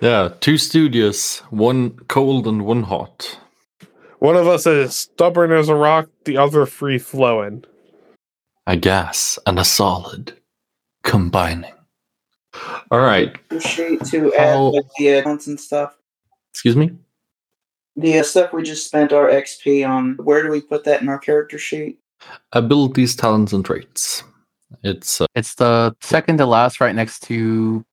Yeah, two studious, one cold and one hot. One of us is stubborn as a rock, the other free flowing. A gas and a solid combining. All right. Appreciate to add How- like the accounts and stuff. Excuse me? The uh, stuff we just spent our XP on. Where do we put that in our character sheet? Abilities, talents, and traits. It's uh, It's the second to last, right next to.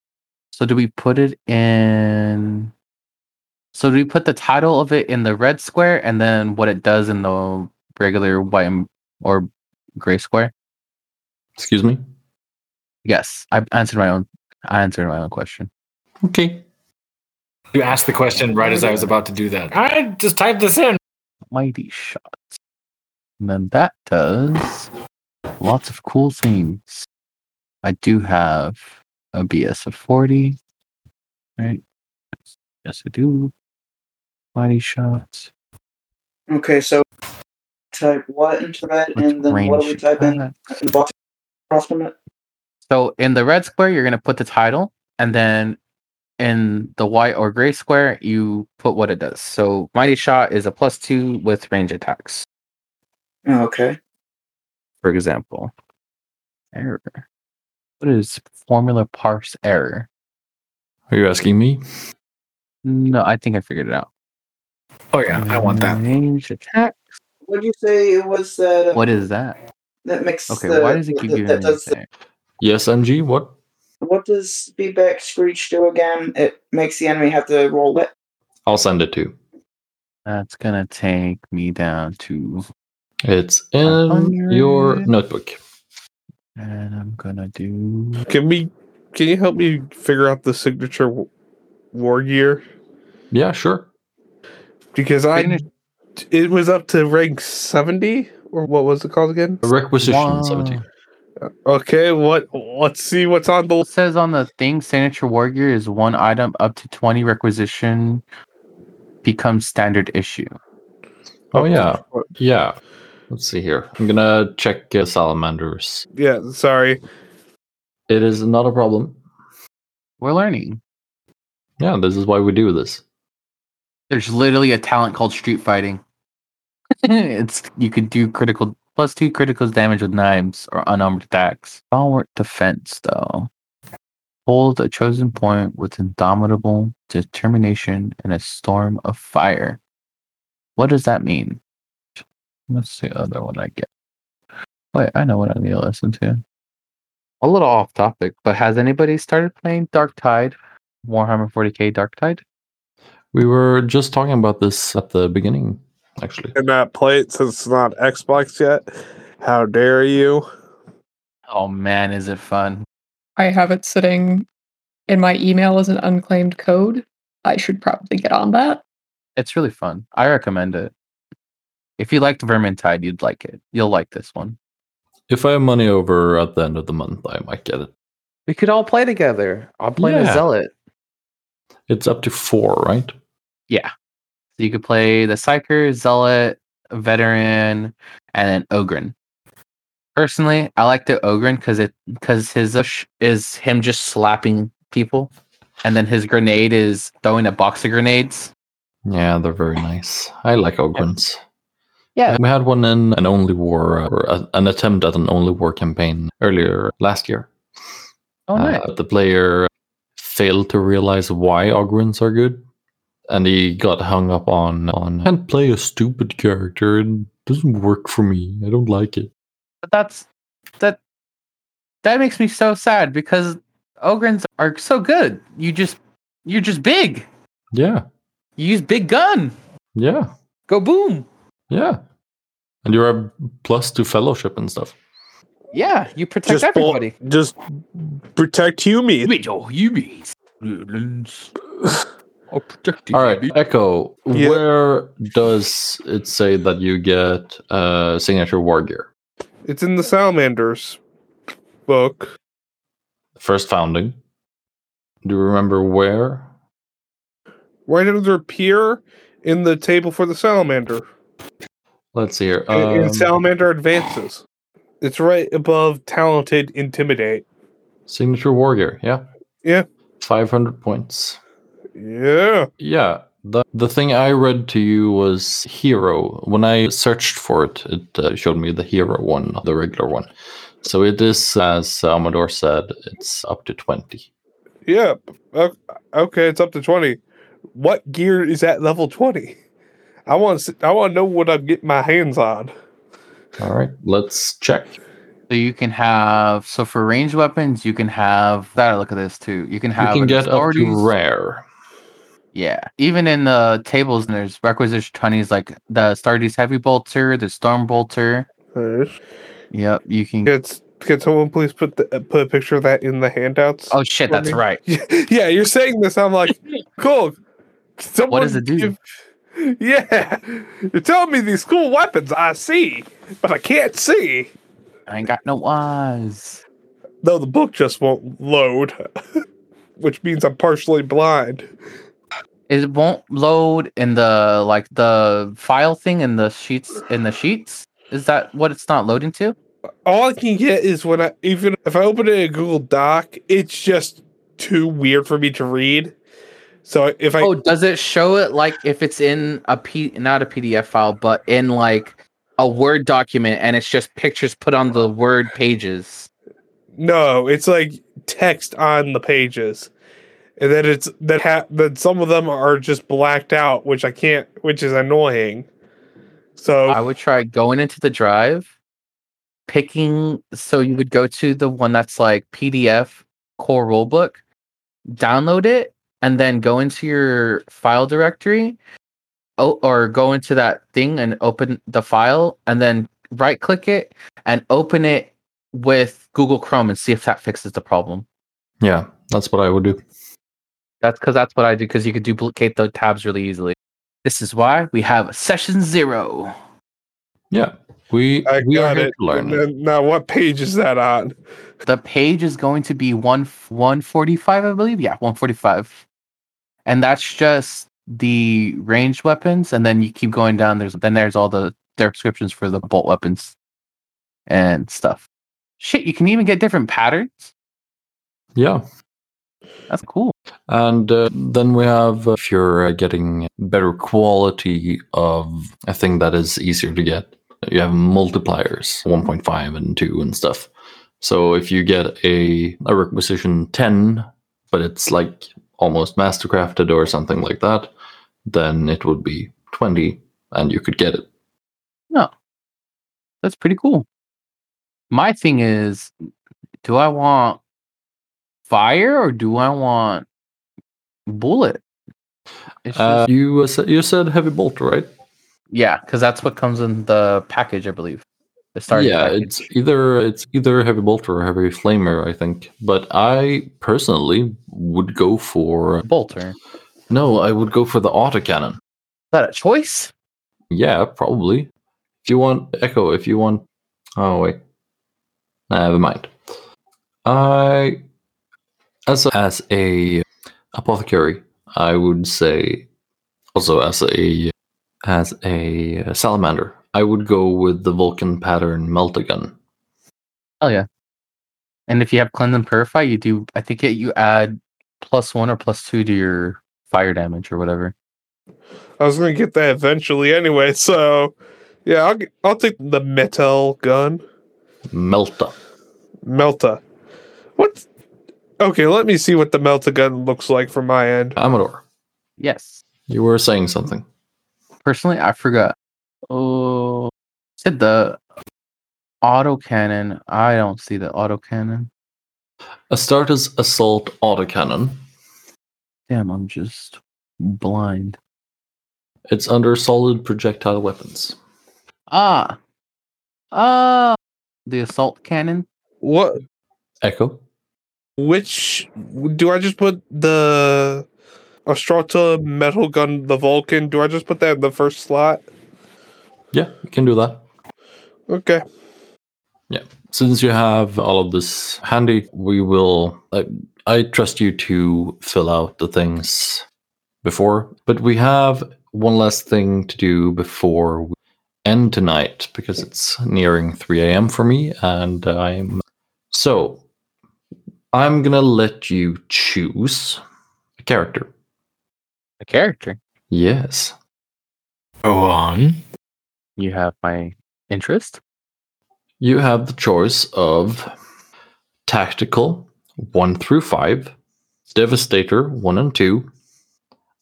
So do we put it in? So do we put the title of it in the red square, and then what it does in the regular white and, or gray square? excuse me. Yes, I answered my own. I answered my own question. Okay. you asked the question right as I was about to do that. I just typed this in. Mighty shots. And then that does lots of cool things. I do have a BS of 40. Right? Yes, I do. Mighty shots. Okay, so type what into that, Let's and then what do we range type in? that. The box across from it. So in the red square, you're going to put the title, and then in the white or gray square, you put what it does. So Mighty Shot is a plus two with range attacks. Oh, okay. for example. Error. What is formula parse error? Are you asking me? No, I think I figured it out. Oh yeah, I want that. Range attack. What do you say it was that? uh, What is that? that makes Okay, the- why does it that- keep that- giving that me does this the- error? Yes, MG. What? What does be back screech do again? It makes the enemy have to roll it. I'll send it to. you. That's gonna take me down to, It's in your notebook. and I'm gonna do. Can we? Can you help me figure out the signature w- war gear? Yeah, sure. Because I, Signature- it was up to rank seventy, or what was it called again? Requisition Wow. 17. Okay, what? Let's see what's on the. It says on the thing, signature war gear is one item up to twenty requisition becomes standard issue. Oh, yeah. Yeah. Let's see here. I'm going to check uh, Salamanders. Yeah. Sorry. It is not a problem. We're learning. Yeah, this is why we do this. There's literally a talent called street fighting. it's you could do critical plus two critical damage with knives or unarmored attacks. Stalwart defense though. Hold a chosen point with indomitable determination in a storm of fire. What does that mean? What's the other one I get? Wait, I know what I need to listen to. A little off topic, but has anybody started playing Dark Tide? Warhammer 40k Dark Tide? We were just talking about this at the beginning, actually. And not play it since it's not Xbox yet. How dare you? Oh man, is it fun? I have it sitting in my email as an unclaimed code. I should probably get on that. It's really fun. I recommend it. If you liked Vermintide, you'd like it. You'll like this one. If I have money over at the end of the month, I might get it. We could all play together. I'll play Yeah. the zealot. It's up to four, right? So you could play the Psyker, Zealot, Veteran, and then Ogren. Personally, I like the Ogren because it because his ush is him just slapping people, and then his grenade is throwing a box of grenades. Yeah, they're very nice. I like Ogren's. Yeah. we had one in an only war uh, or a, an attempt at an only war campaign earlier last year. Oh, Uh, The player failed to realize why Ogryns are good, and he got hung up on on can't play a stupid character. It doesn't work for me. I don't like it. But that's that. That makes me so sad because Ogrens are so good. You just you're just big. Yeah, You use big gun. yeah, Go boom. yeah. And you're a plus to fellowship and stuff. Yeah, you protect Just, bull- everybody. just protect Hume. With your humans. I'll protect you. All right, Echo. Yeah. Where does it say that you get uh, signature war gear? It's in the Salamanders book. First founding. Do you remember where? Why did there appear in the table for the Salamander? Let's see here. In- in Um, Salamander Advances. It's right above Talented Intimidate. signature war gear. Yeah. Yeah. Five hundred points. Yeah. Yeah. The, the thing I read to you was hero. When I searched for it, it uh, showed me the hero one, not the regular one. So it is, as Amador said, it's up to 20. Yeah. O- Okay, it's up to 20. What gear is at level 20? I want to, I want to know what I'm getting my hands on. All right, let's check. So you can have so for ranged weapons, you can have that. Look at this too. You can You have can an get up authorities- to rare. Yeah, even in the tables, there's requisition twenties like the Astartes heavy bolter, the storm bolter. Yep, you can. Could, could someone please put the, uh, put a picture of that in the handouts? Oh shit, that's Okay. right. yeah, you're saying this. I'm like, cool. Someone What does it do? give- yeah, you're telling me these cool weapons I see, but I can't see. I ain't got no eyes. No, the book just won't load, which means I'm partially blind. It won't load in the like the file thing in the sheets in the sheets. Is that what it's not loading to? All I can get is when I even if I open it in a Google Doc, it's just too weird for me to read. So if I oh, does it show it like if it's in a p not a PDF file, but in like a Word document, and it's just pictures put on the Word pages? No, it's like text on the pages, and then it's that ha- then some of them are just blacked out, which I can't, which is annoying. So I would try going into the drive, picking. So you would go to the one that's like PDF core rulebook, download it, and then go into your file directory, o- or go into that thing and open the file, and then right click it and open it with Google Chrome and see if that fixes the problem. Yeah, that's what I would do. That's because that's what I do because you could duplicate the tabs really easily. This is why we have session zero. Yeah, we I we are got here it. to learn. Now, now what page is that on? the page is going to be one 145 i believe yeah 145 and that's just the ranged weapons and then you keep going down there's then there's all the their descriptions for the bolt weapons and stuff shit you can even get different patterns Yeah, that's cool and uh, then we have uh, if you're uh, getting better quality of a thing that is easier to get, you have multipliers 1.5 and 2 and stuff. So if you get a, a requisition 10, but it's like almost mastercrafted or something like that, then it would be 20 and you could get it. that's pretty cool my thing is do i want fire or do i want bullet It's just- Uh, you, uh, said- you said heavy bolt, right? Yeah, because that's what comes in the package, I believe. The starting yeah, package. it's either it's either heavy bolt or heavy flamer, I think. But I personally would go for bolter. No, I would go for the autocannon. that a choice? Yeah, probably. If you want Echo, if you want. Oh wait, Nah, never mind. I, as a, as a apothecary, I would say, also as a as a salamander, I would go with the Vulcan pattern meltagun. Hell yeah. And if you have cleanse and purify, you do. I think it, you add plus one or plus two to your fire damage or whatever. I was gonna get that eventually anyway, so yeah, I'll g- I'll take the metal gun. Melta. Melta. What? Okay, let me see what the Melta gun looks like from my end. Amador, Yes. you were saying something. Personally, I forgot. Oh, said the autocannon. I don't see the autocannon. Astartes assault autocannon. Damn, I'm just blind. It's under solid projectile weapons. Ah, ah, the assault cannon. What? Echo. Which? Do I just put the Astrata metal gun, the Vulcan? Do I just put that in the first slot? Yeah, you can do that. Okay. since you have all of this handy, we will. I, I trust you to fill out the things before, but we have one last thing to do before we end tonight because it's nearing 3 a.m. for me, and I'm. So, I'm gonna let you choose a character. A character. Yes. Go on. You have my interest. You have the choice of tactical 1 through 5, devastator 1 and 2,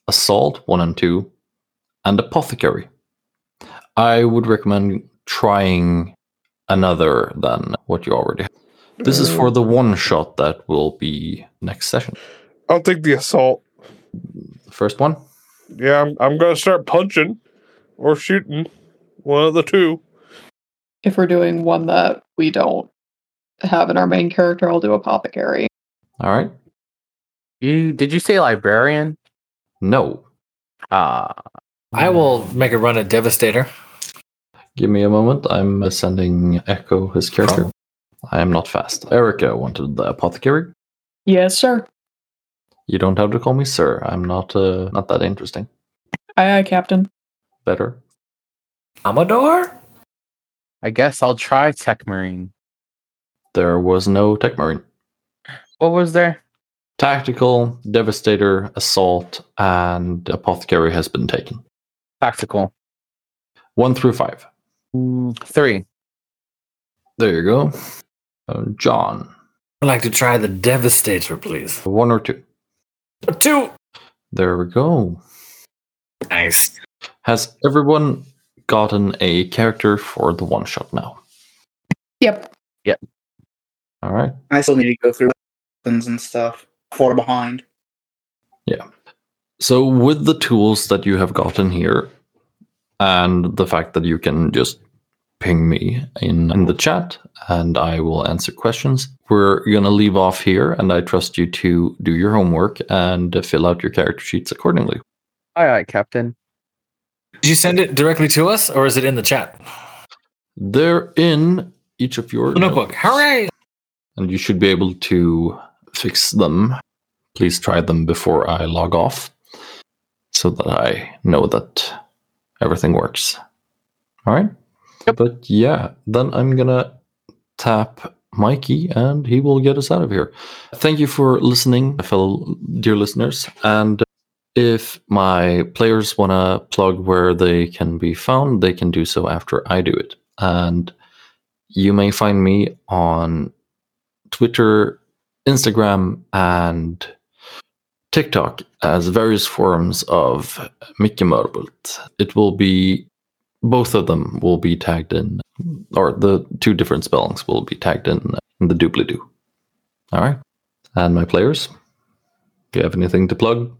assault 1 and 2, and apothecary. I would recommend trying another than what you already have. This is for the one shot that will be next session. I'll take the assault. The first one. Yeah, I'm, I'm gonna start punching or shooting. One of the two. If we're doing one that we don't have in our main character, I'll do apothecary. All right. You did you say librarian? No. Ah, I will make a run at Devastator. Give me a moment. I'm sending Echo his character. I am not fast. Erica wanted the apothecary. Yes, sir. You don't have to call me sir. I'm not uh, not that interesting. Aye, aye, Captain. Better. Amador? I guess I'll try tech marine. There was no tech marine. What was there? Tactical, devastator, assault, and apothecary has been taken. Tactical. One through five. Mm, Three. There you go. Uh, John, I'd like to try the Devastator, please. one or two. Two. There we go. Nice. Has everyone gotten a character for the one shot now? Yep. All right. I still need to go through weapons and stuff. Far behind. So, with the tools that you have gotten here, and the fact that you can just ping me in, in the chat and I will answer questions, we're going to leave off here. And I trust you to do your homework and uh, fill out your character sheets accordingly. Aye, aye, Captain. Did you send it directly to us or is it in the chat? They're in each of your The notebook. notes, Hooray! And you should be able to fix them. Please try them before I log off so that I know that everything works. All right. But yeah, then I'm going to tap Mikey and he will get us out of here. Thank you for listening, fellow dear listeners. And if my players want to plug where they can be found, they can do so after I do it. And you may find me on Twitter, Instagram, and TikTok as various forms of Mickey Morbult. It will be both of them will be tagged in, or the two different spellings will be tagged in in the doobly doo. All right. And my players, do you have anything to plug?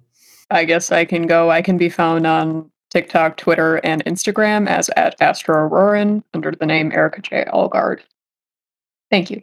I guess I can go. I can be found on TikTok, Twitter, and Instagram as at Astro Auroran under the name Erica J. Algard. Thank you.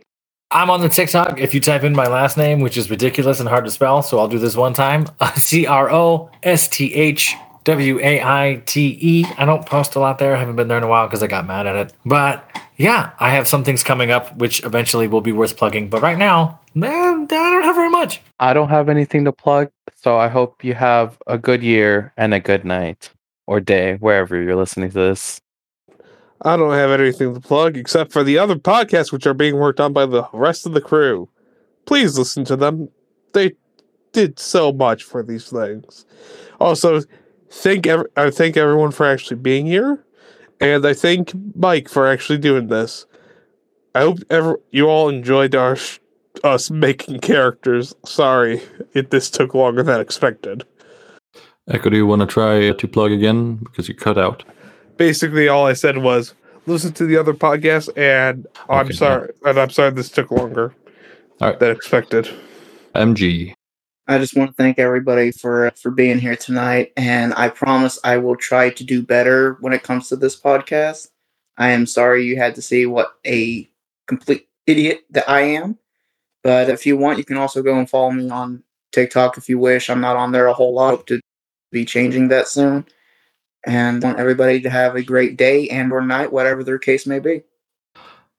I'm on the TikTok. If you type in my last name, which is ridiculous and hard to spell, so I'll do this one time. C R O S T H W A I T E. I don't post a lot there. I haven't been there in a while because I got mad at it. But yeah, I have some things coming up which eventually will be worth plugging. But right now, man, I don't have very much. I don't have anything to plug, so I hope you have a good year and a good night or day, wherever you're listening to this. I don't have anything to plug except for the other podcasts which are being worked on by the rest of the crew. Please listen to them. They did so much for these things. Also, thank ev- I thank everyone for actually being here, and I thank Mike for actually doing this. I hope ever you all enjoyed our sh- us making characters. Sorry if this took longer than expected. Echo, do you want to try to plug again? Because you cut out. basically all I said was listen to the other podcast and I'm Okay, yeah. sorry and I'm sorry this took longer All right. than expected. MG. I just want to thank everybody for uh, for being here tonight, and I promise I will try to do better when it comes to this podcast. I am sorry you had to see what a complete idiot that I am, but if you want, you can also go and follow me on TikTok if you wish. I'm not on there a whole lot. Hope to be changing that soon, and want everybody to have a great day and or night, whatever their case may be.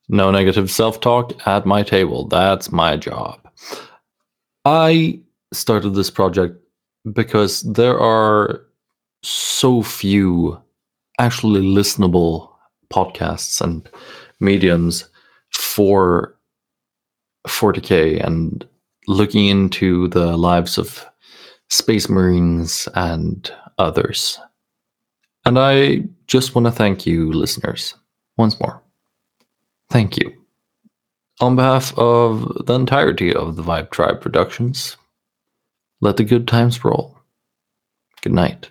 No negative self talk at my table. That's my job. I started this project because there are so few actually listenable podcasts and mediums for 40k and looking into the lives of space marines and others. And I just want to thank you, listeners, once more. Thank you. On behalf of the entirety of the Vibe Tribe Productions, let the good times roll. Good night.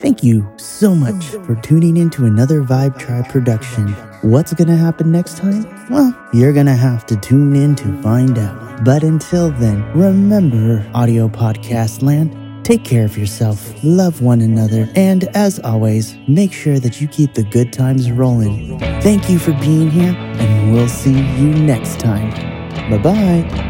Thank you so much for tuning in to another Vibe Tribe production. What's going to happen next time? Well, you're going to have to tune in to find out. But until then, remember Audio Podcast Land. Take care of yourself, love one another, and as always, make sure that you keep the good times rolling. Thank you for being here, and we'll see you next time. Bye bye.